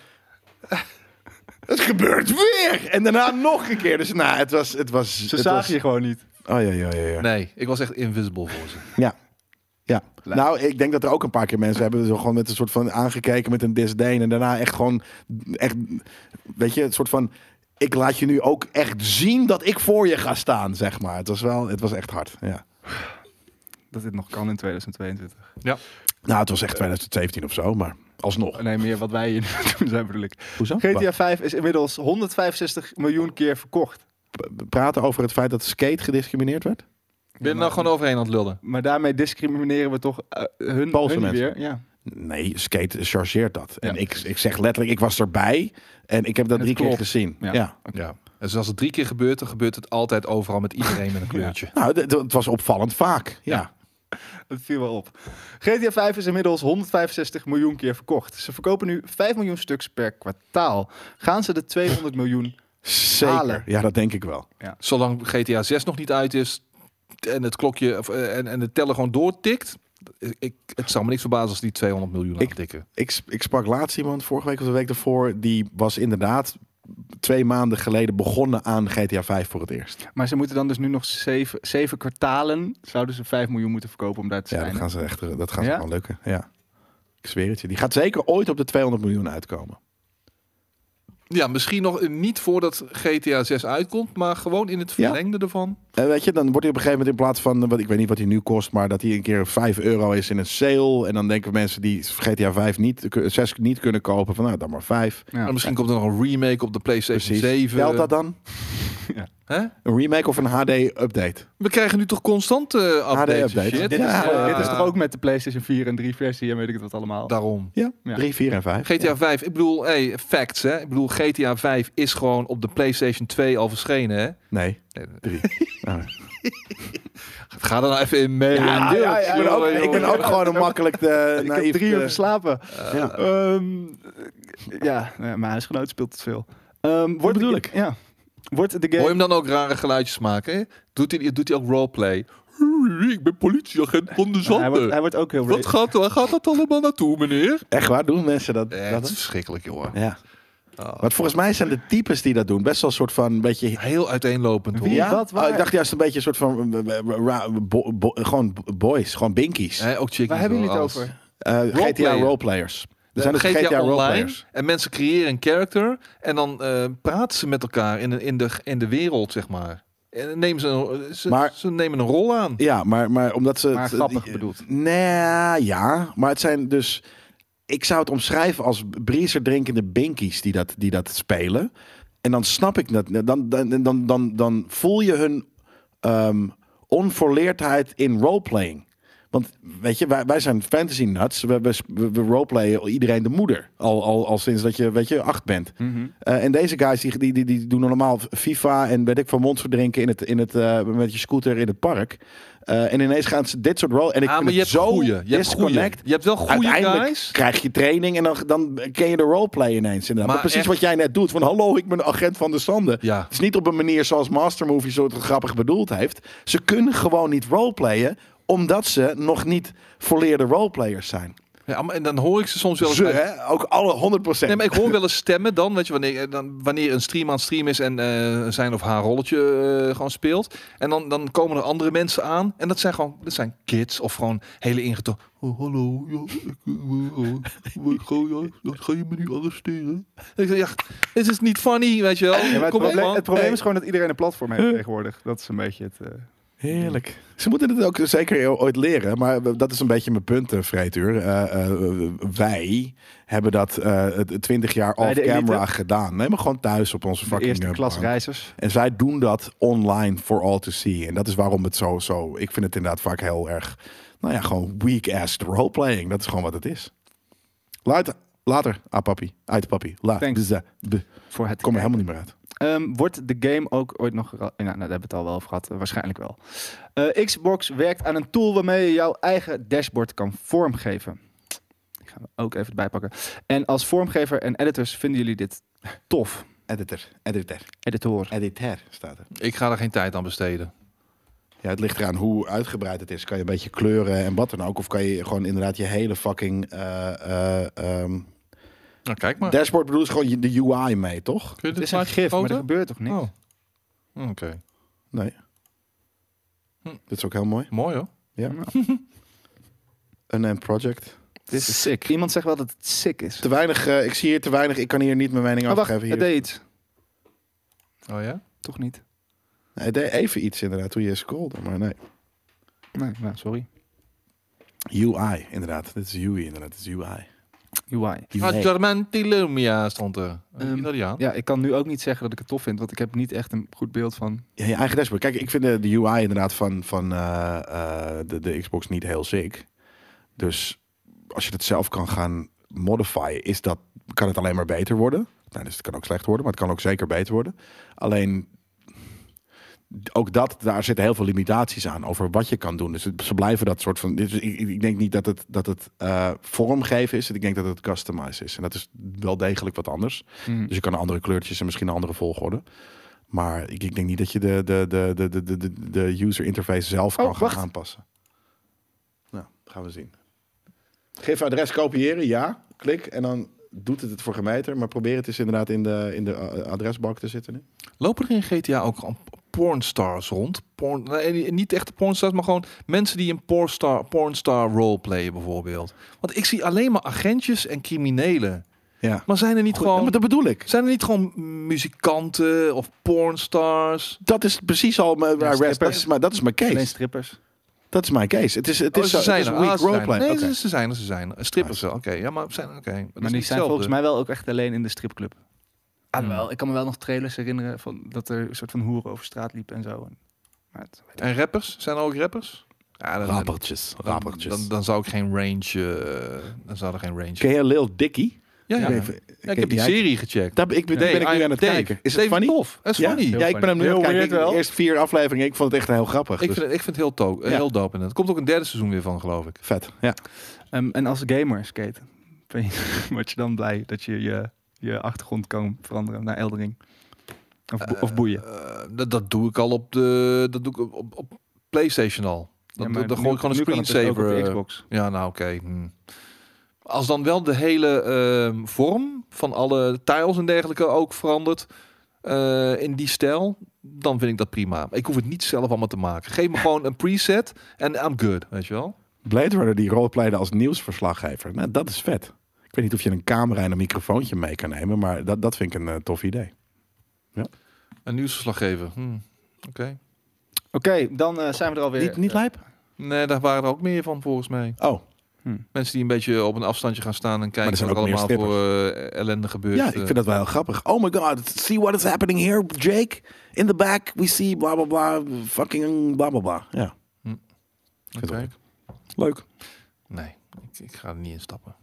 het gebeurt weer. En daarna nog een keer. Dus nou, het was, het was.
Ze
het
zagen
was-
je gewoon niet.
Oh ja, ja, ja, ja.
Nee, ik was echt invisible voor ze.
Ja. Ja. Nou, ik denk dat er ook een paar keer mensen hebben zo gewoon met een soort van aangekeken met een disdain en daarna echt gewoon echt weet je, een soort van ik laat je nu ook echt zien dat ik voor je ga staan, zeg maar. Het was wel, het was echt hard, ja.
Dat dit nog kan in 2022.
Nou, het was echt 2017 of zo, maar alsnog.
Oh, Nee, meer wat wij hier nu doen zijn bedoel ik.
Eh, Hoezo?
GTA 5 is inmiddels 165 miljoen keer verkocht.
We praten over het feit dat skate gediscrimineerd werd?
Ben je er nou gewoon overheen aan het lullen?
Maar daarmee discrimineren we toch eh, hun,
Poolse
hun
mensen.
weer. Ja.
Nee, skate chargeert dat. En
Ja.
ik, ik zeg letterlijk, ik was erbij en ik heb dat
Het
drie keer
klopt.
gezien. Ja.
Ja.
Ja. En zoals het drie keer gebeurt, dan gebeurt het altijd overal met iedereen met een kleurtje.
Nou, d- d- het was opvallend vaak. Ja.
Ja.
Dat viel wel op. GTA 5 is inmiddels 165 miljoen keer verkocht. Ze verkopen nu 5 miljoen stuks per kwartaal. Gaan ze de 200 miljoen?
Zeker.
Halen.
Ja, dat denk ik wel.
Zolang GTA 6 nog niet uit is en het klokje of, eh, en, en de teller gewoon doortikt. Ik, het zou me niks verbazen als die 200 miljoen
Ik-
aantikken.
Ik, sp- ik sprak laatst iemand, vorige week of de week daarvoor, die was inderdaad twee maanden geleden begonnen aan GTA 5 voor het eerst.
Maar ze moeten dan dus nu nog 7, kwartalen. Zouden ze 5 miljoen moeten verkopen om daar te
Ja,
zijn?
dat gaan ze echt, eh, dat gaan ze
Ja?
gewoon lukken. Ja. Ik zweer het je. Die gaat zeker ooit op de 200 miljoen uitkomen.
Ja, misschien nog eh, niet voordat GTA 6 uitkomt, maar gewoon in het
Ja.
verlengde ervan.
En weet je, dan wordt hij op een gegeven moment in plaats van, eh, wat ik weet niet wat hij nu kost, maar dat hij een keer 5 euro is in een sale. En dan denken mensen die GTA 5 niet, 6 niet kunnen kopen, van nou dan maar 5.
Ja.
En misschien komt er nog een remake op de PlayStation 7.
Telt dat dan?
Hè?
Een remake of een HD-update?
We krijgen nu toch constant eh updates? en
updates.
shit?
Dit,
Ja.
is, eh, dit is toch ook met de PlayStation 4 en 3 versie en weet ik het wat allemaal.
Daarom.
Ja,
Ja.
3, 4 en 5.
GTA 5, ik bedoel, hey, facts hè. Ik bedoel, GTA 5 is gewoon op de PlayStation 2 al verschenen hè.
Nee, Ah,
Nee,
3.
Ga er nou even in mee.
Ja,
Dude,
ja, ja, ik ben ook,
jongen,
ik ben
jongen.
ook gewoon een makkelijk eh
ik
naïef,
heb drie uur
eh,
geslapen.
ja.
Ehm, ja, eh, mijn huisgenoot speelt te veel. Ehm, wordt
bedoel
de-
ik?
Ja. Wordt de
Hoor je
game...
hem dan ook rare geluidjes maken? hè? Doet hij, doet hij ook roleplay? Ik ben politieagent van de
hij, wordt, hij
Zanden.
wordt ook heel...
Wat gaat, waar gaat dat allemaal naartoe, meneer?
Echt waar, doen mensen dat?
Echt
dat
verschrikkelijk, jongen.
ja. Want volgens mij zijn de types die dat doen best wel een soort van een beetje...
Heel uiteenlopend, hoor.
Wie?
Ja?
wat, waar?
Oh, ik dacht juist een beetje een soort van... eh, eh, ra- bo- bo- gewoon boys, gewoon binkies.
Hè, ook chickies
Waar hebben jullie het
en alles.
over?
Eh, GTA
Roleplayer.
roleplayers.
Er
Er zijn dus
GTA, Online
GTA, roleplayers.
en mensen creëren een character en dan eh, praten ze met elkaar in, de- in, de, in de wereld, zeg maar. En dan nemen ze, een- ze,
Maar-
ze nemen een rol aan.
Ja, maar, maar omdat ze...
Maar
het-
grappig
eh,
bedoeld.
Nee, ja. Maar het zijn dus... Ik zou het omschrijven als briezer drinkende binkies die dat, die dat spelen. En dan snap ik dat. Dan, dan, dan, dan, dan voel je hun ehm onverleerdheid in roleplaying. Want weet je, wij, wij zijn fantasy nuts. We, we, we roleplayen iedereen de moeder. Al, al, al sinds dat je, weet je, acht bent.
Mhm.
Eh, en deze guys die, die, die, die doen normaal FIFA en weet ik van mond verdrinken in het, in het, eh, met je scooter in het park. Eh, en ineens gaan ze dit soort rol. En ik
Ah,
vind
maar je
het
hebt
zo
goeie. Je hebt, goeie.
disconnect.
je hebt wel goede
Uiteindelijk
guys.
krijg je training en dan, dan ken je de roleplay ineens. Inderdaad. Maar,
Maar
precies
echt-
wat jij net doet. Van hallo, ik ben agent van de Sande.
Ja.
Het is niet op een manier zoals Master Movie zo het grappig bedoeld heeft. Ze kunnen gewoon niet roleplayen omdat ze nog niet volleerde roleplayers zijn.
Ja, maar en dan hoor ik ze soms wel eens.
Ze,
bij-
hè? Ook alle 100%.
Nee, maar ik hoor wel eens stemmen dan, weet je, wanneer, eh, dan, wanneer een stream aan het stream is en eh, zijn of haar rolletje eh, gewoon speelt. En dan, dan komen er andere mensen aan en dat zijn gewoon, dat zijn kids of gewoon hele ingetogen. Oh, hallo, ja, ik, eh, eh, eh, ga, ja, dat ga je me nu arresteren? En ik zeg, ja, dit is niet funny, weet je wel.
Ja, maar het,
Kom op,
probleem,
man.
het probleem is gewoon dat iedereen een platform heeft tegenwoordig. Dat is een beetje het... eh,
Heerlijk. Ze moeten het ook zeker ooit leren. Maar dat is een beetje mijn punt, eh, Vreetuur. Eh, eh, wij hebben dat eh, twintig jaar
Bij de
off-camera
elite?
gedaan. Nee, maar gewoon thuis op onze
de
fucking
eerste
eh,
klas
bank.
reizigers.
En zij doen dat online for all to see. En dat is waarom het zo, zo... Ik vind het inderdaad vaak heel erg... Nou ja, gewoon weak-ass roleplaying. Dat is gewoon wat het is. Later, later ah, papi. Uit, papi. Later.
Thanks.
Dus, eh, be-
Voor het
Kom er helemaal niet meer uit.
Ehm, wordt de game ook ooit nog... gera- Nou, nou, daar hebben we het al wel over gehad. eh, waarschijnlijk wel. Eh, Xbox werkt aan een tool waarmee je jouw eigen dashboard kan vormgeven. Die gaan we ook even erbij pakken. En als vormgever en editors vinden jullie dit tof.
Editor, editor,
Editor.
editor staat er.
Ik ga er geen tijd aan besteden.
Ja, het ligt eraan hoe uitgebreid het is. Kan je een beetje kleuren en wat dan ook? Of kan je gewoon inderdaad je hele fucking... eh, eh, ehm,
Nou, kijk maar.
dashboard bedoelt gewoon je- de UI mee, toch?
Kun je
Het
dit
is een
plaatje
gif, maar er
vergroten?
gebeurt toch niks?
Oh. Oké,
Nee.
Hm.
Dat is ook heel mooi.
mooi hoor.
Ja. Unnamed project.
Dit is sick. Iemand zegt wel dat het sick is.
Te weinig, eh, ik zie hier te weinig. Ik kan hier niet mijn mening
Oh,
over
wacht,
geven.
het
Hier.
deed iets.
Oh ja?
Toch niet?
Hij deed even iets inderdaad toen je scrollde, maar nee.
Nee, nou, sorry.
UI inderdaad. Dit is UI inderdaad. Dit is UI.
UI.
Ah, Germantilumia stond er.
Ehm,
Um, Italiaan.
Ja, ik kan nu ook niet zeggen dat ik het tof vind, want ik heb niet echt een goed beeld van.
Ja, je eigen dashboard. Kijk, ik vind de, de UI inderdaad van, van eh, eh, de, de Xbox niet heel sick. Dus als je dat zelf kan gaan modifyen, is dat, kan het alleen maar beter worden. Nou, dus het kan ook slecht worden, maar het kan ook zeker beter worden. Alleen, ook dat, daar zitten heel veel limitaties aan over wat je kan doen. Dus het- ze blijven dat soort van... Dus ik, ik ik denk niet dat het, dat het eh, vormgeven is. Ik denk dat het customize is. En dat is wel degelijk wat anders.
Hmm.
Dus je kan andere kleurtjes en misschien een andere volgorde. Maar ik, ik denk niet dat je de, de, de, de, de, de- de, de user interface zelf kan
Oh,
gaan
wacht.
aanpassen. Nou, gaan we zien. Geef adres kopiëren, ja. Klik en dan doet het het voor gemeten. Maar probeer het eens inderdaad in de, in de eh, adresbalk te zitten. Nu.
Lopen er in GTA ook al pornstars rond? Porn, nee, niet echte pornstars, maar gewoon mensen die een pornstar, pornstar roleplayen bijvoorbeeld. Want ik zie alleen maar agentjes en criminelen.
Ja.
Maar zijn er niet
Gewoon,
gewoon...
maar dat bedoel ik.
Zijn er niet gewoon muzikanten of pornstars?
Dat is precies al mijn, waar Rest- dat,
strippers.
is mijn, dat is mijn
Alleen
case.
strippers.
Dat is mijn case. Het is, het
Oh,
is, zo- het is
er.
weak
Ah, ze zijn er.
roleplay.
Nee,
Oké.
ze, ze zijn er, ze zijn er. Strippers wel, oké. Ja, maar zijn, oké.
Maar die zijn volgens mij wel ook echt alleen in de stripclub. Ah,
Hmm.
wel. Ik kan me wel nog trailers herinneren van dat er een soort van hoeren over straat liep en zo. En- Maar het-
En rappers? Zijn er ook rappers? Ja, dan-
Rapertjes,
dan,
rapertjes.
Dan, dan zou ik geen range... eh, dan zou er geen range...
Ken je Lil Dicky?
ja, ja.
Ik weet-
Ja, ik heb die
jij-
serie gecheckt.
Daar ben ik, daar ben ik nu aan het kijken. Is het funny?
Tof. Het is
ja?
funny.
Ja, ik ben hem nu
Heel
aan het kijken.
weird
Ik-
wel.
De eerste vier afleveringen, ik vond het echt heel grappig.
Ik,
dus
vind het, ik vind het heel, to- eh,
Ja.
heel dope. En er komt ook een derde seizoen weer van, geloof ik.
vet. Ja.
Ehm, en als gamer skate, ben je, word je dan blij dat je je, je achtergrond kan veranderen naar Eldering? Of, bo- of boeien?
Eh, dat, dat doe ik al op de... Dat doe ik op, op, op PlayStation al.
Ja,
Dan,
maar
dan
nu-
gooi ik gewoon een
nu kan het dus ook op de
screensaver. eh,
Xbox.
Ja, nou oké. hm. Als dan wel de hele ehm, vorm van alle tiles en dergelijke ook verandert eh, in die stijl, dan vind ik dat prima. Ik hoef het niet zelf allemaal te maken. Geef me gewoon een preset en I'm good, weet je wel?
Blade Runner die roleplayde als nieuwsverslaggever. Nou, dat is vet. Ik weet niet of je een camera en een microfoontje mee kan nemen, maar dat, dat vind ik een eh, tof idee.
Een nieuwsverslag geven. Hm, Oké.
Oké, dan eh, zijn we er alweer.
niet niet lijp?
Nee, daar waren er ook meer van volgens mij.
Oh,
Mensen die een beetje op een afstandje gaan staan en
er
kijken
zijn
wat
ook meer
allemaal voor eh, ellende
dus,
gebeurt.
ja, ik vind dat wel heel grappig. Oh my god, see what is happening here, Jake? In the back, we see bla bla bla, fucking bla bla bla. Ja,
Oké.
leuk.
Nee, ik, ik ga er niet in stappen.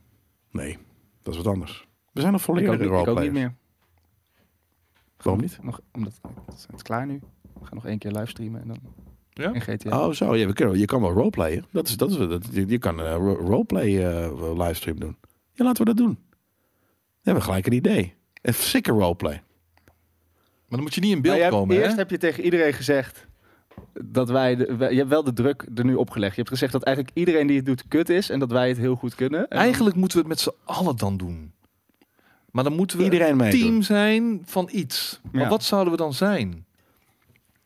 Nee, dat is wat anders. We zijn een
Ik ook,
volledige
niet- ik ook niet
roleplayers.
meer.
Waarom niet?
Nog, omdat, het is klaar nu. We gaan nog één keer livestreamen en dan
Ja?
in GTA.
Oh, zo. Ja, we kunnen, je kan wel roleplayen. Dat is, dat is, dat, je, je kan een roleplay eh, livestream doen. Ja, laten we dat doen. Dan hebben we gelijk een idee. Een sikke roleplay.
Maar dan moet je niet in
Maar
beeld
jij hebt-
komen, hè?
eerst heb je tegen iedereen gezegd dat wij, de- wij- Je hebt wel de druk er nu opgelegd. Je hebt gezegd dat eigenlijk iedereen die het doet kut is en dat wij het heel goed kunnen. En dan-
Eigenlijk moeten we het met z'n allen dan doen. Maar dan moeten we
Iedereen
een
mee.
team zijn van iets. Maar
Ja.
wat zouden we dan zijn?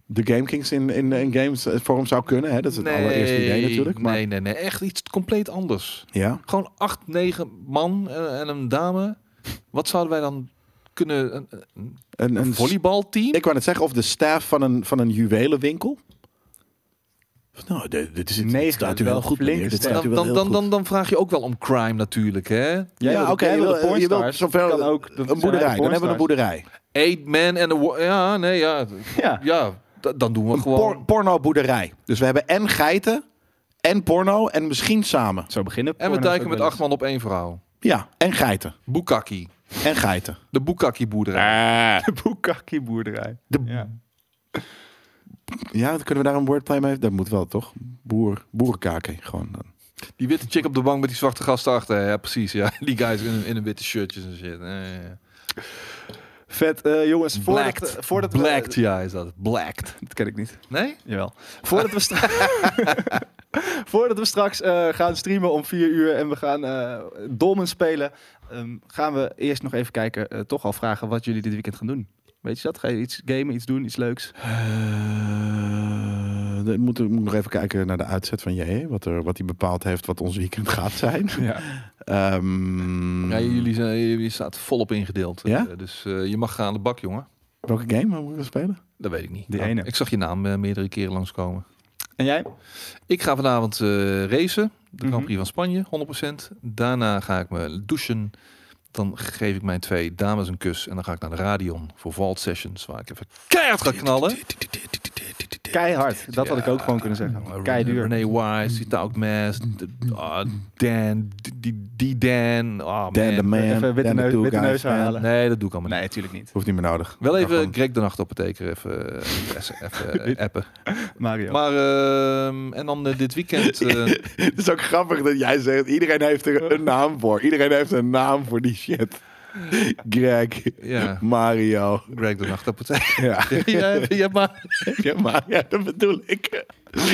De Game Kings in, in, in games vorm zou kunnen. Hè? Dat is het allereerste idee natuurlijk. Maar,
Nee, nee, nee. Echt iets compleet anders.
Ja.
Gewoon acht, negen man eh, en, en een dame. Wat zouden wij dan kunnen... Een, een
Een, een,
volleybalteam?
ik wou net zeggen, of de staff van een, van een juwelenwinkel. Nou, dit, dit is dit
Negen
staat
is
u wel
wel
goed,
flink
meneer. Dit
staff.
staat u
Dan, dan,
wel heel
dan,
goed.
dan, dan vraag je ook wel om crime natuurlijk, hè?
Jij wil
ja,
de-
oké.
jij
je
wil de
wil- je wil
pornstars.
zoveel-
Kan ook, dat zijn
Een boerderij.
wij
Dan hebben we een
pornstars.
boerderij.
Eight men en een... Ja, nee, ja.
Ja.
Ja, d- dan doen we
Een
gewoon...
por pornoboerderij. Dus we hebben en geiten en porno en misschien samen.
Zo beginnen.
en we
porno's
duiken
ook
met
wel
acht man op één vrouw.
Ja, en geiten.
Boekakkie.
En geiten.
De boekakkieboerderij.
eens. De boekakkie boerderij.
De-
Ja.
Ja, dan kunnen we daar een wordplay mee? Dat moet wel, toch? Boer, boerenkaken gewoon.
Die witte chick op de bank met die zwarte gasten achter. Ja, precies. Ja. Die guys in, een- in een witte shirtjes en shit. Ja, ja, ja.
Vet, eh, jongens. Voordat,
Blacked.
eh, voordat
Blacked,
we...
ja, is dat. Blacked.
Dat ken ik niet.
Nee?
Jawel. Voordat we, stra- Voordat we straks eh, gaan streamen om vier uur en we gaan eh dolmen spelen, ehm, gaan we eerst nog even kijken, eh, toch al vragen wat jullie dit weekend gaan doen. Weet je dat? Ga je iets gamen, iets doen, iets leuks?
Eh, dan moeten we moeten nog even kijken naar de uitzet van JJ. Wat hij wat die bepaald heeft wat ons weekend gaat zijn.
Ja.
Ehm,
Ja, jullie, zijn, jullie staat volop ingedeeld.
Mm. Ja?
Eh, dus eh, je mag gaan aan de bak, jongen.
Welke game moeten we spelen?
Dat weet ik niet.
Die
Nou,
ene.
Ik zag je naam eh, meerdere keren langskomen.
En jij?
Ik ga vanavond eh, racen. De Grand
Mhm.
Prix van Spanje, 100%. Daarna ga ik me douchen. Dan geef ik mijn twee dames een kus. En dan ga ik naar de Radion voor Vault Sessions. Waar ik even keihard ga knallen.
Keihard. Dat had ik ook gewoon kunnen zeggen. Keiduur.
Nee, Wise, Sita ook Mas,
Mhm.
ah, Dan, die- die- die Dan. ah,
Dan the
man.
man.
Even witte
Dan the
neus-
two
witte
guys,
neus
man.
herhalen.
Nee, dat doe ik allemaal niet.
Nee, natuurlijk niet.
Hoeft niet meer nodig.
Wel
Kan
even
gewoon-
Greg de Nachtapotheker even, eh, even, even appen.
Mario.
Maar, ehm, en dan eh, dit weekend... eh,
Het is ook grappig dat jij zegt, iedereen heeft er een naam voor. Iedereen heeft een naam voor die shit. Greg,
ja,
Mario.
Greg de Nachtapotheker.
Ja,
ja, je hebt maar...
ja, maar ja, dat bedoel ik.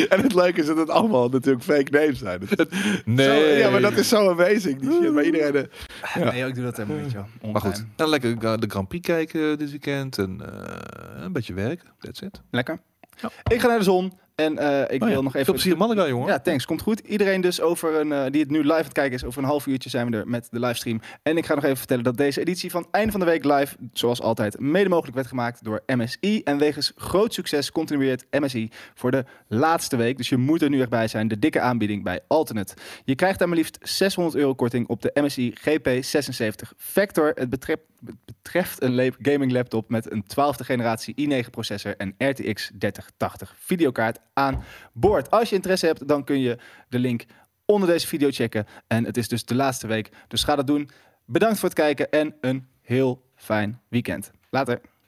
En het leuke is dat het allemaal natuurlijk fake names zijn. Het-
Nee.
Zo- ja, maar dat is zo amazing, die shit. Maar iedereen... eh,
Nee, ik doe dat helemaal niet, joh.
Maar goed, en lekker ga- de Grand Prix kijken dit weekend en eh, een beetje werken. That's it.
Lekker. Ik ga naar de zon. En eh,
Oh
ik wil nog even...
Veel plezier in Malaga, jongen.
Ja, thanks. Komt goed. Iedereen dus over een, eh, die het nu live aan het kijken is, over een half uurtje zijn we er met de livestream. En ik ga nog even vertellen dat deze editie van Einde van de Week live, zoals altijd, mede mogelijk werd gemaakt door MSI. En wegens groot succes continueert MSI voor de laatste week. Dus je moet er nu echt bij zijn. De dikke aanbieding bij Alternate. Je krijgt daar maar liefst 600 euro korting op de MSI GP76 Vector. Het betreft, het betreft een lap- gaming laptop met een 12e generatie i9 processor en RTX 3080 videokaart aan boord. Als je interesse hebt, dan kun je de link onder deze video checken. En het is dus de laatste week, dus ga dat doen. Bedankt voor het kijken en een heel fijn weekend. Later.